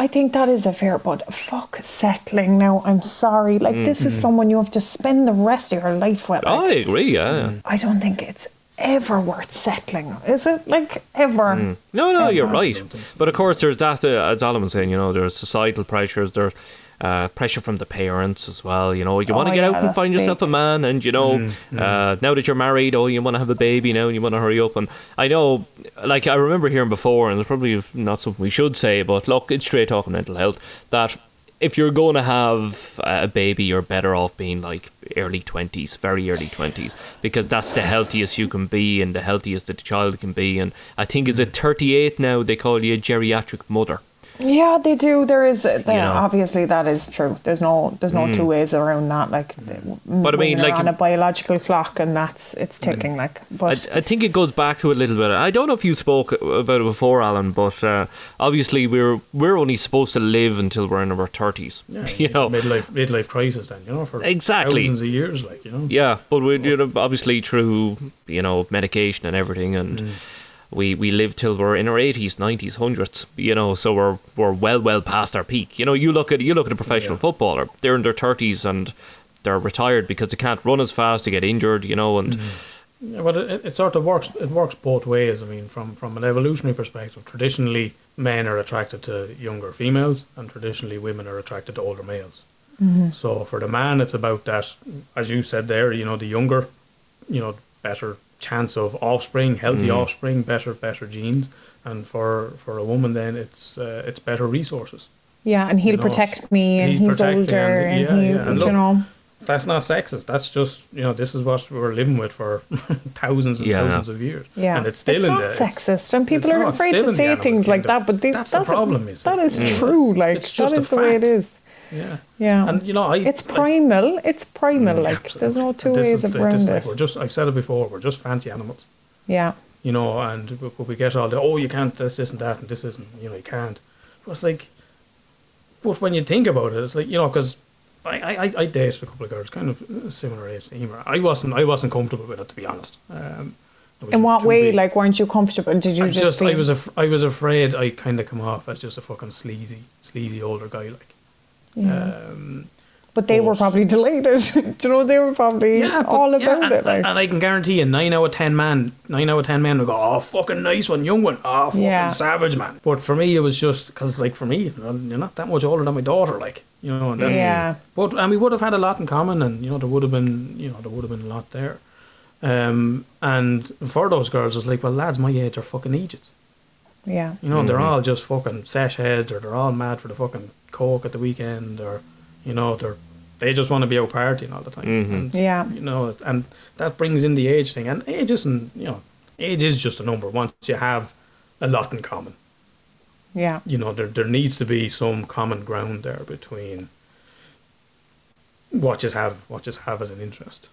B: I think that is a fair, but fuck settling now. I'm sorry. Like, this is someone you have to spend the rest of your life with. like.
C: I agree. Yeah, yeah.
B: I don't think it's ever worth settling, is it? Like ever?
A: Mm.
C: No, no, you're
B: Ever.
C: right. But of course, there's that, uh, as Alan was saying, you know, there's societal pressures, there's uh, pressure from the parents as well. You know, you want
B: Oh,
C: to get
B: yeah,
C: out and
B: that's
C: find yourself a
B: big.
C: man, and you know, uh, now that you're married, oh, you want to have a baby now, and you want to hurry up. And I know, like, I remember hearing before, and it's probably not something we should say, but look, it's straight talk on mental health that. If you're going to have a baby, you're better off being like early 20s, very early 20s, because that's the healthiest you can be and the healthiest that the child can be. And I think, is it 38 now, they call you a geriatric mother.
B: Yeah, they do. There is. There,
C: know.
B: Obviously, that is true. There's no. There's
A: Mm.
B: no two ways around that. Like,
C: But
B: but
C: I mean, like-
B: on a biological clock, and that's it's ticking.
A: Mm.
B: Like,
C: I,
B: but
C: I think it goes back to a little bit. I don't know if you spoke about it before, Alan, but uh, obviously we're we're only supposed to live until we're in our thirties. you know,
A: midlife midlife crisis. Then you know for
C: Exactly.
A: thousands of years, like you know.
C: yeah. But we you know, obviously through you know medication and everything, and
A: Mm.
C: we we live till we're in our eighties, nineties, hundreds. You know, so we're we're well well past our peak. You know, you look at you look at a professional
A: Yeah.
C: footballer; they're in their thirties and they're retired because they can't run as fast, they get injured. You know, and
A: Mm. Yeah, but it, it- it sort of works. It works both ways. I mean, from from an evolutionary perspective, traditionally men are attracted to younger females, and traditionally women are attracted to older males.
B: Mm-hmm.
A: So for the man, it's about that, as you said there. You know, the younger, you know, better chance of offspring, healthy offspring, better better genes, and for for a woman then it's uh, it's better resources.
B: Yeah, and he'll
A: You know,
B: protect me, and
A: he'll
B: he's
A: protect me
B: older,
A: and-
B: and,
A: yeah,
B: he,
A: yeah, and
B: you
A: look-
B: know,
A: That's not sexist. That's just you know this is what we're living with for thousands and
E: Yeah.
A: thousands of years.
B: yeah.
A: and it's still
B: it's
A: in
B: not
A: the, it's-
B: sexist, and people are
A: not
B: afraid
A: still in
B: to
A: the
B: say
A: animal
B: things like
A: kingdom.
B: that. But they,
A: That's the
B: a-
A: problem, you see.
B: that is true. Like
A: It's just
B: that
A: a
B: is the way it
A: fact.
B: is.
A: Yeah.
B: Yeah,
A: And you know, I
B: it's
A: like-
B: primal. it's primal.
A: Yeah,
B: Like there's no
A: absolutely.
B: two
A: And this
B: ways
A: is the-
B: around
A: this is
B: it.
A: like, we're just I've said it before. We're just fancy animals,
B: yeah,
A: you know. And we, we get all the oh, you can't this isn't that and this isn't you know you can't. Well, it's like, but when you think about it, it's like you know because. I, I, I- I dated a couple of girls, kind of similar age to Emer. I wasn't I wasn't comfortable with it to be honest. Um, I was
B: in what
A: too
B: way?
A: big.
B: Like, weren't you comfortable? Did you
A: I
B: just?
A: just I
B: feel-
A: was af- I was afraid I kind of come off as just a fucking sleazy sleazy older guy like.
B: yeah.
A: Um,
B: but they were
A: forced.
B: probably delighted. Do you know they were probably
A: Yeah, but-
B: all
A: yeah,
B: about
A: and,
B: it? Like,
A: and I can guarantee you, nine out of ten man, nine out of ten men will go, "Oh, fucking nice one, young one, oh, fucking
B: Yeah.
A: savage man." But for me, it was just because, like, for me, you're not that much older than my daughter, like, you know. And that's,
B: Yeah.
A: But and we would have had a lot in common, and you know, there would have been, you know, there would have been a lot there. Um, and for those girls, it's like, well, lads my age are fucking idiots.
B: yeah,
A: You know, they're all just fucking sash heads, or they're all mad for the fucking coke at the weekend, or you know, they're they just want to be out partying all the time. And,
B: yeah,
A: you know, it- and that brings in the age thing. And age isn't, you know, age is just a number. Once you have a lot in common,
B: yeah,
A: you know, there there needs to be some common ground there between what you have, what you have as an interest.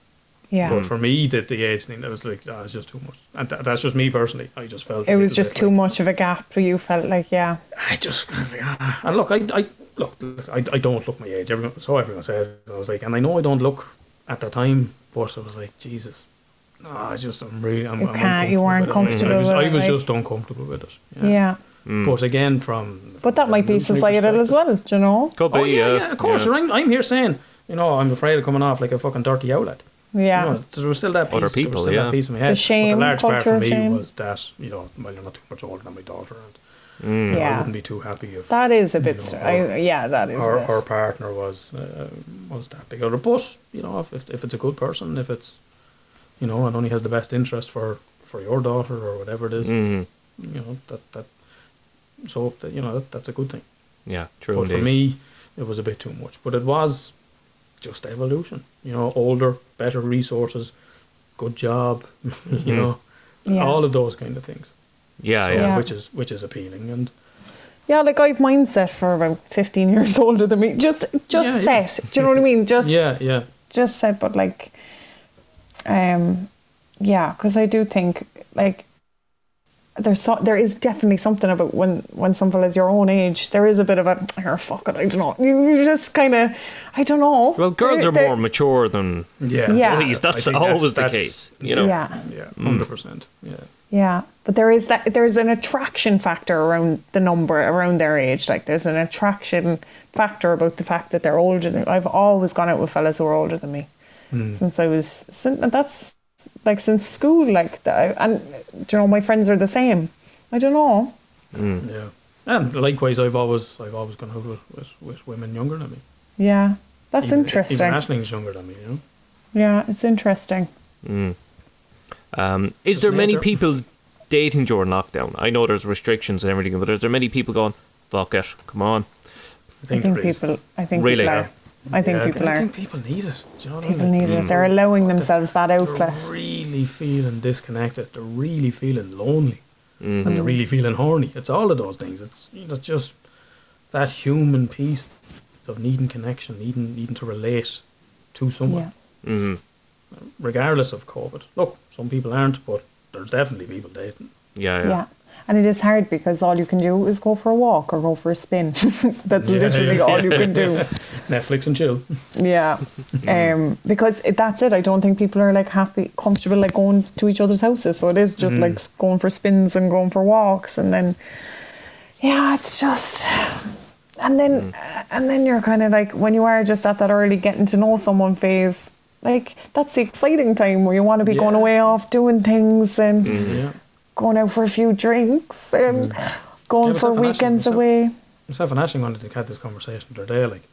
B: yeah.
A: But for me, the, the age thing, that was like, ah, it's just too much. And tha- that's just me personally. I just felt
B: it
A: a
B: was
A: little
B: just
A: bit
B: too
A: like-
B: much of a gap. You felt like, yeah,
A: I just I was like, ah. and look, I, I look, I, I don't look my age. Everyone, so everyone says. I was like, and I know I don't look at the time, but I was like, Jesus, no, I just I'm really, I'm,
B: You
A: I'm
B: can't- you weren't
A: uncomfortable with it. I was, I
B: comfortable with
A: was
B: it,
A: just uncomfortable with it.
B: yeah.
E: Mm.
A: But again, from
B: But that might be
A: military
B: societal as
A: perspective-
B: well. Do you know?
E: Could be,
A: Oh yeah,
E: yeah,
C: uh,
A: yeah, of course.
E: yeah.
A: I'm, I'm here saying, you know, I'm afraid of coming off like a fucking dirty outlet.
B: Yeah,
A: You know, there was still that piece,
E: Other
A: there
E: people,
A: was still
E: yeah.
A: that piece in my head. but
B: shame,
A: the large part
B: culture
A: for
B: of
A: me
B: shame.
A: was that you know, well, you're not too much older than my daughter, and you know, I
B: Yeah.
A: wouldn't be too happy if
B: that is a bit.
A: know,
B: str-
A: or-
B: I, yeah, that is. a
A: her,
B: bit.
A: her partner was uh, was that big of a boss. You know, if, if if it's a good person, if it's you know, and only has the best interest for for your daughter or whatever it is,
C: Mm-hmm.
E: Mm,
A: you know that that. So that, you know that, that's a good thing.
E: yeah, true.
A: But for
E: indeed.
A: me, it was a bit too much. But it was just evolution. You know, older, better resources, good job.
E: Mm-hmm.
A: You know,
B: Yeah.
A: all of those kind of things.
E: yeah,
A: So,
E: Ah, yeah,
B: Yeah.
A: which is which is appealing and.
B: Yeah, like I've mindset for about fifteen years older than me. Just, just
A: Yeah, yeah.
B: set. Do you know what I mean? Just,
A: Yeah, yeah.
B: just set. But like, um, yeah, because I do think like there's so there is definitely something about when when someone is your own age. There is a bit of a "Ah, fuck it. I don't know. You, you just kind of I don't know.
E: Well, girls
B: There-
E: are
B: there-
E: more mature than
A: Yeah,
B: Yeah.
E: boys. That's
A: I think
E: always the
A: that's-
E: case, you know.
B: Yeah.
A: Yeah, hundred percent. Yeah.
B: Yeah, but there is that there's an attraction factor around the number around their age. Like there's an attraction factor about the fact that they're older. Than, I've always gone out with fellas who are older than me
A: Hmm.
B: since I was. Since, and that's like since school. Like that, I- and do you know my friends are the same. I don't know.
A: Yeah, and likewise, I've always I've always gone out with, with, with women younger than me.
B: Yeah, that's
A: Even- Even
B: interesting.
A: Ashling's younger than me, you know.
B: Yeah, it's interesting.
E: Um, is there many
A: nature.
E: people dating during lockdown? I know there's restrictions and everything, but is there many people going, "Fuck it, come on"?
A: I
B: I
A: think,
B: think
A: there is.
B: people. I think
E: Really?
B: people are. I think
A: Yeah, Hmm.
B: people
A: I
B: are.
A: think people need it. Do you know what I
B: People
A: mean?
B: need it. They're allowing themselves that outlet.
A: They're really feeling disconnected. They're really feeling lonely, and
B: Mm-hmm.
A: they're really feeling horny. It's all of those things. It's you know just that human piece of needing connection, needing needing to relate to someone.
B: Yeah.
E: Mm-hmm.
A: regardless of COVID. Look, some people aren't, but there's definitely people dating.
E: Yeah, yeah.
B: Yeah. And it is hard because all you can do is go for a walk or go for a spin. That's
A: Yeah,
B: literally
A: yeah.
B: all you can do.
A: Netflix and chill.
B: Yeah. Um, because it, that's it. I don't think people are like happy, comfortable, like going to each other's houses. So it is just
A: Mm.
B: like s- going for spins and going for walks. And then, yeah, it's just. And then,
A: Mm.
B: and then you're kind of like, when you are just at that early getting to know someone phase, like that's the exciting time where you want to be going
A: Yeah. Mm.
B: away off doing things and
A: Yeah.
B: going out for a few drinks and
A: Yeah,
B: going for
A: myself and Ashley,
B: weekends
A: myself.
B: away.
A: Myself and Ashley wanted to have this conversation the other day, like,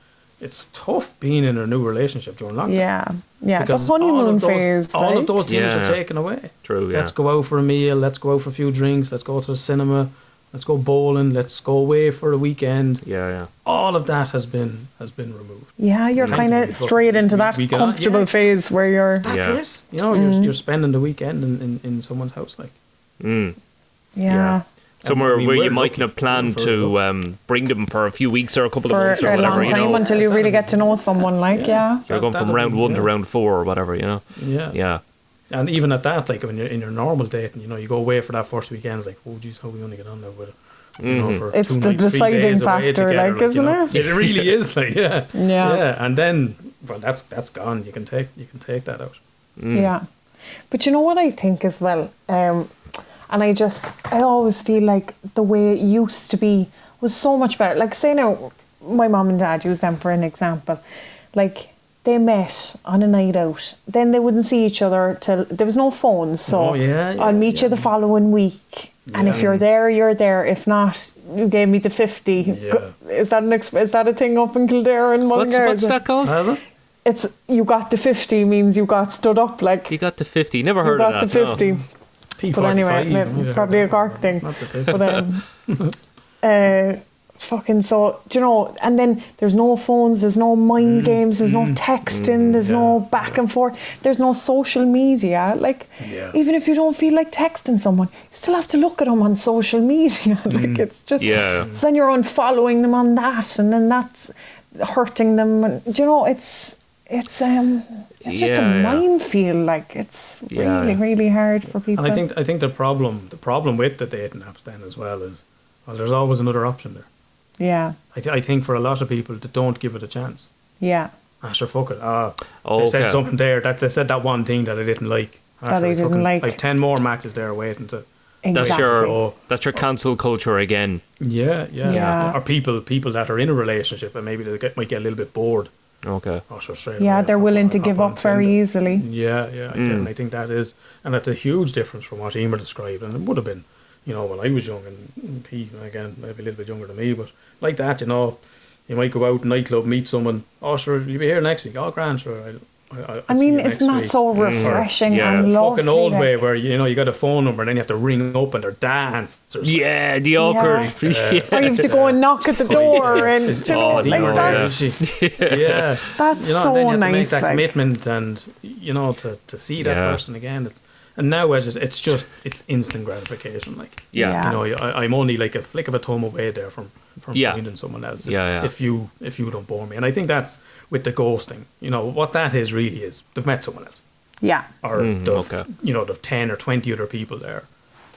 A: it's tough being in a new relationship during lockdown.
B: Yeah, yeah.
A: Because
B: the
A: all
B: honeymoon
A: of those,
B: phase. eh?
A: All
B: like,
A: of those things
E: Yeah.
A: are taken away.
E: True, yeah.
A: Let's go out for a meal. Let's go out for a few drinks. Let's go to the cinema. Let's go bowling. Let's go away for a weekend.
E: Yeah, yeah.
A: All of that has been has been removed.
B: Yeah, you're
A: Thank
B: kind
A: you.
B: of straight into
A: We-
B: that
A: we got-
B: comfortable
A: yeah.
B: phase where you're.
A: That's
E: Yeah.
A: it. You know,
B: Mm-hmm.
A: you're, you're spending the weekend in, in, in someone's house. Like
E: Mm.
B: Yeah.
E: Somewhere
A: I mean,
E: where
A: we're
E: you mightn't
A: lucky
E: have planned
A: for it,
E: to
A: though.
E: um, bring them for a few weeks or a couple of
B: For
E: months or
B: a
E: whatever,
B: long
E: you
B: time
E: know.
B: until you really get to know someone, like, yeah.
E: You're going from
A: That'll
E: round
A: be-
E: one to
A: yeah.
E: round four or whatever, you know?
A: yeah,
E: Yeah.
A: And even at that, like when you're in your normal dating, you know, you go away for that first weekend. It's like, oh, geez, how are we going to get on now with it? You know, for
B: It's
A: two
B: the
A: nights, three
B: deciding
A: days away
B: factor,
A: together,
B: like,
A: you
B: isn't
A: know?
B: it?
A: It really is, like, yeah,
B: Yeah.
A: yeah. And then, well, that's that's gone. You can take you can take that out.
B: Yeah. But you know what I think as well? Um, and I just, I always feel like the way it used to be was so much better. Like, say now, my mum and dad, use them for an example. Like, they met on a night out. Then they wouldn't see each other till there was no phones. So
A: Oh, yeah, yeah,
B: I'll meet you the following week. And if
A: Yeah.
B: you're there, you're there. If not, you gave me the fifty.
A: Yeah.
B: Is that an exp- is that a thing up in Kildare and
E: What's,
B: Mullingar?
E: what's
B: Is it-
E: that called?
A: Has it?
B: It's you got the fifty means you got stood up like
E: You got the 50. Never
B: you
E: heard
B: got
E: of that.
B: the
E: no.
B: 50
A: P45,
B: but anyway
A: you know,
B: no, probably a Cork thing
A: Not the 50.
B: but um uh fucking so do you know and then there's no phones there's no mind
E: Mm,
B: games there's no texting there's no back and forth there's no social media like
A: Yeah.
B: even if you don't feel like texting someone you still have to look at them on social media like it's just
E: Mm, Yeah.
B: so then you're unfollowing them on that and then that's hurting them and do you know it's it's um it's just
E: Yeah,
B: a
E: yeah.
B: minefield like it's
E: Yeah,
B: really
E: yeah.
B: really hard for people
A: And I think I think the problem the problem with the dating apps then as well is well, there's always another option there.
B: yeah
A: I, th- I think for a lot of people that don't give it a chance.
B: yeah
A: Ah, sure, fuck it. Ah,
E: Okay.
A: they said something there that they said that one thing that I didn't like. Ah,
B: That
A: sure,
B: I didn't
A: fucking-
B: like.
A: Like ten more matches there waiting to.
B: exactly Oh.
E: That's your
A: Exactly.
E: that's your cancel culture again.
A: Yeah, yeah,
B: Yeah.
A: Or people people that are in a relationship and maybe they get, might get a little bit bored.
E: Okay.
A: Oh, sure, straight
B: yeah
A: away,
B: they're
A: hop
B: willing
A: on-
B: to
A: hop
B: give
A: on
B: up very
A: Tinder.
B: easily
A: Yeah, yeah, I, and I think that is, and that's a huge difference from what Emer described, and it would have been, you know, when I was young, and he again maybe a little bit younger than me, but like that, you know, you might go out nightclub, meet someone, oh sure, you'll be here next week, oh grand, sure. I, I, I'll
B: i
A: see
B: mean
A: you next
B: it's not
A: week. Mm.
B: so refreshing
E: Yeah.
B: and
E: The
B: lovely
A: Fucking old
B: like,
A: way where you know you got a phone number and then you have to ring up and they're dancers.
E: Yeah, the awkward. Yeah.
B: or you have to go and knock at the door and
A: Is-
B: do you know,
E: oh,
B: like
E: no,
B: that,
A: yeah. yeah.
B: that's
A: you know,
B: so
A: and then you have
B: nice
A: to make that
B: like.
A: commitment and you know to, to see that
E: Yeah.
A: person again. It's, and now it's just, it's just it's instant gratification. Like
B: Yeah.
A: you know, I, I'm only like a flick of a thumb away there from from
E: Yeah.
A: finding someone else. If,
E: Yeah, yeah.
A: if you if you don't bore me, and I think that's with the ghosting. You know what that is really is they've met someone else,
B: yeah
A: or they've,
E: Mm-hmm, okay.
A: you know they've ten or twenty other people there.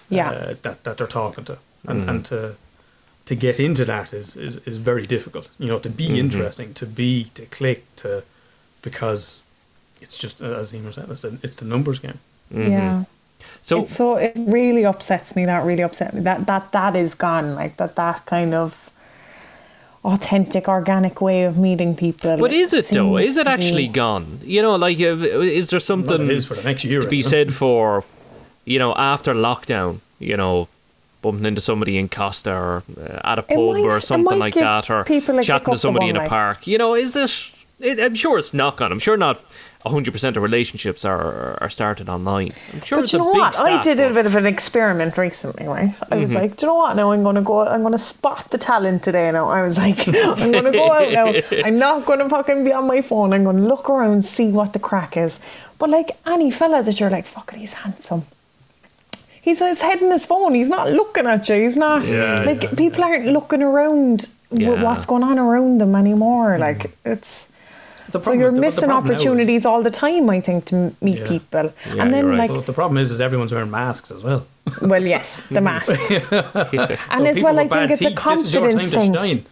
B: yeah
A: Uh, that that they're talking to, and and to to get into that is, is, is very difficult. You know, to be
B: Mm-hmm.
A: interesting, to be to click, to because it's just uh, as Emer said, it's the, it's the numbers game. mm-hmm.
B: yeah
E: So
B: it's so it really upsets me that really upset me that that that is gone like that that kind of authentic organic way of meeting people
E: but is it though? Is it
B: seems to
E: actually
B: be-
E: gone? You know, like uh, is there
A: But
E: something
A: it is for the next year.
E: to be said for, you know, after lockdown, you know, bumping into somebody in Costa or uh, at a pub
B: might-
E: or
B: it
E: something
B: might
E: like
B: give
E: that, or
B: people a kick
E: chatting
B: up
E: to
B: the
E: somebody in
B: bum,
E: a
B: like.
E: park. You know, is it? it I'm sure it's not gone. I'm sure not. 100% of relationships are are started online. I'm sure
B: But
E: it's
B: you
E: a
B: know
E: big
B: what? I
E: stat,
B: did a
E: but-
B: bit of an experiment recently, right? I was
A: Mm-hmm.
B: like, do you know what? Now I'm gonna go. I'm gonna spot the talent today. Now I was like, I'm gonna go out now. I'm not gonna fucking be on my phone. I'm gonna look around, see what the crack is. But like any fella that you're like, fuck it, he's handsome. He's his head in his phone. He's not looking at you. He's not
A: Yeah,
B: like
A: yeah,
B: people aren't looking around with
E: Yeah.
B: what's going on around them anymore. Like it's.
A: The
B: So
A: Mm. problem-
B: you're
A: the- the
B: missing
A: problem now is-
B: opportunities all the time, I think, to m- meet
A: Yeah.
B: people.
E: Yeah,
B: and then,
E: you're right.
B: like,
A: Well, the problem is, is everyone's wearing masks as well.
B: well, yes, the masks. And
A: So Mm-hmm.
B: as
A: people
B: well, I
A: with
B: think
A: bad
B: it's a
A: teeth, this is your time
B: confidence
A: to
B: thing.
A: shine.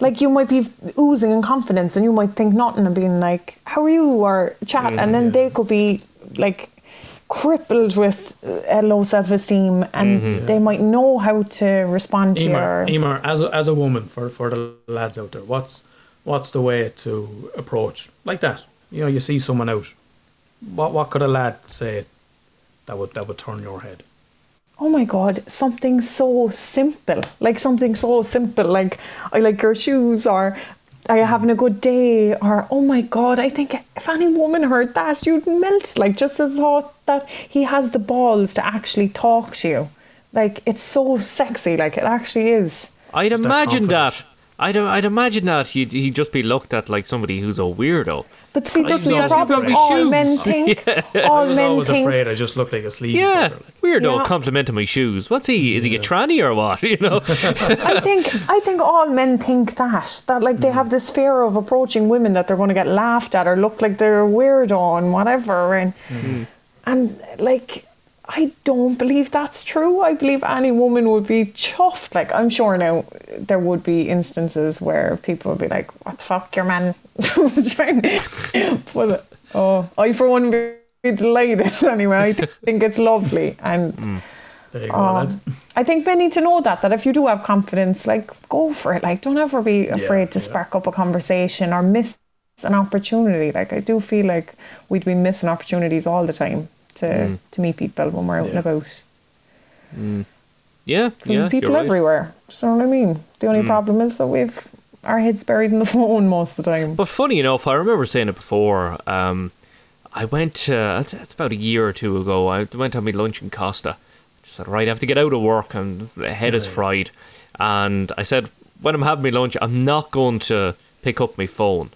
B: Like you might be oozing in confidence, and you might think nothing and being like, "How are you?" or chat, and then they could be like crippled with uh, low self-esteem, and
A: Mm-hmm.
B: they might know how to respond to
A: Emer,
B: your.
A: Emer, as a, as a woman for, for the lads out there, what's what's the way to approach like that? You know, you see someone out. What what could a lad say that would that would turn your head?
B: Oh my god, something so simple, like something so simple, like I like your shoes, or are you
A: Mm.
B: having a good day? Or, oh my God, I think if any woman heard that, you'd melt. Like, just the thought that he has the balls to actually talk to you. Like, it's so sexy. Like, it actually is.
C: I'd
A: that
C: imagine
A: confidence.
C: that. I'd, I'd imagine that he'd, he'd just be looked at like somebody who's a weirdo.
B: But see,
C: Guys
B: this is the
C: don't
B: problem.
C: probably
B: All
C: shoes.
B: men think.
A: I
B: All
A: was
B: men
A: always
B: think.
A: afraid I just looked like a sleazy.
C: Yeah,
A: fucker, like.
C: weirdo
B: Yeah.
C: complimenting my shoes. What's he? Is he a tranny or what? You know,
B: I think I think all men think that that like they have this fear of approaching women that they're going to get laughed at or look like they're a weirdo and whatever and and like I don't believe that's true. I believe any woman would be chuffed. Like I'm sure now there would be instances where people would be like, "What the fuck, your man?" was trying- but oh, I for one would be delighted anyway. I think it's lovely and.
A: There you go,
B: Um,
A: lads.
B: I think men need to know that that if you do have confidence, like go for it. Like don't ever be afraid to
A: yeah.
B: spark up a conversation or miss an opportunity. Like I do feel like we'd be missing opportunities all the time to to meet people when we're out
A: Mm.
B: and
A: Yeah.
B: about. 'Cause
C: yeah, yeah.
B: there's people
C: you're right.
B: everywhere. Do you know what I mean? The only
A: Mm.
B: problem is that we've our heads buried in the phone most of the time.
C: But funny enough, I remember saying it before. Um, I went, uh, that's- that's about a year or two ago, I went on my lunch in Costa. Just said, right, I have to get out of work and the head is fried. And I said, when I'm having my lunch, I'm not going to pick up my phone.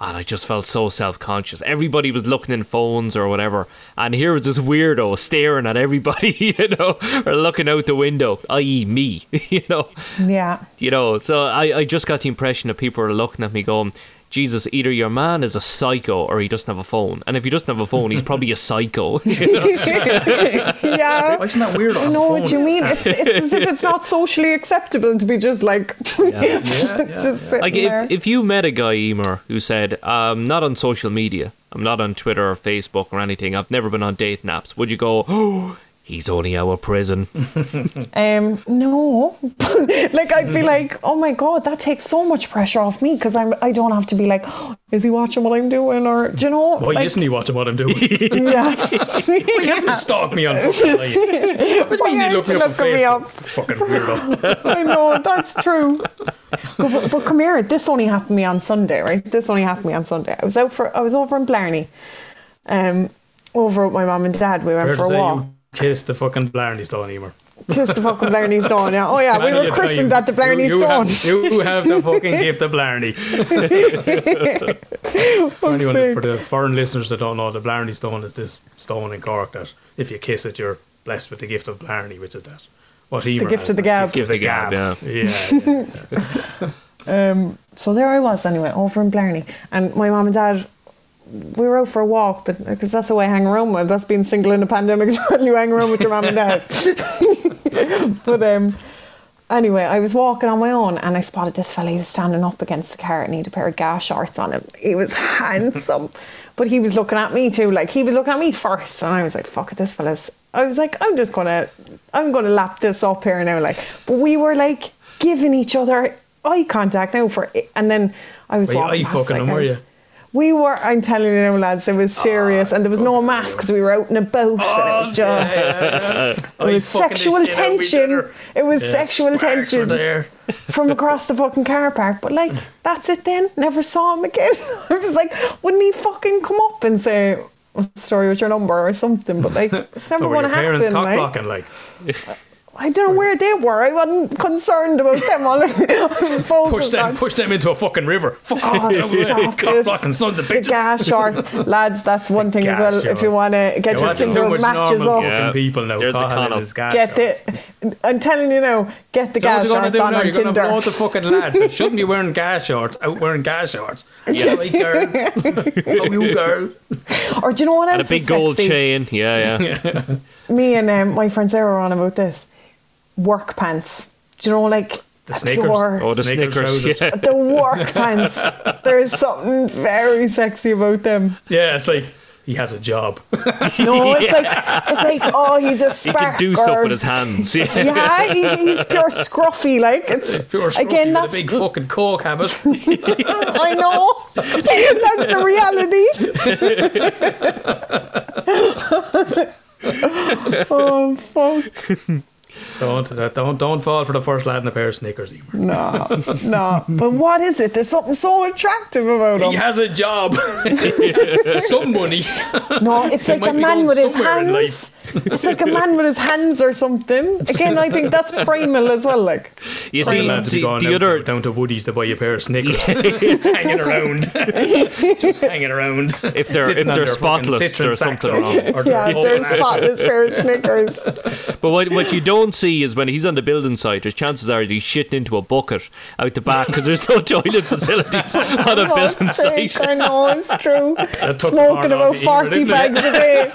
C: And I just felt so self conscious. Everybody was looking in phones or whatever. And here was this weirdo staring at everybody, you know, or looking out the window, i.e., me, you know
B: yeah.
C: you know so I, I just got the impression that people are looking at me going jesus either your man is a psycho or he doesn't have a phone and if he doesn't have a phone he's probably a psycho
B: yeah.
A: Why isn't that weird?
B: I
A: on the
B: know what
A: phone?
B: you mean.
A: Yeah,
B: It's, it's as if it's not socially acceptable to be just like
A: yeah,
B: just
A: yeah.
B: sitting
C: like
B: there.
C: if, if you met a guy emer who said i'm not on social media i'm not on twitter or facebook or anything i've never been on dating apps would you go oh he's only out of prison
B: Um, no, like I'd be like, oh my god, that takes so much pressure off me because I'm I don't have to be like, "Oh, is he watching what I'm doing or do you know?
A: Why
B: like,
A: isn't he watching what I'm doing? He
B: Yeah,
A: haven't stalked me on fucking line.
B: Why
A: He
B: aren't
A: looked
B: you
A: me up on
B: looking me
A: Facebook.
B: up?
A: Fucking weirdo.
B: I know that's true. But, but come here, this only happened to me on Sunday, right? This only happened to me on Sunday. I was out for I was over in Blarney, um, over with my mum and dad. We went
A: Fair to
B: for a
A: say
B: walk.
A: you kissed the fucking Blarney Stone, Emer.
B: Kissed the fucking Blarney Stone. Yeah, oh yeah, we
A: Blarney
B: were
A: Stone.
B: christened at the Blarney
A: you, you
B: Stone.
A: Have, you have the fucking gift of Blarney. for, anyone,
B: sake.
A: for the foreign listeners that don't know, the Blarney Stone is this stone in Cork that if you kiss it, you're blessed with the gift of Blarney, which is that. What Emer
B: gift
A: has,
B: of the
A: like,
B: gab.
A: gift of the
C: Gift of
A: gab.
C: the
A: Yeah. yeah, yeah.
B: Um, so there I was anyway, over in Blarney, and my mum and dad. We were out for a walk, but because that's the way I hang around with. That's being single in the pandemic. is what you hang around with your mum and dad. but um, anyway, I was walking on my own, and I spotted this fella. He was standing up against the car, and he had a pair of gas shorts on him. He was handsome, but he was looking at me too. Like he was looking at me first, and I was like, "Fuck it, this fella's." I was like, "I'm just gonna, I'm gonna lap this up here now." Like, but we were like giving each other eye contact now for, and then I was
A: Were you
B: walking
A: eye
B: past,
A: fucking
B: like,
A: him,
B: I
A: were
B: was-
A: you?
B: we were, I'm telling you now, lads, it
A: Oh,
B: was serious and there was no masks. We were out and about and it was just it was sexual tension. It was sexual tension
A: There.
B: from across the fucking car park. But like, that's it then. Never saw him again. I was like, wouldn't he fucking come up and say, sorry, what's your number or something? But like, it's never
A: So were
B: going to
A: your parents
B: happen.
A: cock
B: Like.
A: blocking like?
B: I don't know where they were. I wasn't concerned about them. All I was
A: Push
B: focused
A: them,
B: on-
A: push them into a fucking river. Fuck off.
B: Oh, stop
A: cock
B: it.
A: blocking sons of
B: The
A: bitches.
B: gas shorts, lads. That's one thing as well.
A: gas
B: If you
A: shorts.
B: want to get
A: You're
B: your
A: watching
B: Tinder
A: too much
B: matches
A: normal
B: up,
A: fucking
C: Yeah.
A: people now.
C: They're the
A: Cahill
C: Connell.
A: is gas
B: get
A: shorts.
B: the. I'm telling you now, get the
A: So what
B: gas
A: you're gonna
B: shorts
A: do
B: on
A: now?
B: on
A: You're gonna
B: Tinder.
A: blow the fucking lads that shouldn't be wearing gas shorts out wearing gas shorts. Yeah, like, uh, girl. oh, you girl.
B: Or do you know what else?
C: and a big
B: is
C: gold
B: sexy?
C: chain yeah yeah
B: Me and um, my friend Sarah were on about this. Work pants. Do you know like
A: The Snickers.
B: pure-
C: oh the
A: Snickers
C: snickers,
A: trousers.
C: yeah
B: the work pants? There's something very sexy about them.
A: Yeah, it's like he has a job.
B: No, it's like it's like oh, he's a
C: he
B: spark.
C: can do stuff
B: or-
C: with his hands yeah
B: Yeah, he, he's pure scruffy. Like it's
A: Pure
B: again,
A: with a
B: that's
A: big fucking coke habit.
B: I know. That's the reality. oh fuck.
A: Don't that- don't don't fall for the first lad in a pair of sneakers. Emer.
B: No, no. But what is it? There's something so attractive about him.
A: He has a job. Some money.
B: No, it's like
A: might
B: a
A: be
B: man
A: going
B: with his
A: somewhere in
B: hands. It's like a man with his hands or something. Again, I think that's primal as well. Like,
C: You
A: Some
C: see,
A: lads be
C: see,
A: going
C: the
A: out
C: other
A: to, down to Woody's to buy a pair of sneakers. hanging around. Just hanging around.
C: if they're if they're spotless, there's something wrong.
B: yeah,
A: Oh,
B: there's spotless pair of knickers.
C: But what, what you don't see is when he's on the building site, there's chances are he's shitting into a bucket out the back because there's no toilet facilities on a
B: For
C: building
B: God's sake,
C: site.
B: I know it's true.
A: took
B: Smoking
A: the
B: about
A: hard on
B: forty
A: you, didn't
B: bags a day.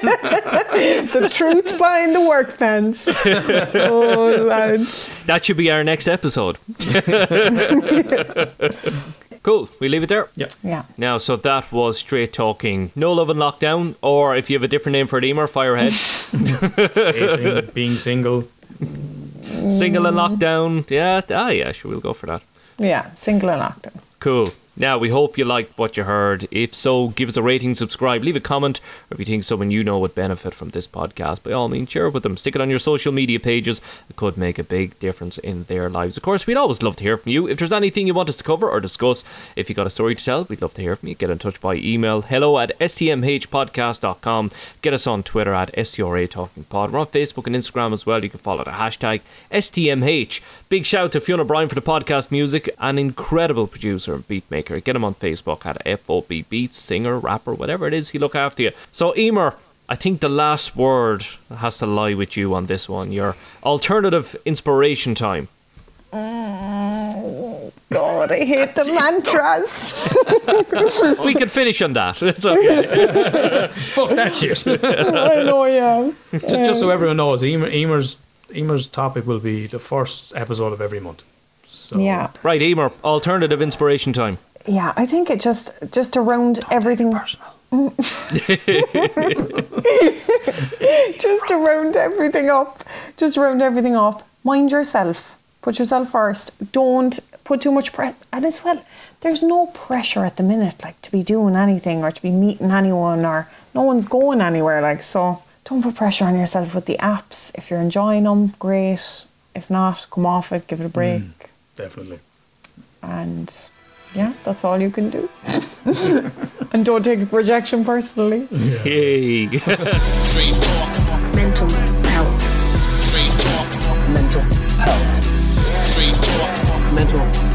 B: The truth behind the work pants. Oh, lads.
C: That should be our next episode. cool. We leave it there.
B: Yeah.
C: Now, so that was straight talking. No love in lockdown, or if you have a different name for it, Emer, firehead.
A: Dating, being single.
C: Single in lockdown. Yeah. Ah, yeah. Sure, we'll go for that.
B: Yeah, single and active.
C: Cool. Now, we hope you liked what you heard. If so, give us a rating, subscribe, leave a comment, or if you think someone you know would benefit from this podcast, by all means, share it with them. Stick it on your social media pages. It could make a big difference in their lives. Of course, we'd always love to hear from you. If there's anything you want us to cover or discuss, if you got a story to tell, we'd love to hear from you. Get in touch by email hello at stmhpodcast.com. Get us on Twitter at STRA Talking Pod. We're on Facebook and Instagram as well. You can follow the hashtag STMH. Big shout to Fiona Bryan for the podcast music, an incredible producer and beat maker. Get him on Facebook at FOB Beats, singer, rapper, whatever it is, he look after you. So, Emer, I think the last word has to lie with you on this one. Your alternative inspiration time.
B: God, I hate the mantras.
C: We can finish on that. It's okay.
A: Fuck that shit.
B: I know, yeah.
A: just, just so everyone knows, Emer, Emer's Emer's topic will be the first episode of every month. So
B: Yeah.
C: Right, Emer, alternative inspiration time.
B: Yeah, I think it just just around everything just to round everything up, just round everything up. Mind yourself. Put yourself first. Don't put too much pressure. And as well, there's no pressure at the minute, like to be doing anything or to be meeting anyone or no one's going anywhere. Like so, don't put pressure on yourself with the apps. If you're enjoying them, great. If not, come off it, give it a break,
A: definitely.
B: and yeah, that's all you can do. and don't take rejection personally.
C: Yay.
G: Street talk,
D: Mental health.
G: street talk,
D: Mental health.
G: street talk,
D: Mental